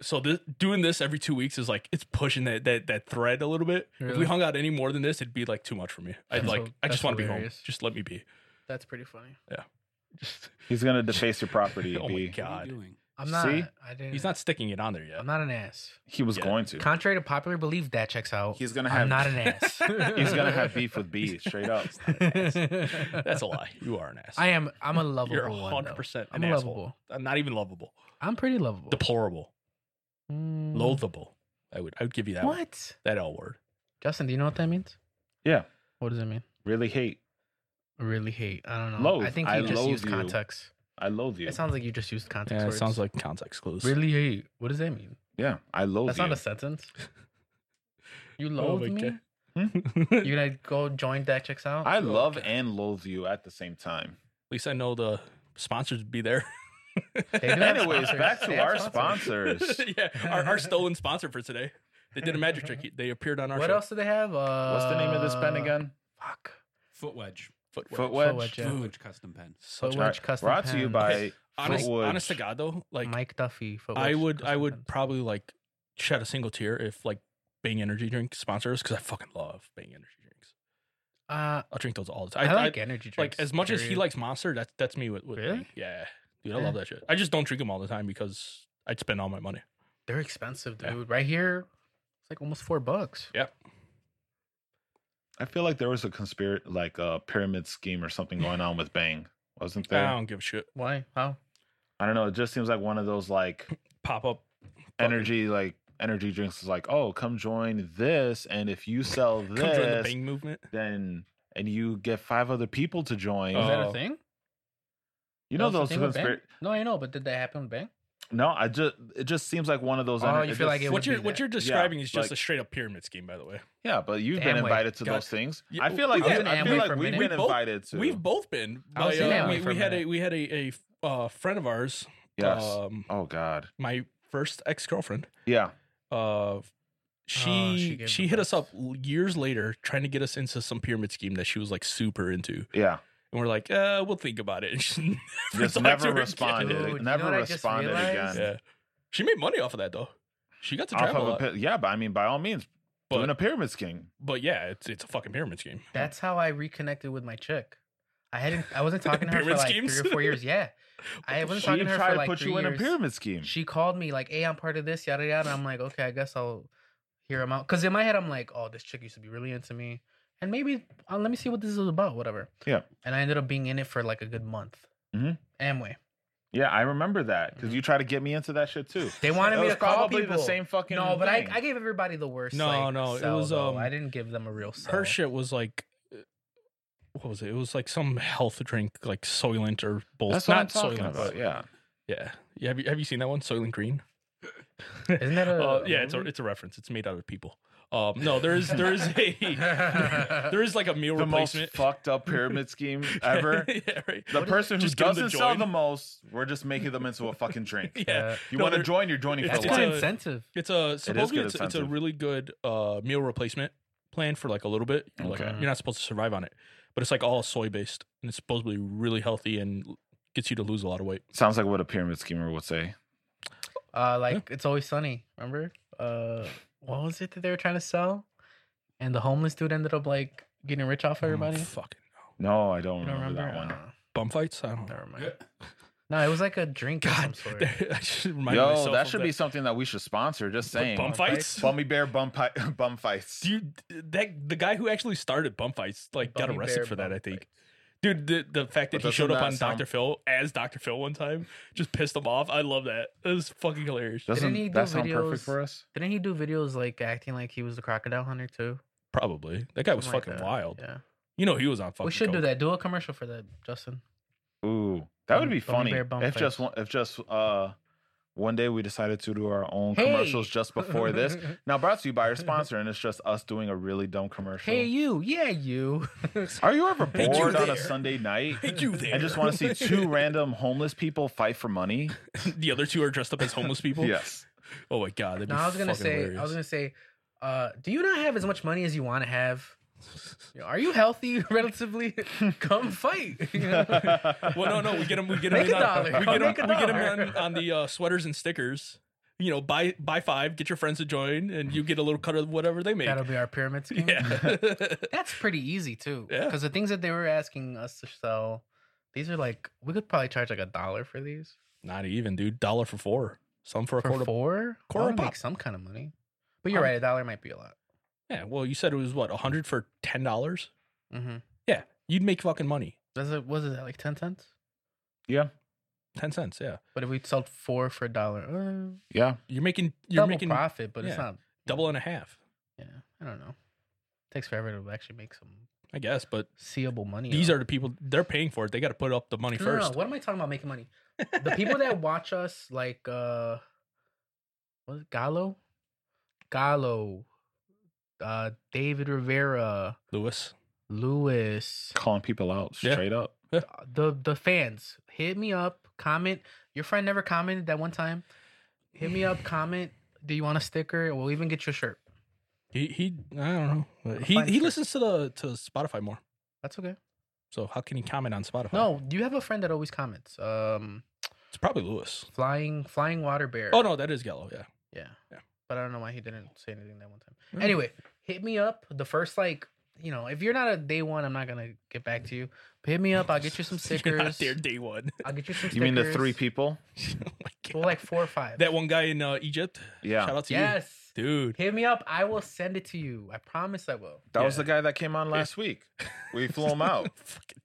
[SPEAKER 1] so this, doing this every two weeks is like it's pushing that that, that thread a little bit. If
[SPEAKER 3] Really?
[SPEAKER 1] we hung out any more than this, it'd be like too much for me. I'd
[SPEAKER 3] That's
[SPEAKER 1] like.
[SPEAKER 3] hil-
[SPEAKER 1] I
[SPEAKER 3] that's
[SPEAKER 1] just want to be home.
[SPEAKER 3] hilarious.
[SPEAKER 1] Just let me be.
[SPEAKER 3] That's pretty funny.
[SPEAKER 1] Just,
[SPEAKER 2] He's gonna deface your property.
[SPEAKER 1] oh my
[SPEAKER 2] B.
[SPEAKER 4] What are you
[SPEAKER 1] god,
[SPEAKER 4] doing?
[SPEAKER 3] I'm not.
[SPEAKER 2] See?
[SPEAKER 3] I didn't.
[SPEAKER 1] he's not sticking it on there yet.
[SPEAKER 3] I'm not an ass.
[SPEAKER 2] He was
[SPEAKER 1] Yeah.
[SPEAKER 2] going to.
[SPEAKER 3] Contrary to popular belief, that checks out.
[SPEAKER 2] He's gonna have
[SPEAKER 3] I'm not an ass.
[SPEAKER 2] he's gonna have beef with B straight up.
[SPEAKER 1] That's a lie. You are an ass.
[SPEAKER 3] I am. I'm a lovable
[SPEAKER 1] You're
[SPEAKER 3] one. though.
[SPEAKER 1] 100%
[SPEAKER 3] I'm
[SPEAKER 1] an
[SPEAKER 3] a
[SPEAKER 1] asshole.
[SPEAKER 3] lovable.
[SPEAKER 1] I'm not even lovable.
[SPEAKER 3] I'm pretty lovable.
[SPEAKER 1] Deplorable.
[SPEAKER 3] Mm,
[SPEAKER 1] Loathable. I would. I would give you that. one.
[SPEAKER 3] What?
[SPEAKER 1] That L word.
[SPEAKER 3] Justin, do you know what that means?
[SPEAKER 2] Yeah.
[SPEAKER 3] What does it mean?
[SPEAKER 2] Really hate.
[SPEAKER 3] Really hate. I don't know.
[SPEAKER 2] Loathe.
[SPEAKER 3] I think you
[SPEAKER 2] I
[SPEAKER 3] just
[SPEAKER 2] loathe
[SPEAKER 3] used
[SPEAKER 2] you.
[SPEAKER 3] context.
[SPEAKER 2] I loathe you.
[SPEAKER 3] It sounds like you just used context.
[SPEAKER 1] Yeah, it
[SPEAKER 3] words.
[SPEAKER 1] sounds like context clues.
[SPEAKER 3] really hate. What does that mean?
[SPEAKER 2] yeah, I loathe
[SPEAKER 3] That's
[SPEAKER 2] you.
[SPEAKER 3] not a sentence. You
[SPEAKER 1] Oh
[SPEAKER 3] loathe
[SPEAKER 1] my
[SPEAKER 3] me.
[SPEAKER 1] God.
[SPEAKER 3] You're gonna go join that checks out.
[SPEAKER 2] I love
[SPEAKER 1] Okay.
[SPEAKER 2] and loathe you at the same time.
[SPEAKER 1] At least I know the sponsors would be there.
[SPEAKER 3] They do have
[SPEAKER 2] Anyways,
[SPEAKER 3] sponsors.
[SPEAKER 2] back
[SPEAKER 3] They
[SPEAKER 2] to
[SPEAKER 3] have
[SPEAKER 2] our sponsors.
[SPEAKER 1] yeah, our, our stolen sponsor for today. They did a magic trick. He- They appeared on our
[SPEAKER 3] What
[SPEAKER 1] show.
[SPEAKER 3] else do they have? Uh,
[SPEAKER 2] What's the name of this pen again?
[SPEAKER 3] Fuck.
[SPEAKER 4] Foot wedge.
[SPEAKER 1] Footwear.
[SPEAKER 2] Foot
[SPEAKER 3] Foot
[SPEAKER 2] wedge.
[SPEAKER 3] wedge, yeah.
[SPEAKER 4] Foot wedge custom pen.
[SPEAKER 1] Such
[SPEAKER 3] Foot
[SPEAKER 1] a-
[SPEAKER 3] wedge.
[SPEAKER 2] Alright,
[SPEAKER 3] custom
[SPEAKER 2] Brought to you
[SPEAKER 3] pen.
[SPEAKER 2] by
[SPEAKER 1] honest,
[SPEAKER 2] Footwedge.
[SPEAKER 1] honest to God though, like
[SPEAKER 3] Mike Duffy. Foot
[SPEAKER 1] I
[SPEAKER 3] Wedge
[SPEAKER 1] would, I
[SPEAKER 3] custom
[SPEAKER 1] would
[SPEAKER 3] pens.
[SPEAKER 1] probably like shed a single tear if like Bang Energy Drink sponsors because I fucking love Bang Energy drinks.
[SPEAKER 3] Uh,
[SPEAKER 1] I'll drink those all the
[SPEAKER 3] I,
[SPEAKER 1] time. I, I-
[SPEAKER 3] like energy
[SPEAKER 1] like
[SPEAKER 3] drinks.
[SPEAKER 1] as much as he
[SPEAKER 3] period.
[SPEAKER 1] likes Monster, that's that's me with, with
[SPEAKER 3] Really?
[SPEAKER 1] me. Yeah, dude, I
[SPEAKER 3] Yeah.
[SPEAKER 1] love that shit. I just don't drink them all the time because I'd spend all my money.
[SPEAKER 3] They're expensive,
[SPEAKER 1] Yeah.
[SPEAKER 3] dude. Right here, it's like almost four bucks.
[SPEAKER 2] I feel like there was a conspiracy, like a pyramid scheme or something going on with Bang, wasn't there?
[SPEAKER 1] I don't give a shit.
[SPEAKER 3] Why? How?
[SPEAKER 2] I don't know. It just seems like one of those like
[SPEAKER 1] Pop up
[SPEAKER 2] energy, like energy drinks is like, oh, come join this, and if you sell
[SPEAKER 1] fucking- Come join the
[SPEAKER 2] this,
[SPEAKER 1] Bang movement.
[SPEAKER 2] then and you get five other people to join.
[SPEAKER 3] Is that a
[SPEAKER 1] Oh.
[SPEAKER 3] thing?
[SPEAKER 2] you know
[SPEAKER 3] That
[SPEAKER 2] those
[SPEAKER 3] was the thing with
[SPEAKER 2] conspiracy.
[SPEAKER 3] Bang? No, I know, but did that happen with Bang?
[SPEAKER 2] No, I just it just seems like one of those.
[SPEAKER 3] Oh,
[SPEAKER 2] ener-
[SPEAKER 3] you feel like
[SPEAKER 2] just-
[SPEAKER 3] It would
[SPEAKER 1] What you're
[SPEAKER 3] be
[SPEAKER 1] what
[SPEAKER 3] that.
[SPEAKER 1] you're describing is just
[SPEAKER 2] like-
[SPEAKER 1] a straight up pyramid scheme, by the way.
[SPEAKER 2] Yeah, but you've been
[SPEAKER 3] Amway.
[SPEAKER 2] invited to
[SPEAKER 1] God.
[SPEAKER 2] those things.
[SPEAKER 1] Yeah,
[SPEAKER 2] I feel
[SPEAKER 1] I
[SPEAKER 2] like
[SPEAKER 1] was
[SPEAKER 2] you-
[SPEAKER 1] in
[SPEAKER 2] I
[SPEAKER 3] Amway
[SPEAKER 2] feel
[SPEAKER 3] for a
[SPEAKER 2] like we've
[SPEAKER 3] minute.
[SPEAKER 2] been
[SPEAKER 1] We both-
[SPEAKER 2] invited to.
[SPEAKER 1] We've both been.
[SPEAKER 3] I was
[SPEAKER 1] by,
[SPEAKER 3] in
[SPEAKER 1] uh,
[SPEAKER 3] Amway
[SPEAKER 1] we,
[SPEAKER 3] for a
[SPEAKER 1] we had a
[SPEAKER 3] minute.
[SPEAKER 1] we had a, a uh, friend of ours.
[SPEAKER 2] yes.
[SPEAKER 1] Um,
[SPEAKER 2] oh God.
[SPEAKER 1] my first ex girlfriend.
[SPEAKER 2] Yeah.
[SPEAKER 1] Uh,
[SPEAKER 3] Oh, she
[SPEAKER 1] she
[SPEAKER 3] gave
[SPEAKER 1] she
[SPEAKER 3] the
[SPEAKER 1] hit us up
[SPEAKER 3] best.
[SPEAKER 1] l- years later trying to get us into some pyramid scheme that she was like super into.
[SPEAKER 2] Yeah.
[SPEAKER 1] And we're like, uh, we'll think about it. And she never
[SPEAKER 2] Just
[SPEAKER 1] talked to
[SPEAKER 2] never
[SPEAKER 1] her again.
[SPEAKER 2] responded.
[SPEAKER 3] Dude, you know
[SPEAKER 2] never
[SPEAKER 3] what I just
[SPEAKER 2] responded again.
[SPEAKER 3] realized?
[SPEAKER 1] Yeah. She made money off of that though. She got to
[SPEAKER 2] Off
[SPEAKER 1] travel a
[SPEAKER 2] of a
[SPEAKER 1] lot.
[SPEAKER 2] pi- yeah, but I mean, by all means, doing
[SPEAKER 1] But,
[SPEAKER 2] a pyramid scheme.
[SPEAKER 1] but yeah, it's it's a fucking pyramid scheme.
[SPEAKER 3] That's how I reconnected with my chick. I hadn't. I wasn't talking to her for
[SPEAKER 1] Pyramid
[SPEAKER 3] like
[SPEAKER 1] schemes?
[SPEAKER 3] three or four years. Yeah, I
[SPEAKER 2] She
[SPEAKER 3] wasn't
[SPEAKER 2] tried
[SPEAKER 3] talking to her for
[SPEAKER 2] to
[SPEAKER 3] like
[SPEAKER 2] put
[SPEAKER 3] three
[SPEAKER 2] you in a
[SPEAKER 3] years.
[SPEAKER 2] pyramid
[SPEAKER 1] Hmm.
[SPEAKER 2] scheme.
[SPEAKER 3] She called me like, "Hey, I'm part of this, yada yada." I'm like, "Okay, I guess I'll hear him out." Because in my head, I'm like, "Oh, this chick used to be really into me, and maybe uh, let me see what this is about, whatever."
[SPEAKER 2] Yeah.
[SPEAKER 3] And I ended up being in it for like a good month.
[SPEAKER 1] Mm-hmm.
[SPEAKER 2] Mhm.
[SPEAKER 3] Amway.
[SPEAKER 2] yeah, I remember that because you tried to get me into that shit too.
[SPEAKER 3] They
[SPEAKER 2] That
[SPEAKER 3] wanted me
[SPEAKER 2] was
[SPEAKER 3] to call
[SPEAKER 2] probably
[SPEAKER 3] people.
[SPEAKER 2] the same fucking.
[SPEAKER 3] no, but I,
[SPEAKER 2] thing.
[SPEAKER 3] I gave everybody the worst.
[SPEAKER 1] No,
[SPEAKER 3] like,
[SPEAKER 1] no, it
[SPEAKER 3] sell,
[SPEAKER 1] was,
[SPEAKER 3] though.
[SPEAKER 1] um,
[SPEAKER 3] I didn't give them a real sell.
[SPEAKER 1] Her shit was like, uh, what was it? It was like some health drink, like Soylent or bull.
[SPEAKER 2] That's what I'm
[SPEAKER 1] Not
[SPEAKER 2] talking
[SPEAKER 1] Soylent,
[SPEAKER 2] about.
[SPEAKER 1] but
[SPEAKER 2] Yeah.
[SPEAKER 1] yeah. yeah. Have you have you seen that one? Soylent Green.
[SPEAKER 3] Isn't that a?
[SPEAKER 1] Uh, yeah, it's a
[SPEAKER 3] movie?
[SPEAKER 1] it's a reference. It's made out of people. Um, no, there is there is a there is like a meal
[SPEAKER 2] The most
[SPEAKER 1] replacement
[SPEAKER 2] fucked up pyramid scheme ever.
[SPEAKER 1] yeah, right.
[SPEAKER 2] The
[SPEAKER 1] What is it?
[SPEAKER 2] person who
[SPEAKER 1] Just get 'em to
[SPEAKER 2] doesn't sell
[SPEAKER 1] join?
[SPEAKER 2] the most, we're just making them into a fucking drink.
[SPEAKER 1] Yeah,
[SPEAKER 2] You
[SPEAKER 1] No,
[SPEAKER 2] want to
[SPEAKER 1] they're-
[SPEAKER 2] join? You're joining for
[SPEAKER 3] That's
[SPEAKER 1] It's
[SPEAKER 3] a good
[SPEAKER 2] life.
[SPEAKER 1] a-
[SPEAKER 3] incentive.
[SPEAKER 1] it's a supposedly
[SPEAKER 2] good
[SPEAKER 1] it's, it's a
[SPEAKER 2] incentive.
[SPEAKER 1] really good uh, meal replacement plan for like a little bit. You're like,
[SPEAKER 2] Okay.
[SPEAKER 1] you're not supposed to survive on it, but it's like all soy based and it's supposedly really healthy and l- gets you to lose a lot of weight.
[SPEAKER 2] Sounds like what a pyramid schemer would say.
[SPEAKER 3] Uh, like it's always sunny. Remember? Uh, what was it that they were trying to sell? And the homeless dude ended up like getting rich off everybody.
[SPEAKER 1] Mm, fucking
[SPEAKER 2] No, I don't,
[SPEAKER 3] you don't
[SPEAKER 2] remember,
[SPEAKER 3] remember?
[SPEAKER 2] that one.
[SPEAKER 3] Uh,
[SPEAKER 1] bum fights. I don't know.
[SPEAKER 3] never mind. No, it was like a drink of some
[SPEAKER 1] God,
[SPEAKER 3] sort.
[SPEAKER 1] I should remind
[SPEAKER 2] Yo,
[SPEAKER 1] myself
[SPEAKER 2] that
[SPEAKER 1] of
[SPEAKER 2] should be something that we should sponsor. Just saying.
[SPEAKER 1] bum fights.
[SPEAKER 2] Bummy bear bum pi- bum fights.
[SPEAKER 1] Do you that the guy who actually started bum fights like got
[SPEAKER 3] Bummy bear
[SPEAKER 1] arrested for that?
[SPEAKER 3] bum
[SPEAKER 1] I think.
[SPEAKER 3] fight.
[SPEAKER 1] Dude, the, the fact that he
[SPEAKER 2] But doesn't
[SPEAKER 1] showed up
[SPEAKER 2] that
[SPEAKER 1] on
[SPEAKER 2] sound-
[SPEAKER 1] Dr. Phil as Dr. Phil one time just pissed him off. I love that. That was fucking hilarious.
[SPEAKER 3] Didn't he
[SPEAKER 2] Doesn't
[SPEAKER 3] do
[SPEAKER 2] that sound perfect
[SPEAKER 3] videos?
[SPEAKER 2] for us?
[SPEAKER 3] Didn't he do videos like acting like he was the crocodile hunter too?
[SPEAKER 1] Probably. That guy was
[SPEAKER 3] Something like
[SPEAKER 1] fucking
[SPEAKER 3] that.
[SPEAKER 1] wild.
[SPEAKER 3] Yeah,
[SPEAKER 1] You know he was on fucking
[SPEAKER 3] we should do
[SPEAKER 1] coke.
[SPEAKER 3] that. Do a commercial for that, Justin.
[SPEAKER 2] Ooh, that would
[SPEAKER 3] Bum-
[SPEAKER 2] be
[SPEAKER 3] Bummy
[SPEAKER 2] funny
[SPEAKER 3] Bear Bum
[SPEAKER 2] if just
[SPEAKER 3] Fights.
[SPEAKER 2] one, if just uh one day we decided to do our own commercials
[SPEAKER 3] Hey!
[SPEAKER 2] just before this. Now brought to you by our sponsor, and it's just us doing a really dumb commercial.
[SPEAKER 3] hey you, yeah you.
[SPEAKER 2] Are you ever
[SPEAKER 1] Hey, you
[SPEAKER 2] bored on a
[SPEAKER 1] there.
[SPEAKER 2] Sunday night
[SPEAKER 1] Hey, you there.
[SPEAKER 2] and just want to see two random homeless people fight for money?
[SPEAKER 1] the other two are dressed up as homeless people.
[SPEAKER 2] Yes.
[SPEAKER 1] Oh my god, that'd be
[SPEAKER 3] No, I was gonna
[SPEAKER 1] fucking
[SPEAKER 3] say,
[SPEAKER 1] hilarious.
[SPEAKER 3] I was gonna say, uh, do you not have as much money as you want to have? You know, Are you healthy relatively? Come fight. You know?
[SPEAKER 1] well, no, no, we get him. We get him.
[SPEAKER 3] Make
[SPEAKER 1] in
[SPEAKER 3] a
[SPEAKER 1] on,
[SPEAKER 3] dollar.
[SPEAKER 1] We get
[SPEAKER 3] Make a
[SPEAKER 1] him. We get him
[SPEAKER 3] dollar.
[SPEAKER 1] on, on the uh, sweaters and stickers. You know, buy buy five, get your friends to join, and you get a little cut of whatever they make.
[SPEAKER 3] That'll be our pyramid scheme.
[SPEAKER 1] Yeah.
[SPEAKER 3] That's pretty easy too.
[SPEAKER 1] Yeah.
[SPEAKER 3] Because the things that they were asking us to sell, these are like we could probably charge like a dollar for these.
[SPEAKER 1] Not even, dude. Dollar for four. Some for a
[SPEAKER 3] For
[SPEAKER 1] quarter.
[SPEAKER 3] four,
[SPEAKER 1] quarter
[SPEAKER 3] quarter make
[SPEAKER 1] pop.
[SPEAKER 3] some kind of money. But you're
[SPEAKER 1] Um,
[SPEAKER 3] right, a dollar might be a lot.
[SPEAKER 1] Yeah. Well, you said it was what a hundred for ten dollars.
[SPEAKER 3] Mm-hmm.
[SPEAKER 1] Yeah, you'd make fucking money.
[SPEAKER 3] Does it was it like ten cents?
[SPEAKER 2] Yeah.
[SPEAKER 1] Ten cents. Yeah.
[SPEAKER 3] But if we sold four for a dollar, uh,
[SPEAKER 2] Yeah.
[SPEAKER 1] You're making. You're
[SPEAKER 3] double
[SPEAKER 1] making
[SPEAKER 3] profit, but it's
[SPEAKER 1] yeah.
[SPEAKER 3] not
[SPEAKER 1] double and a half.
[SPEAKER 3] Yeah, I don't know. Takes forever to actually make some
[SPEAKER 1] I guess, but
[SPEAKER 3] seeable money.
[SPEAKER 1] These
[SPEAKER 3] though.
[SPEAKER 1] are the people they're paying for it. They got to put up the money
[SPEAKER 3] no, no,
[SPEAKER 1] first.
[SPEAKER 3] no, What am I talking about? Making money. The people that watch us, like uh, was it Gallo, Gallo, uh, David Rivera,
[SPEAKER 1] Lewis,
[SPEAKER 3] Lewis,
[SPEAKER 2] Calling people out
[SPEAKER 1] Yeah.
[SPEAKER 2] straight up.
[SPEAKER 3] the the fans, hit me up, comment. Your friend never commented that one time. Hit me up, comment. Do you want a sticker? We'll even get you a shirt.
[SPEAKER 1] he he, I don't know. but He
[SPEAKER 3] find
[SPEAKER 1] he
[SPEAKER 3] sure.
[SPEAKER 1] listens to the to Spotify more.
[SPEAKER 3] That's okay.
[SPEAKER 1] So how can he comment on Spotify?
[SPEAKER 3] No, you have a friend that always comments. Um,
[SPEAKER 1] it's probably Lewis.
[SPEAKER 3] flying flying water bear.
[SPEAKER 1] Oh no, that is Gallo. Yeah,
[SPEAKER 3] Yeah.
[SPEAKER 1] Yeah.
[SPEAKER 3] But I don't know why he didn't say anything that one time.
[SPEAKER 1] Yeah.
[SPEAKER 3] Anyway, hit me up. The first like you know, if you're not a day one, I'm not gonna get back to you. But hit me up. I'll get you some stickers.
[SPEAKER 1] You're not there day one.
[SPEAKER 3] I'll get you some. stickers.
[SPEAKER 2] You mean the three people?
[SPEAKER 1] Oh my
[SPEAKER 3] Well,
[SPEAKER 1] God.
[SPEAKER 3] like four or five.
[SPEAKER 1] that one guy in uh, Egypt. Shout
[SPEAKER 2] Yeah,
[SPEAKER 1] out to
[SPEAKER 3] yes.
[SPEAKER 1] you, dude.
[SPEAKER 3] Hit me up. I will send it to you. I promise I will.
[SPEAKER 2] that was
[SPEAKER 1] Yeah.
[SPEAKER 2] the guy that came on last week. We flew him out.
[SPEAKER 1] Fucking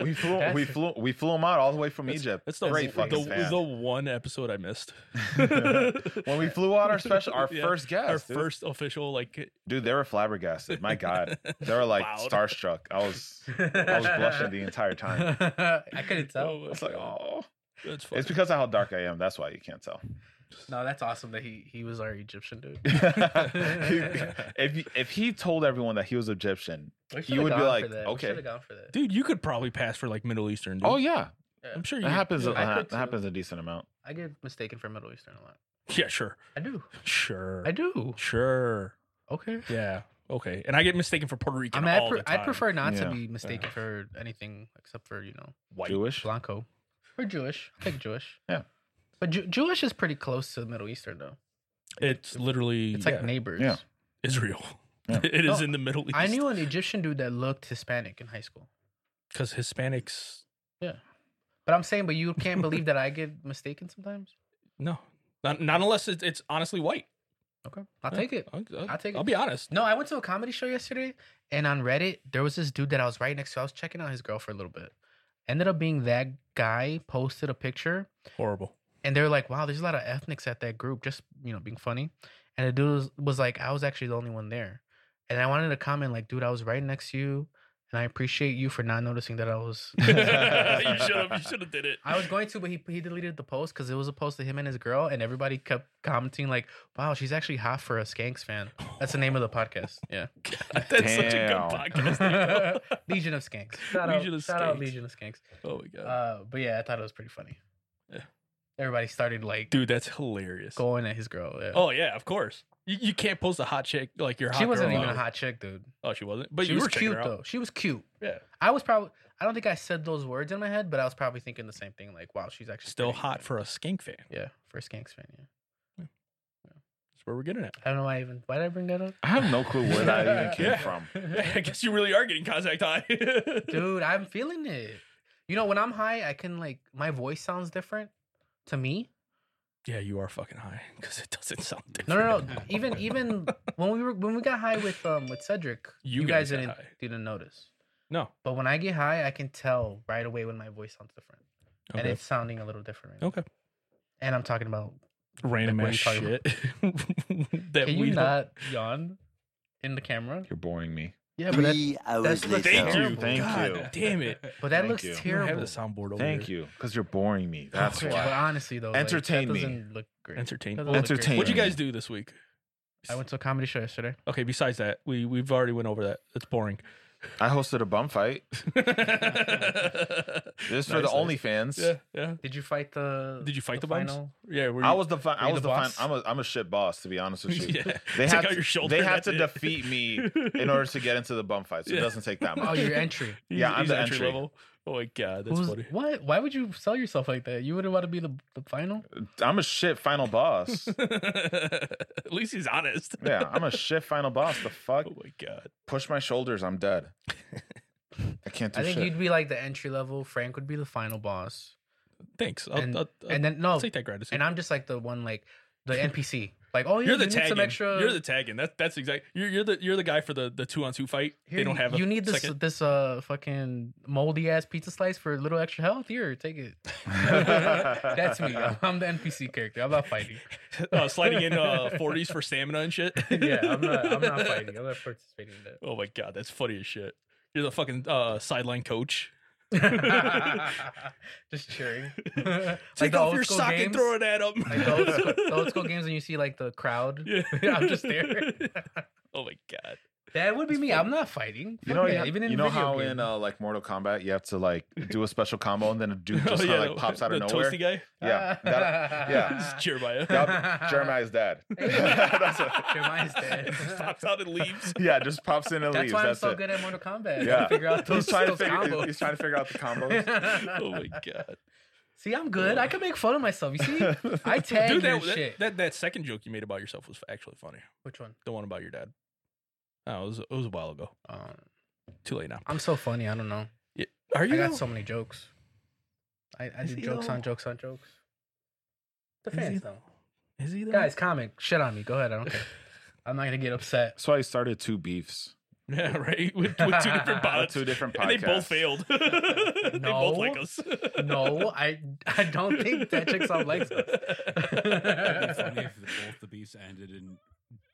[SPEAKER 2] We flew.
[SPEAKER 3] That's-
[SPEAKER 2] we flew. We flew him out all the way from
[SPEAKER 1] That's-
[SPEAKER 2] Egypt.
[SPEAKER 1] That's the
[SPEAKER 2] Great
[SPEAKER 1] the,
[SPEAKER 2] fucking
[SPEAKER 1] the,
[SPEAKER 2] fan.
[SPEAKER 1] the one episode I missed.
[SPEAKER 2] when we flew out our special, our
[SPEAKER 1] Yeah,
[SPEAKER 2] first guest,
[SPEAKER 1] Our
[SPEAKER 2] dude.
[SPEAKER 1] first official, like,
[SPEAKER 2] dude, they were flabbergasted. My God, they were like
[SPEAKER 1] Loud.
[SPEAKER 2] starstruck. I was, I was blushing the entire time.
[SPEAKER 3] I couldn't tell.
[SPEAKER 1] oh,
[SPEAKER 2] I was like, oh,
[SPEAKER 1] that's funny.
[SPEAKER 2] it's because of how dark I am. That's why you can't tell.
[SPEAKER 3] No, that's awesome that he he was our Egyptian dude.
[SPEAKER 2] if he- if he told everyone that he was Egyptian, You would be like, okay.
[SPEAKER 3] should have gone for that.
[SPEAKER 1] dude, you could probably pass for like Middle Eastern. Dude.
[SPEAKER 2] oh yeah,
[SPEAKER 3] Yeah.
[SPEAKER 1] I'm sure you
[SPEAKER 2] that happens.
[SPEAKER 1] Yeah,
[SPEAKER 3] I
[SPEAKER 2] uh,
[SPEAKER 3] could
[SPEAKER 2] that happens
[SPEAKER 3] too.
[SPEAKER 2] a decent amount.
[SPEAKER 3] I get mistaken for Middle Eastern a lot.
[SPEAKER 1] yeah, sure,
[SPEAKER 3] I do.
[SPEAKER 1] sure,
[SPEAKER 3] I do.
[SPEAKER 1] sure.
[SPEAKER 3] Okay.
[SPEAKER 1] Yeah, okay. And I get mistaken for Puerto
[SPEAKER 3] I
[SPEAKER 1] Rican
[SPEAKER 3] mean, I,
[SPEAKER 1] all
[SPEAKER 3] pre-
[SPEAKER 1] the
[SPEAKER 3] I
[SPEAKER 1] time.
[SPEAKER 3] prefer not to
[SPEAKER 2] Yeah.
[SPEAKER 3] be mistaken for anything except for you know
[SPEAKER 1] white.
[SPEAKER 2] Jewish.
[SPEAKER 3] Blanco or Jewish. I think Jewish.
[SPEAKER 2] Yeah.
[SPEAKER 3] But Ju- Jewish is pretty close to Middle Eastern though.
[SPEAKER 1] It's literally
[SPEAKER 3] It's
[SPEAKER 1] yeah,
[SPEAKER 3] like neighbors.
[SPEAKER 2] Yeah.
[SPEAKER 1] Israel.
[SPEAKER 2] Yeah.
[SPEAKER 1] It is
[SPEAKER 3] No,
[SPEAKER 1] in the Middle East.
[SPEAKER 3] I knew an Egyptian dude that looked Hispanic in high school.
[SPEAKER 1] because Hispanics.
[SPEAKER 3] But I'm saying, but you can't believe that I get mistaken sometimes.
[SPEAKER 1] No, not, not unless it's, it's honestly white.
[SPEAKER 3] Okay. I'll
[SPEAKER 1] Yeah.
[SPEAKER 3] take it.
[SPEAKER 1] I'll, I'll-
[SPEAKER 3] I'll take
[SPEAKER 1] I'll
[SPEAKER 3] it.
[SPEAKER 1] be honest.
[SPEAKER 3] No, I went to a comedy show yesterday, and on Reddit there was this dude that I was right next to. I was checking out his girl for a little bit. Ended up being that guy posted a picture,
[SPEAKER 1] Horrible.
[SPEAKER 3] and they're like, "Wow, there's a lot of ethnics at that group." Just you know, being funny. And the dude was, was like, "I was actually the only one there," and I wanted to comment like, "Dude, I was right next to you, and I appreciate you for not noticing that I was."
[SPEAKER 1] you should have. You should have did it.
[SPEAKER 3] I was going to, but he he deleted the post because it was a post to him and his girl, and everybody kept commenting like, "Wow, she's actually hot for a Skanks fan." That's the name of the podcast. Yeah.
[SPEAKER 1] Oh God, that's such
[SPEAKER 2] Damn.
[SPEAKER 1] a good podcast.
[SPEAKER 3] Legion of Skanks. Shout
[SPEAKER 1] Legion
[SPEAKER 3] out,
[SPEAKER 1] of
[SPEAKER 3] shout out
[SPEAKER 1] Skanks.
[SPEAKER 3] Legion of Skanks.
[SPEAKER 1] oh my god,
[SPEAKER 3] Uh, but yeah, I thought it was pretty funny.
[SPEAKER 1] Yeah.
[SPEAKER 3] Everybody started like
[SPEAKER 1] dude, that's hilarious.
[SPEAKER 3] going at his girl. Yeah.
[SPEAKER 1] Oh yeah, of course. You, you can't post a hot chick like your hot.
[SPEAKER 3] she wasn't
[SPEAKER 1] girl
[SPEAKER 3] even a
[SPEAKER 1] out.
[SPEAKER 3] hot chick, dude.
[SPEAKER 1] Oh, she wasn't. But
[SPEAKER 3] she
[SPEAKER 1] you
[SPEAKER 3] was
[SPEAKER 1] were checking
[SPEAKER 3] cute
[SPEAKER 1] her out.
[SPEAKER 3] though. She was cute.
[SPEAKER 1] Yeah,
[SPEAKER 3] I was probably. I don't think I said those words in my head, but I was probably thinking the same thing. Like, wow, she's actually
[SPEAKER 1] still
[SPEAKER 3] pretty,
[SPEAKER 1] hot
[SPEAKER 3] man.
[SPEAKER 1] for a skank fan.
[SPEAKER 3] yeah, for a Skanks fan. Yeah.
[SPEAKER 1] That's where we're getting at.
[SPEAKER 3] I don't know why I even. Why did I bring that up?
[SPEAKER 2] I have no clue where that even came
[SPEAKER 1] Yeah.
[SPEAKER 2] from.
[SPEAKER 1] I guess you really are getting contact high.
[SPEAKER 3] dude i'm feeling it you know when i'm high i can like my voice sounds different to me
[SPEAKER 1] Yeah, you are fucking high because it doesn't sound different.
[SPEAKER 3] no no no even even when we were when we got high with um with cedric
[SPEAKER 1] You
[SPEAKER 3] you,
[SPEAKER 1] guys
[SPEAKER 3] guys,
[SPEAKER 1] got
[SPEAKER 3] didn't
[SPEAKER 1] high.
[SPEAKER 3] didn't notice
[SPEAKER 1] no.
[SPEAKER 3] but when i get high i can tell right away when my voice sounds different and
[SPEAKER 1] Okay.
[SPEAKER 3] it's sounding a little different right now.
[SPEAKER 1] okay.
[SPEAKER 3] and i'm talking about
[SPEAKER 1] Random
[SPEAKER 3] what
[SPEAKER 1] ass
[SPEAKER 3] are you
[SPEAKER 1] shit. that
[SPEAKER 3] can
[SPEAKER 1] we don't-
[SPEAKER 3] you not yawn in the camera
[SPEAKER 2] You're boring me.
[SPEAKER 3] yeah but that,
[SPEAKER 5] hours
[SPEAKER 3] that's
[SPEAKER 5] later.
[SPEAKER 1] Thank you.
[SPEAKER 3] Terrible.
[SPEAKER 2] Thank
[SPEAKER 1] Oh God
[SPEAKER 2] you.
[SPEAKER 1] damn it.
[SPEAKER 3] but that
[SPEAKER 2] Thank
[SPEAKER 3] looks
[SPEAKER 2] you. You don't
[SPEAKER 1] We don't have
[SPEAKER 3] terrible
[SPEAKER 1] the soundboard over
[SPEAKER 2] Thank you, because you're boring me. That's
[SPEAKER 3] Okay, but
[SPEAKER 2] why.
[SPEAKER 3] honestly though like, that
[SPEAKER 2] Entertain me.
[SPEAKER 3] doesn't look great
[SPEAKER 1] Entertain-
[SPEAKER 3] Doesn't look great.
[SPEAKER 2] Entertain
[SPEAKER 1] What'd you
[SPEAKER 2] Thank
[SPEAKER 1] guys do this week?
[SPEAKER 3] i went to a comedy show yesterday
[SPEAKER 1] Okay, besides that, we we've already went over that. It's boring.
[SPEAKER 2] I hosted a bum fight. This
[SPEAKER 1] this
[SPEAKER 2] is for the OnlyFans.
[SPEAKER 1] Yeah, yeah.
[SPEAKER 3] did you fight the
[SPEAKER 1] Did you fight the,
[SPEAKER 3] final?
[SPEAKER 1] bums? Yeah, were
[SPEAKER 2] I
[SPEAKER 1] you-
[SPEAKER 2] was the fi-
[SPEAKER 3] Were
[SPEAKER 2] I
[SPEAKER 3] you
[SPEAKER 2] was
[SPEAKER 3] the
[SPEAKER 2] the, fine.
[SPEAKER 3] boss?
[SPEAKER 2] I'm a I'm a shit boss to be honest with you.
[SPEAKER 1] Yeah.
[SPEAKER 2] They
[SPEAKER 1] Take
[SPEAKER 2] have
[SPEAKER 1] out
[SPEAKER 2] to-
[SPEAKER 1] your shoulder.
[SPEAKER 2] They have to
[SPEAKER 1] that's
[SPEAKER 2] defeat me
[SPEAKER 1] it.
[SPEAKER 2] in order to get into the bum fight. So
[SPEAKER 1] Yeah.
[SPEAKER 2] it doesn't take that much.
[SPEAKER 3] Oh, your entry.
[SPEAKER 1] He's-
[SPEAKER 2] yeah, I'm
[SPEAKER 1] he's
[SPEAKER 2] the
[SPEAKER 1] entry
[SPEAKER 2] entry.
[SPEAKER 1] level. Oh my god, that's
[SPEAKER 3] Who's-
[SPEAKER 1] funny.
[SPEAKER 3] What? Why would you sell yourself like that? You wouldn't want to be the, the final.
[SPEAKER 2] I'm a shit final boss.
[SPEAKER 1] At least he's honest.
[SPEAKER 2] yeah, I'm a shit final boss. The fuck?
[SPEAKER 1] Oh my god.
[SPEAKER 2] Push my shoulders. I'm dead. I can't do
[SPEAKER 3] I think
[SPEAKER 2] shit.
[SPEAKER 3] you'd be like the entry level. Frank would be the final boss,
[SPEAKER 1] Thanks. I'll,
[SPEAKER 3] and,
[SPEAKER 1] I'll, I'll,
[SPEAKER 3] and then no,
[SPEAKER 1] I'll take that gratitude.
[SPEAKER 3] and I'm just like the one like the NPC. Like oh yeah,
[SPEAKER 1] you're the
[SPEAKER 3] you need
[SPEAKER 1] tagging.
[SPEAKER 3] some extra.
[SPEAKER 1] You're the tagging. That that's exact. You're, you're the you're the guy for the the two on two fight.
[SPEAKER 3] here,
[SPEAKER 1] they don't have. A
[SPEAKER 3] You need this
[SPEAKER 1] second.
[SPEAKER 3] this uh fucking moldy ass pizza slice for a little extra health. Here, take it. That's me. I'm, I'm the NPC character. I'm not fighting.
[SPEAKER 1] uh, sliding in uh, 40s for stamina and shit.
[SPEAKER 3] yeah, I'm not. I'm not fighting. I'm not participating in that.
[SPEAKER 1] Oh my god, that's funny as shit. You're the fucking uh, sideline coach.
[SPEAKER 3] just cheering.
[SPEAKER 1] Take off your sock and throw it at him.
[SPEAKER 3] Like the old, school, the old school games, and you see like the crowd.
[SPEAKER 1] Yeah.
[SPEAKER 3] I'm just there.
[SPEAKER 1] oh my god.
[SPEAKER 3] that would be me. I'm not fighting.
[SPEAKER 2] you
[SPEAKER 3] Fuck
[SPEAKER 2] know,
[SPEAKER 3] that,
[SPEAKER 2] you,
[SPEAKER 3] even in
[SPEAKER 2] you know
[SPEAKER 3] video
[SPEAKER 2] how
[SPEAKER 3] games.
[SPEAKER 2] in uh, like Mortal Kombat you have to like do a special combo and then a dude just
[SPEAKER 1] oh,
[SPEAKER 2] kinda,
[SPEAKER 1] yeah,
[SPEAKER 2] like pops out
[SPEAKER 1] the
[SPEAKER 2] of nowhere.
[SPEAKER 1] Toasty guy.
[SPEAKER 2] Yeah, that,
[SPEAKER 3] Ah.
[SPEAKER 2] yeah.
[SPEAKER 1] It's Jeremiah.
[SPEAKER 2] that- Jeremiah's dad.
[SPEAKER 1] That's
[SPEAKER 2] what-
[SPEAKER 3] Jeremiah's dead.
[SPEAKER 1] Just pops out and leaves.
[SPEAKER 2] Yeah, just pops in and
[SPEAKER 3] That's
[SPEAKER 2] leaves.
[SPEAKER 3] why I'm
[SPEAKER 2] That's
[SPEAKER 3] so
[SPEAKER 2] it.
[SPEAKER 3] good at Mortal Kombat.
[SPEAKER 2] Yeah.
[SPEAKER 3] Yeah, figure out those,
[SPEAKER 2] he's trying to
[SPEAKER 3] those
[SPEAKER 2] figure.
[SPEAKER 3] combos.
[SPEAKER 2] He's trying to figure out the combos.
[SPEAKER 1] Oh my god.
[SPEAKER 3] See, I'm good. I can make fun of myself. You see, I tag
[SPEAKER 1] Dude,
[SPEAKER 3] your
[SPEAKER 1] that, that,
[SPEAKER 3] shit.
[SPEAKER 1] that that second joke you made about yourself was actually funny.
[SPEAKER 3] Which one?
[SPEAKER 1] The one about your dad. Oh, it was, it was a while ago.
[SPEAKER 3] Um,
[SPEAKER 1] Too late now.
[SPEAKER 3] I'm so funny. I don't know.
[SPEAKER 1] Are
[SPEAKER 3] I
[SPEAKER 1] you?
[SPEAKER 3] got
[SPEAKER 1] though?
[SPEAKER 3] so many jokes. I, I
[SPEAKER 1] Is
[SPEAKER 3] do
[SPEAKER 1] he
[SPEAKER 3] jokes
[SPEAKER 1] though?
[SPEAKER 3] on jokes on jokes. The
[SPEAKER 1] Is he
[SPEAKER 3] fans
[SPEAKER 1] though?
[SPEAKER 3] know.
[SPEAKER 1] Is he though?
[SPEAKER 3] Guys, comment. Shit on me. Go ahead. I don't care. I'm not gonna get upset.
[SPEAKER 2] So I started two beefs.
[SPEAKER 1] Yeah, right. With, with two different pods,
[SPEAKER 2] Two different
[SPEAKER 1] and they both
[SPEAKER 2] podcasts.
[SPEAKER 1] failed. they both like
[SPEAKER 3] No.
[SPEAKER 1] us.
[SPEAKER 3] No, I I don't think that checks out likes us.
[SPEAKER 4] It'd be funny if the, both the beefs ended in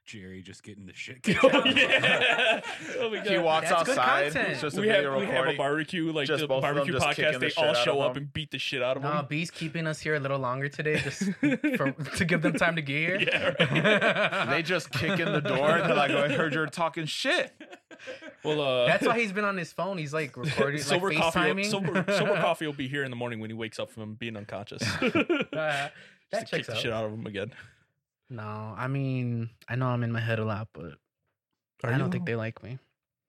[SPEAKER 4] Jerry just getting the shit kicked
[SPEAKER 1] Oh,
[SPEAKER 4] out of him.
[SPEAKER 1] yeah. Oh my god.
[SPEAKER 2] He walks
[SPEAKER 3] That's good
[SPEAKER 2] outside.
[SPEAKER 3] content.
[SPEAKER 2] It's just a
[SPEAKER 1] we have
[SPEAKER 2] video
[SPEAKER 1] we have a
[SPEAKER 2] recording.
[SPEAKER 1] barbecue like
[SPEAKER 2] Just
[SPEAKER 1] the
[SPEAKER 2] both of them
[SPEAKER 1] barbecue
[SPEAKER 2] just
[SPEAKER 1] podcast.
[SPEAKER 2] kicking the
[SPEAKER 1] They all
[SPEAKER 2] shit out
[SPEAKER 1] show
[SPEAKER 2] of
[SPEAKER 1] up
[SPEAKER 2] them.
[SPEAKER 1] and beat the shit out of
[SPEAKER 3] No,
[SPEAKER 1] them.
[SPEAKER 3] B's keeping us here a little longer today, just for, to give them time to get here.
[SPEAKER 1] Yeah,
[SPEAKER 2] they just kick in the door. They're like, "Oh, "I heard you're talking shit."
[SPEAKER 1] Well, uh,
[SPEAKER 3] That's why he's been on his phone. He's like recording,
[SPEAKER 1] sober
[SPEAKER 3] like
[SPEAKER 1] coffee. Will,
[SPEAKER 3] FaceTiming.
[SPEAKER 1] sober, sober coffee will be here in the morning when he wakes up from being unconscious. Just
[SPEAKER 3] Uh,
[SPEAKER 1] to
[SPEAKER 3] that
[SPEAKER 1] kick
[SPEAKER 3] checks
[SPEAKER 1] the
[SPEAKER 3] out.
[SPEAKER 1] shit out of him again.
[SPEAKER 3] No, I mean, I know I'm in my head a lot, but
[SPEAKER 1] Are
[SPEAKER 3] I
[SPEAKER 1] you
[SPEAKER 3] don't think
[SPEAKER 1] though?
[SPEAKER 3] they like me.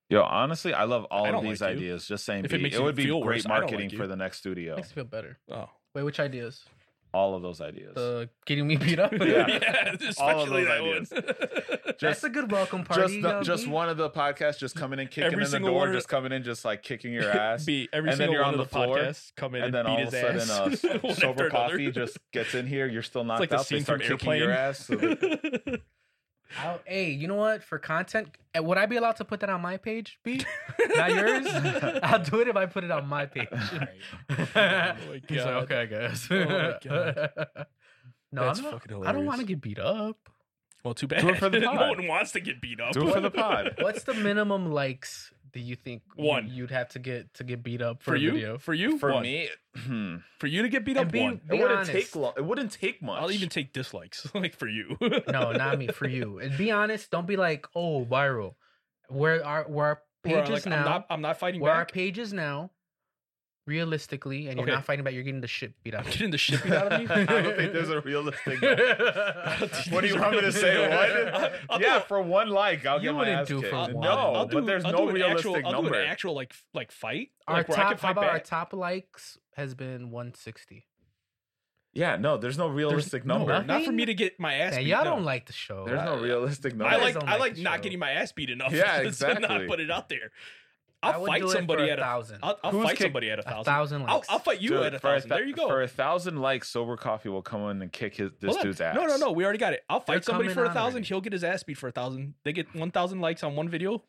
[SPEAKER 2] Yo, honestly, I love all
[SPEAKER 1] I
[SPEAKER 2] of
[SPEAKER 1] don't
[SPEAKER 2] these
[SPEAKER 1] like you.
[SPEAKER 2] ideas. Just saying,
[SPEAKER 1] If it
[SPEAKER 2] B.
[SPEAKER 1] makes
[SPEAKER 2] it
[SPEAKER 1] you
[SPEAKER 2] would be
[SPEAKER 1] feel worse,
[SPEAKER 2] great
[SPEAKER 1] I don't like
[SPEAKER 2] marketing
[SPEAKER 1] you.
[SPEAKER 2] for the next studio.
[SPEAKER 3] Makes me feel better.
[SPEAKER 1] Oh.
[SPEAKER 3] Wait, which ideas?
[SPEAKER 2] All of those ideas.
[SPEAKER 3] The getting me beat up.
[SPEAKER 2] Yeah. All of
[SPEAKER 1] especially
[SPEAKER 2] those
[SPEAKER 1] that
[SPEAKER 2] ideas.
[SPEAKER 1] one.
[SPEAKER 3] That's
[SPEAKER 2] Just-
[SPEAKER 3] a good welcome party.
[SPEAKER 2] just the,
[SPEAKER 3] uh,
[SPEAKER 2] just
[SPEAKER 3] B.
[SPEAKER 2] one of the podcasts, just coming in, kicking
[SPEAKER 1] Every
[SPEAKER 2] in the
[SPEAKER 1] single
[SPEAKER 2] door,
[SPEAKER 1] one-
[SPEAKER 2] just coming in, just like kicking your ass.
[SPEAKER 1] Be every
[SPEAKER 2] And then
[SPEAKER 1] single
[SPEAKER 2] you're
[SPEAKER 1] one
[SPEAKER 2] on
[SPEAKER 1] of the,
[SPEAKER 2] the floor,
[SPEAKER 1] podcasts come in
[SPEAKER 2] and
[SPEAKER 1] and,
[SPEAKER 2] then all
[SPEAKER 1] beat
[SPEAKER 2] of a
[SPEAKER 1] his
[SPEAKER 2] sudden,
[SPEAKER 1] ass.
[SPEAKER 2] uh,
[SPEAKER 1] one
[SPEAKER 2] sober
[SPEAKER 1] after another.
[SPEAKER 2] coffee just gets in here. You're still knocked
[SPEAKER 1] like the
[SPEAKER 2] out. They
[SPEAKER 1] scene
[SPEAKER 2] start
[SPEAKER 1] from
[SPEAKER 2] kicking
[SPEAKER 1] Airplane.
[SPEAKER 2] your ass. So they-
[SPEAKER 3] I'll- hey, you know what? For content, uh, would I be allowed to put that on my page, B? Not yours.
[SPEAKER 2] Oh
[SPEAKER 3] I'll do it if I put it on my page.
[SPEAKER 4] All right.
[SPEAKER 1] Oh my
[SPEAKER 3] He's
[SPEAKER 1] God.
[SPEAKER 3] like, okay, I guess.
[SPEAKER 1] Oh my God.
[SPEAKER 3] no,
[SPEAKER 1] That's
[SPEAKER 3] I'm not,
[SPEAKER 1] fucking
[SPEAKER 3] I don't want to
[SPEAKER 1] hilarious.
[SPEAKER 3] get beat up.
[SPEAKER 1] Well, too bad.
[SPEAKER 2] Do it for the
[SPEAKER 1] no
[SPEAKER 2] pod.
[SPEAKER 1] one wants to get beat up.
[SPEAKER 2] Do it for the pod.
[SPEAKER 3] What's the minimum likes? Do you think you-
[SPEAKER 1] One.
[SPEAKER 3] you'd have to get to get beat up for,
[SPEAKER 1] for
[SPEAKER 3] a
[SPEAKER 1] you?
[SPEAKER 3] video?
[SPEAKER 1] For you?
[SPEAKER 2] For
[SPEAKER 1] One.
[SPEAKER 2] me, hmm,
[SPEAKER 1] For you to get beat
[SPEAKER 3] And
[SPEAKER 1] up?
[SPEAKER 3] be-
[SPEAKER 1] one.
[SPEAKER 2] it
[SPEAKER 3] Be
[SPEAKER 2] wouldn't
[SPEAKER 3] honest.
[SPEAKER 2] take long. It wouldn't take much.
[SPEAKER 1] I'll even take dislikes, like for you.
[SPEAKER 3] no, not me. For you. And be honest. Don't be like, oh, viral. Where are where our
[SPEAKER 1] Where I'm
[SPEAKER 3] pages
[SPEAKER 1] like,
[SPEAKER 3] now?
[SPEAKER 1] I'm not, I'm not fighting
[SPEAKER 3] where our
[SPEAKER 1] back.
[SPEAKER 3] pages now? Realistically, and you're
[SPEAKER 1] Okay.
[SPEAKER 3] not fighting about you're getting the shit beat
[SPEAKER 1] I'm
[SPEAKER 3] out. of you.
[SPEAKER 1] getting the shit beat out of
[SPEAKER 2] I
[SPEAKER 1] me.
[SPEAKER 2] don't think there's a realistic. goal. What do you want me to say? What?
[SPEAKER 1] I'll
[SPEAKER 2] yeah,
[SPEAKER 1] do-
[SPEAKER 2] for one like, I'll
[SPEAKER 3] You
[SPEAKER 2] get my
[SPEAKER 3] wouldn't
[SPEAKER 2] ass
[SPEAKER 3] do
[SPEAKER 2] kicked.
[SPEAKER 3] for
[SPEAKER 1] I'll-
[SPEAKER 3] one.
[SPEAKER 2] No,
[SPEAKER 1] I'll do-
[SPEAKER 2] but there's
[SPEAKER 1] I'll
[SPEAKER 2] no
[SPEAKER 1] do an
[SPEAKER 2] realistic
[SPEAKER 1] actual, I'll do
[SPEAKER 2] number.
[SPEAKER 1] an actual like f- like fight.
[SPEAKER 3] Our
[SPEAKER 1] Like where I can
[SPEAKER 3] top, how
[SPEAKER 1] fight
[SPEAKER 3] about our
[SPEAKER 1] back.
[SPEAKER 3] top likes has been 160.
[SPEAKER 2] yeah, no, there's no realistic
[SPEAKER 1] no,
[SPEAKER 2] number.
[SPEAKER 1] not for me to get my ass
[SPEAKER 3] Now,
[SPEAKER 1] beat.
[SPEAKER 3] y'all
[SPEAKER 1] no.
[SPEAKER 3] don't like the show.
[SPEAKER 2] There's no
[SPEAKER 1] I-
[SPEAKER 2] realistic number.
[SPEAKER 1] I
[SPEAKER 3] guys
[SPEAKER 1] like
[SPEAKER 3] don't
[SPEAKER 1] I
[SPEAKER 3] like
[SPEAKER 1] like
[SPEAKER 3] the
[SPEAKER 1] not
[SPEAKER 3] show.
[SPEAKER 1] getting my ass beat enough.
[SPEAKER 2] Yeah,
[SPEAKER 1] to not
[SPEAKER 2] exactly.
[SPEAKER 1] put it out there.
[SPEAKER 3] I
[SPEAKER 1] I'll
[SPEAKER 3] would
[SPEAKER 1] fight
[SPEAKER 3] do it
[SPEAKER 1] somebody
[SPEAKER 3] for a
[SPEAKER 1] at a
[SPEAKER 3] thousand.
[SPEAKER 1] I'll, I'll
[SPEAKER 2] Who's
[SPEAKER 1] fight
[SPEAKER 2] kick-
[SPEAKER 1] somebody at a
[SPEAKER 3] A
[SPEAKER 1] thousand.
[SPEAKER 3] thousand
[SPEAKER 1] I'll,
[SPEAKER 3] likes.
[SPEAKER 1] I'll fight you
[SPEAKER 2] Dude,
[SPEAKER 1] at a
[SPEAKER 2] for
[SPEAKER 1] thousand.
[SPEAKER 2] thou-
[SPEAKER 1] there you go.
[SPEAKER 2] For a thousand likes, Sober Coffee will come in and kick his this
[SPEAKER 1] Hold on.
[SPEAKER 2] dude's ass.
[SPEAKER 1] No, no, no. We already got it. I'll
[SPEAKER 3] They're
[SPEAKER 1] fight somebody
[SPEAKER 3] coming
[SPEAKER 1] for a
[SPEAKER 3] on
[SPEAKER 1] thousand.
[SPEAKER 3] already.
[SPEAKER 1] He'll get his ass beat for a thousand. They get one thousand likes on one video.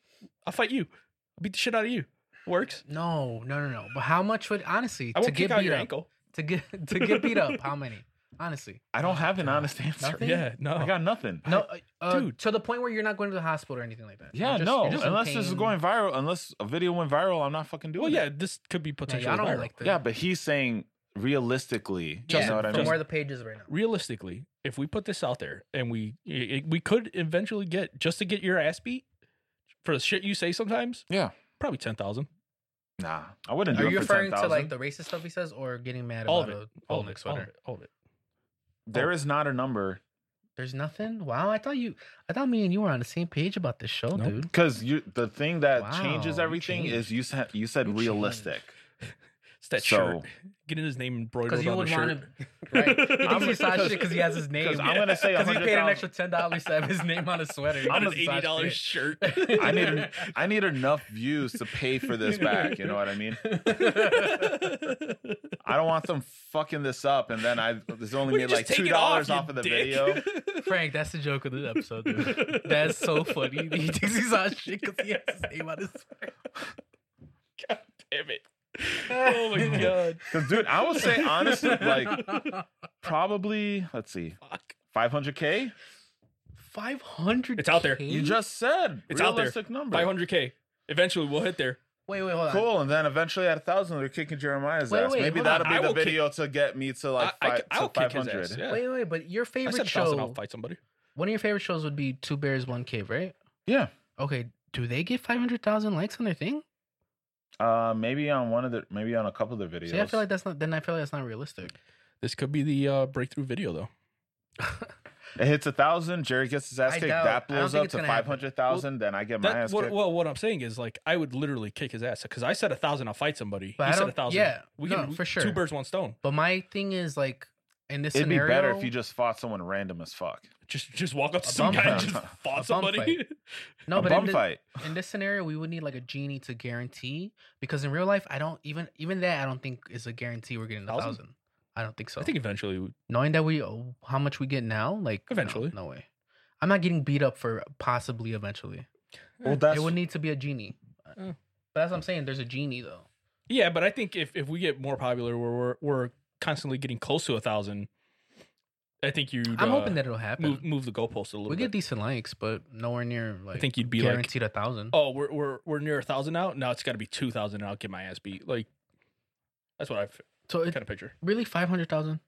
[SPEAKER 1] I'll fight you. I'll beat the shit out of you. Works.
[SPEAKER 3] No, no, no, no. But how much would honestly
[SPEAKER 1] I
[SPEAKER 3] to
[SPEAKER 1] won't kick
[SPEAKER 3] get
[SPEAKER 1] out
[SPEAKER 3] beat
[SPEAKER 1] your
[SPEAKER 3] up?
[SPEAKER 1] ankle.
[SPEAKER 3] To get to get beat up? How many? Honestly,
[SPEAKER 2] I don't have an honest answer.
[SPEAKER 3] Nothing?
[SPEAKER 1] Yeah, no.
[SPEAKER 2] I got nothing.
[SPEAKER 3] no, uh, uh,
[SPEAKER 1] Dude.
[SPEAKER 3] To the point where you're not going to the hospital or anything like that. You're
[SPEAKER 2] Yeah,
[SPEAKER 3] just-
[SPEAKER 2] no.
[SPEAKER 3] you're just in
[SPEAKER 2] Unless this is
[SPEAKER 3] pain.
[SPEAKER 2] going viral, unless a video went viral, I'm not fucking doing
[SPEAKER 1] well,
[SPEAKER 2] it.
[SPEAKER 1] yeah, this could be
[SPEAKER 3] Yeah,
[SPEAKER 1] potentially
[SPEAKER 3] y'all don't
[SPEAKER 1] viral.
[SPEAKER 3] like the
[SPEAKER 2] Yeah, but he's saying realistically.
[SPEAKER 3] Yeah,
[SPEAKER 2] you know what I
[SPEAKER 3] from
[SPEAKER 2] mean?
[SPEAKER 3] where the page is right now.
[SPEAKER 1] Realistically, if we put this out there and we it, we could eventually get just to get your ass beat for the shit you say sometimes.
[SPEAKER 2] Yeah.
[SPEAKER 1] probably ten thousand.
[SPEAKER 2] nah, I wouldn't do
[SPEAKER 3] Are
[SPEAKER 2] it
[SPEAKER 3] you
[SPEAKER 2] for
[SPEAKER 3] referring to
[SPEAKER 2] 10,000.
[SPEAKER 3] like the racist stuff he says, or getting mad
[SPEAKER 1] All of
[SPEAKER 3] about
[SPEAKER 1] it.
[SPEAKER 3] a
[SPEAKER 1] All
[SPEAKER 3] all
[SPEAKER 1] of it. All of
[SPEAKER 3] sweater?
[SPEAKER 1] it. All of it.
[SPEAKER 2] There is not a number
[SPEAKER 3] There's nothing. Wow, I thought you, I thought me and you were on the same page about this show,
[SPEAKER 1] Nope.
[SPEAKER 3] dude.
[SPEAKER 2] because you the thing that
[SPEAKER 3] Wow,
[SPEAKER 2] changes
[SPEAKER 3] you
[SPEAKER 2] everything is you said you said
[SPEAKER 3] You changed.
[SPEAKER 2] realistic.
[SPEAKER 1] It's that
[SPEAKER 2] So-
[SPEAKER 1] shirt. Getting his name embroidered
[SPEAKER 3] Because you
[SPEAKER 1] on the
[SPEAKER 3] would
[SPEAKER 1] shirt.
[SPEAKER 3] want to, right? He thinks
[SPEAKER 2] I'm-
[SPEAKER 3] he's Sasha
[SPEAKER 2] because-
[SPEAKER 3] because he has his name.
[SPEAKER 2] Because I'm gonna say
[SPEAKER 3] Because he paid an
[SPEAKER 2] 100,000
[SPEAKER 3] extra ten dollars to have his name on a sweater. He
[SPEAKER 1] on an
[SPEAKER 3] thinks he's
[SPEAKER 1] eighty
[SPEAKER 3] hot
[SPEAKER 1] dollars
[SPEAKER 3] shit.
[SPEAKER 1] shirt.
[SPEAKER 2] I need an- I need enough views to pay for this back. You know what I mean? I don't want them fucking this up, and then I there's only
[SPEAKER 1] We
[SPEAKER 2] made like two dollars off of the video.
[SPEAKER 3] Frank, that's the joke of the episode. Dude. That's so funny. He thinks he's hot shit because he has his name on his sweater.
[SPEAKER 1] Damn it! Oh my god!
[SPEAKER 2] Because dude, I would say honestly, like probably let's see,
[SPEAKER 1] Fuck.
[SPEAKER 2] 500k.
[SPEAKER 3] Five hundred.
[SPEAKER 1] It's out there.
[SPEAKER 2] You just said
[SPEAKER 1] Mm. It's out there.
[SPEAKER 2] realistic number.
[SPEAKER 1] Five hundred k. Eventually, we'll hit there.
[SPEAKER 3] wait, wait, hold on.
[SPEAKER 2] Cool, and then eventually at a thousand, they're kicking Jeremiah's
[SPEAKER 3] Wait,
[SPEAKER 2] ass.
[SPEAKER 3] wait,
[SPEAKER 2] Maybe
[SPEAKER 3] hold on.
[SPEAKER 2] that'll
[SPEAKER 1] I
[SPEAKER 2] be the
[SPEAKER 1] will kick-
[SPEAKER 2] video to get me to like
[SPEAKER 1] I,
[SPEAKER 2] five,
[SPEAKER 1] I, I'll
[SPEAKER 2] to
[SPEAKER 1] kick
[SPEAKER 2] five
[SPEAKER 1] his ass.
[SPEAKER 2] hundred.
[SPEAKER 1] Yeah.
[SPEAKER 3] Wait, wait, but your
[SPEAKER 1] I said
[SPEAKER 3] favorite
[SPEAKER 1] thousand. I'll
[SPEAKER 3] show,
[SPEAKER 1] fight somebody.
[SPEAKER 3] one of your favorite shows would be Two Bears, One Cave, right?
[SPEAKER 2] yeah.
[SPEAKER 3] Okay, do they get five hundred thousand likes on their thing?
[SPEAKER 2] Uh, maybe on one of the, maybe on a couple of the videos.
[SPEAKER 3] See, I feel like that's not. Then I feel like that's not realistic.
[SPEAKER 1] This could be the uh, breakthrough video, though.
[SPEAKER 2] it hits a thousand. Jerry gets his ass
[SPEAKER 3] I
[SPEAKER 2] kicked.
[SPEAKER 3] doubt-
[SPEAKER 2] That
[SPEAKER 3] I don't
[SPEAKER 2] blows
[SPEAKER 3] think
[SPEAKER 2] up
[SPEAKER 3] it's
[SPEAKER 2] to
[SPEAKER 3] gonna happen.
[SPEAKER 2] five hundred thousand. Then I get my
[SPEAKER 1] That,
[SPEAKER 2] ass
[SPEAKER 1] what,
[SPEAKER 2] kicked.
[SPEAKER 1] well, what I'm saying is, like, I would literally kick his ass because I said a thousand, I'll fight somebody. he
[SPEAKER 3] But I
[SPEAKER 1] said a
[SPEAKER 3] don't-
[SPEAKER 1] thousand.
[SPEAKER 3] yeah,
[SPEAKER 1] we
[SPEAKER 3] no,
[SPEAKER 1] can we-
[SPEAKER 3] for sure.
[SPEAKER 1] two birds, one stone.
[SPEAKER 3] But my thing is like in this
[SPEAKER 2] It'd be
[SPEAKER 3] scenario,
[SPEAKER 2] better if you just fought someone random as fuck.
[SPEAKER 1] Just just walk up to
[SPEAKER 2] A
[SPEAKER 1] some
[SPEAKER 2] bum
[SPEAKER 1] guy and
[SPEAKER 2] fight.
[SPEAKER 1] just
[SPEAKER 3] A
[SPEAKER 1] fought
[SPEAKER 3] bum
[SPEAKER 1] somebody.
[SPEAKER 3] No,
[SPEAKER 2] a
[SPEAKER 3] but
[SPEAKER 2] bum
[SPEAKER 3] in, thi-
[SPEAKER 2] fight.
[SPEAKER 3] in this scenario, we would need like a genie to guarantee because in real life, I don't even even that I don't think is a guarantee we're getting a
[SPEAKER 1] Thousand?
[SPEAKER 3] thousand. I don't think so.
[SPEAKER 1] I think eventually we-
[SPEAKER 3] knowing that we oh, how much we get now, like no-
[SPEAKER 1] Eventually.
[SPEAKER 3] no, way. I'm not getting beat up for possibly eventually.
[SPEAKER 2] Well, that's
[SPEAKER 3] it would need to be a genie.
[SPEAKER 1] Yeah.
[SPEAKER 3] But that's what I'm saying. There's a genie though.
[SPEAKER 1] Yeah, but I think if, if we get more popular where we're we're constantly getting close to a thousand, I think you
[SPEAKER 3] I'm hoping that it'll happen.
[SPEAKER 1] move move the goalpost a little
[SPEAKER 3] we get
[SPEAKER 1] bit.
[SPEAKER 3] decent likes, but nowhere near like
[SPEAKER 1] I think you'd be like
[SPEAKER 3] guaranteed a thousand.
[SPEAKER 1] oh, we're we're we're near a thousand now. Now it's got to be two thousand, and I'll get my ass beat. Like that's what I
[SPEAKER 3] so it,
[SPEAKER 1] kind of picture.
[SPEAKER 3] really five hundred thousand.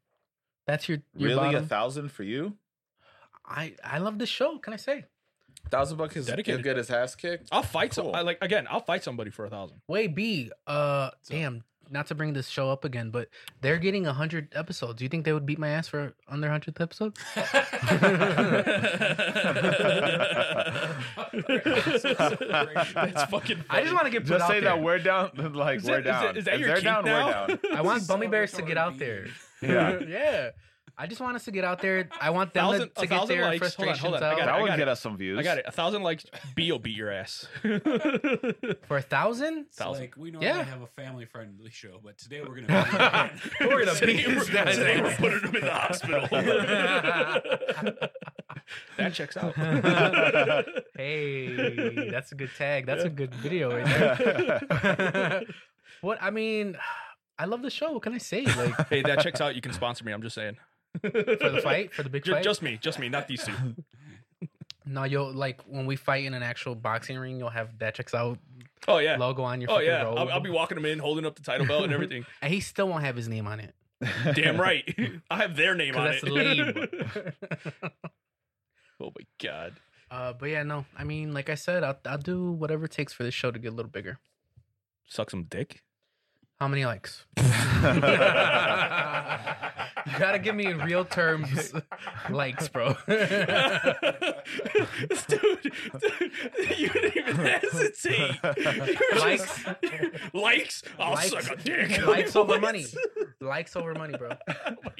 [SPEAKER 3] That's your, your
[SPEAKER 2] really a
[SPEAKER 3] bottom?
[SPEAKER 2] thousand for you.
[SPEAKER 3] I I love this show. Can I say?
[SPEAKER 2] Thousand bucks is
[SPEAKER 1] Dedicated.
[SPEAKER 2] he'll get his ass kicked.
[SPEAKER 1] I'll fight some.
[SPEAKER 2] Cool.
[SPEAKER 1] I like again. I'll fight somebody for a thousand.
[SPEAKER 3] Way B. Uh,
[SPEAKER 4] So-
[SPEAKER 3] damn. Not to bring this show up again, but they're getting hundred episodes. Do you think they would beat my ass for on their hundredth episode?
[SPEAKER 1] That's fucking.
[SPEAKER 3] I just
[SPEAKER 1] funny.
[SPEAKER 3] want to get put
[SPEAKER 2] Just
[SPEAKER 3] out
[SPEAKER 2] say
[SPEAKER 3] there.
[SPEAKER 2] that we're down. Like
[SPEAKER 1] Is
[SPEAKER 2] we're
[SPEAKER 1] that- is that-
[SPEAKER 2] down.
[SPEAKER 1] Is that
[SPEAKER 2] If
[SPEAKER 1] your
[SPEAKER 2] they're
[SPEAKER 1] kink
[SPEAKER 2] down,
[SPEAKER 1] now?
[SPEAKER 2] we're down.
[SPEAKER 3] I want
[SPEAKER 4] This is
[SPEAKER 3] Bummy
[SPEAKER 4] so
[SPEAKER 3] Bears to
[SPEAKER 4] retarded
[SPEAKER 3] get out
[SPEAKER 4] beat.
[SPEAKER 3] there.
[SPEAKER 2] Yeah.
[SPEAKER 3] yeah. I just want us to get out there. I want them
[SPEAKER 1] Thousand-
[SPEAKER 3] to,
[SPEAKER 1] a
[SPEAKER 3] to get
[SPEAKER 1] thousand
[SPEAKER 3] their
[SPEAKER 1] likes. Hold on,
[SPEAKER 3] frustrations
[SPEAKER 1] hold on. I
[SPEAKER 3] out.
[SPEAKER 1] got it.
[SPEAKER 2] That would
[SPEAKER 1] it.
[SPEAKER 2] get us some views.
[SPEAKER 1] I got it. A thousand likes, B will beat your ass.
[SPEAKER 3] For a thousand?
[SPEAKER 4] It's
[SPEAKER 1] Thousand.
[SPEAKER 4] like we normally
[SPEAKER 3] Yeah.
[SPEAKER 4] have a family friendly show, but today we're gonna.
[SPEAKER 3] We're gonna
[SPEAKER 1] Today
[SPEAKER 3] beat
[SPEAKER 1] we're-
[SPEAKER 3] this guy's
[SPEAKER 1] today we're
[SPEAKER 3] ass.
[SPEAKER 1] putting him in the hospital. that checks out.
[SPEAKER 3] Hey, that's a good tag. That's a good video right there.
[SPEAKER 2] it.
[SPEAKER 3] What I mean, I love the show. What can I say? Like
[SPEAKER 1] hey, that checks out. You can sponsor me. I'm just saying.
[SPEAKER 3] for the fight, for the big
[SPEAKER 1] Ju-
[SPEAKER 3] fight.
[SPEAKER 1] just me, just me, not these two.
[SPEAKER 3] no, you'll like when we fight in an actual boxing ring, you'll have that checks out
[SPEAKER 1] Oh yeah.
[SPEAKER 3] logo on your.
[SPEAKER 1] Oh
[SPEAKER 3] fucking
[SPEAKER 1] yeah. I'll,
[SPEAKER 3] robe.
[SPEAKER 1] I'll be walking him in, holding up the title belt and everything.
[SPEAKER 3] and he still won't have his name on it.
[SPEAKER 1] Damn right. I have their name
[SPEAKER 3] 'cause
[SPEAKER 1] on
[SPEAKER 3] that's
[SPEAKER 1] it.
[SPEAKER 3] lame.
[SPEAKER 1] oh my god.
[SPEAKER 3] uh, but yeah, no. I mean, like I said, I'll, I'll do whatever it takes for this show to get a little bigger.
[SPEAKER 1] Suck some dick.
[SPEAKER 3] How many likes? You gotta give me in real terms likes, bro.
[SPEAKER 1] This dude, dude, you didn't even hesitate. You were
[SPEAKER 3] likes,
[SPEAKER 1] just- likes. I'll
[SPEAKER 3] Likes.
[SPEAKER 1] suck a dick.
[SPEAKER 3] likes over
[SPEAKER 1] What?
[SPEAKER 3] money. Likes over money, bro.
[SPEAKER 1] Oh my god.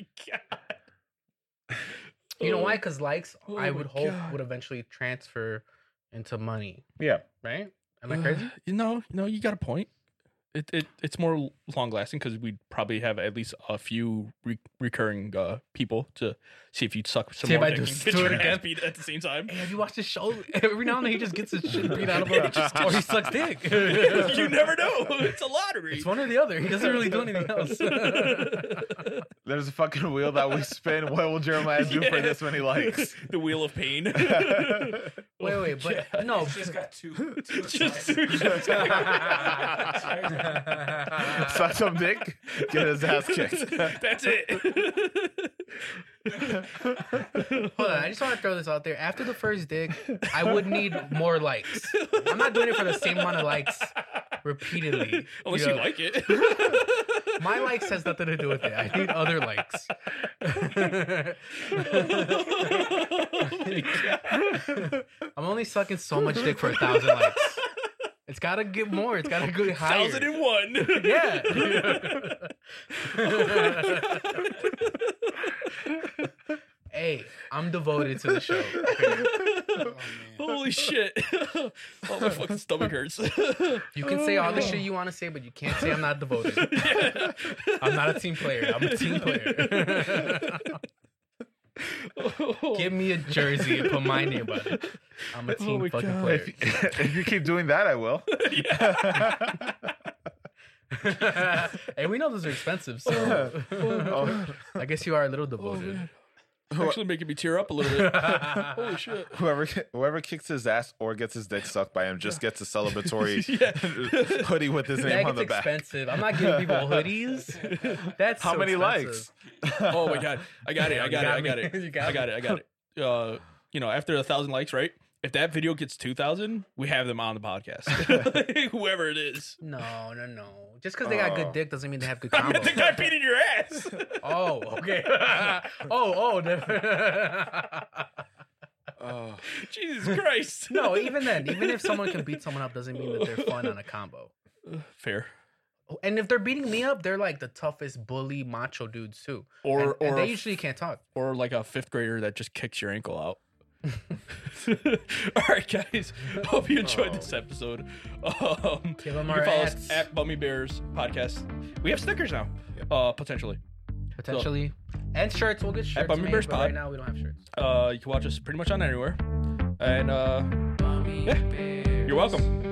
[SPEAKER 3] You know
[SPEAKER 1] Oh.
[SPEAKER 3] why? Because likes,
[SPEAKER 1] Oh
[SPEAKER 3] I
[SPEAKER 1] my
[SPEAKER 3] would hope,
[SPEAKER 1] God.
[SPEAKER 3] would eventually transfer into money,
[SPEAKER 2] yeah.
[SPEAKER 3] right? Am I crazy?
[SPEAKER 1] Uh, You know, no, you got a point. It, it it's more long lasting because we'd probably have at least a few re- recurring uh, people to see if you'd suck some
[SPEAKER 3] See if
[SPEAKER 1] more
[SPEAKER 3] I
[SPEAKER 1] dick
[SPEAKER 3] do-
[SPEAKER 1] and get
[SPEAKER 3] do it
[SPEAKER 1] your
[SPEAKER 3] again.
[SPEAKER 1] ass beat at the same time.
[SPEAKER 3] Hey, have you watched this show? Every now and then he just gets his shit beat out of him, or he sucks dick.
[SPEAKER 1] you never know. It's a lottery.
[SPEAKER 3] It's one or the other. He doesn't really do anything else.
[SPEAKER 2] There's a fucking wheel that we spin. What will Jeremiah do for
[SPEAKER 1] Yeah.
[SPEAKER 2] this many likes?
[SPEAKER 1] the wheel of pain.
[SPEAKER 3] wait, wait, but no.
[SPEAKER 4] She's got two. two
[SPEAKER 1] Just-
[SPEAKER 4] sides.
[SPEAKER 1] just-
[SPEAKER 2] Suck some dick. Get his ass kicked.
[SPEAKER 1] That's it.
[SPEAKER 3] Hold on, I just want to throw this out there. After the first dick, I would need more likes. I'm not doing it for the same amount of likes repeatedly.
[SPEAKER 1] Unless you
[SPEAKER 3] know.
[SPEAKER 1] like it.
[SPEAKER 3] My likes has nothing to do with it. I need other likes. I'm only sucking so much dick for a thousand likes. It's gotta get more. It's gotta go higher.
[SPEAKER 1] Thousand and one.
[SPEAKER 3] yeah. hey, I'm devoted to the show.
[SPEAKER 4] Oh, man.
[SPEAKER 1] Holy shit. oh, my fucking stomach hurts. Yeah.
[SPEAKER 3] You can say all the shit you want to say, but you can't say I'm not devoted. I'm not a team player. I'm a team player. Give me a jersey and put my name on it. I'm a team
[SPEAKER 1] my
[SPEAKER 3] fucking
[SPEAKER 1] God.
[SPEAKER 3] player.
[SPEAKER 2] If, if you keep doing that, I will.
[SPEAKER 3] and we know those are expensive, so
[SPEAKER 2] Oh,
[SPEAKER 3] I guess you are a little
[SPEAKER 1] Oh,
[SPEAKER 3] devoted.
[SPEAKER 1] Actually making me tear up a little bit. Holy shit.
[SPEAKER 2] whoever whoever kicks his ass or gets his dick sucked by him just gets a celebratory
[SPEAKER 1] Yeah.
[SPEAKER 2] hoodie with his name
[SPEAKER 3] That
[SPEAKER 2] on
[SPEAKER 3] gets
[SPEAKER 2] the back.
[SPEAKER 3] expensive. I'm not giving people hoodies. That's
[SPEAKER 2] How
[SPEAKER 3] so
[SPEAKER 2] many
[SPEAKER 3] expensive.
[SPEAKER 2] likes?
[SPEAKER 1] Oh my god. I got it. I
[SPEAKER 3] You
[SPEAKER 1] got it.
[SPEAKER 3] got
[SPEAKER 1] I got
[SPEAKER 3] me. You
[SPEAKER 1] it.
[SPEAKER 3] got
[SPEAKER 1] I got it. I got it. Uh you know, after a thousand likes, right? If that video gets two thousand, we have them on the podcast. Whoever it is.
[SPEAKER 3] No, no, no. Just because they got
[SPEAKER 2] Oh.
[SPEAKER 3] good dick doesn't mean they have good
[SPEAKER 1] I
[SPEAKER 3] combo.
[SPEAKER 1] meant the guy beating your ass.
[SPEAKER 3] Oh, okay. oh, oh. Never.
[SPEAKER 2] Oh,
[SPEAKER 1] Jesus Christ.
[SPEAKER 3] no, even then, even if someone can beat someone up, doesn't mean that they're fun on a combo.
[SPEAKER 1] Fair.
[SPEAKER 3] and if they're beating me up, they're like the toughest bully macho dudes too.
[SPEAKER 1] Or
[SPEAKER 3] and,
[SPEAKER 1] or
[SPEAKER 3] and
[SPEAKER 1] a
[SPEAKER 3] they
[SPEAKER 1] f-
[SPEAKER 3] usually can't talk.
[SPEAKER 1] or like a fifth grader that just kicks your ankle out. All right, guys. Hope you enjoyed this episode. Um,
[SPEAKER 3] Oh. Give them
[SPEAKER 1] you
[SPEAKER 3] our
[SPEAKER 1] can follow
[SPEAKER 3] ads.
[SPEAKER 1] us at Bummy Bears Podcast. We have stickers now, uh, potentially.
[SPEAKER 3] potentially. And shirts, we'll get shirts.
[SPEAKER 1] Bummy
[SPEAKER 3] made,
[SPEAKER 1] Bears
[SPEAKER 3] but right
[SPEAKER 1] Pod.
[SPEAKER 3] now we don't have shirts.
[SPEAKER 1] Uh, you can watch us pretty much on anywhere. And uh, yeah, you're welcome.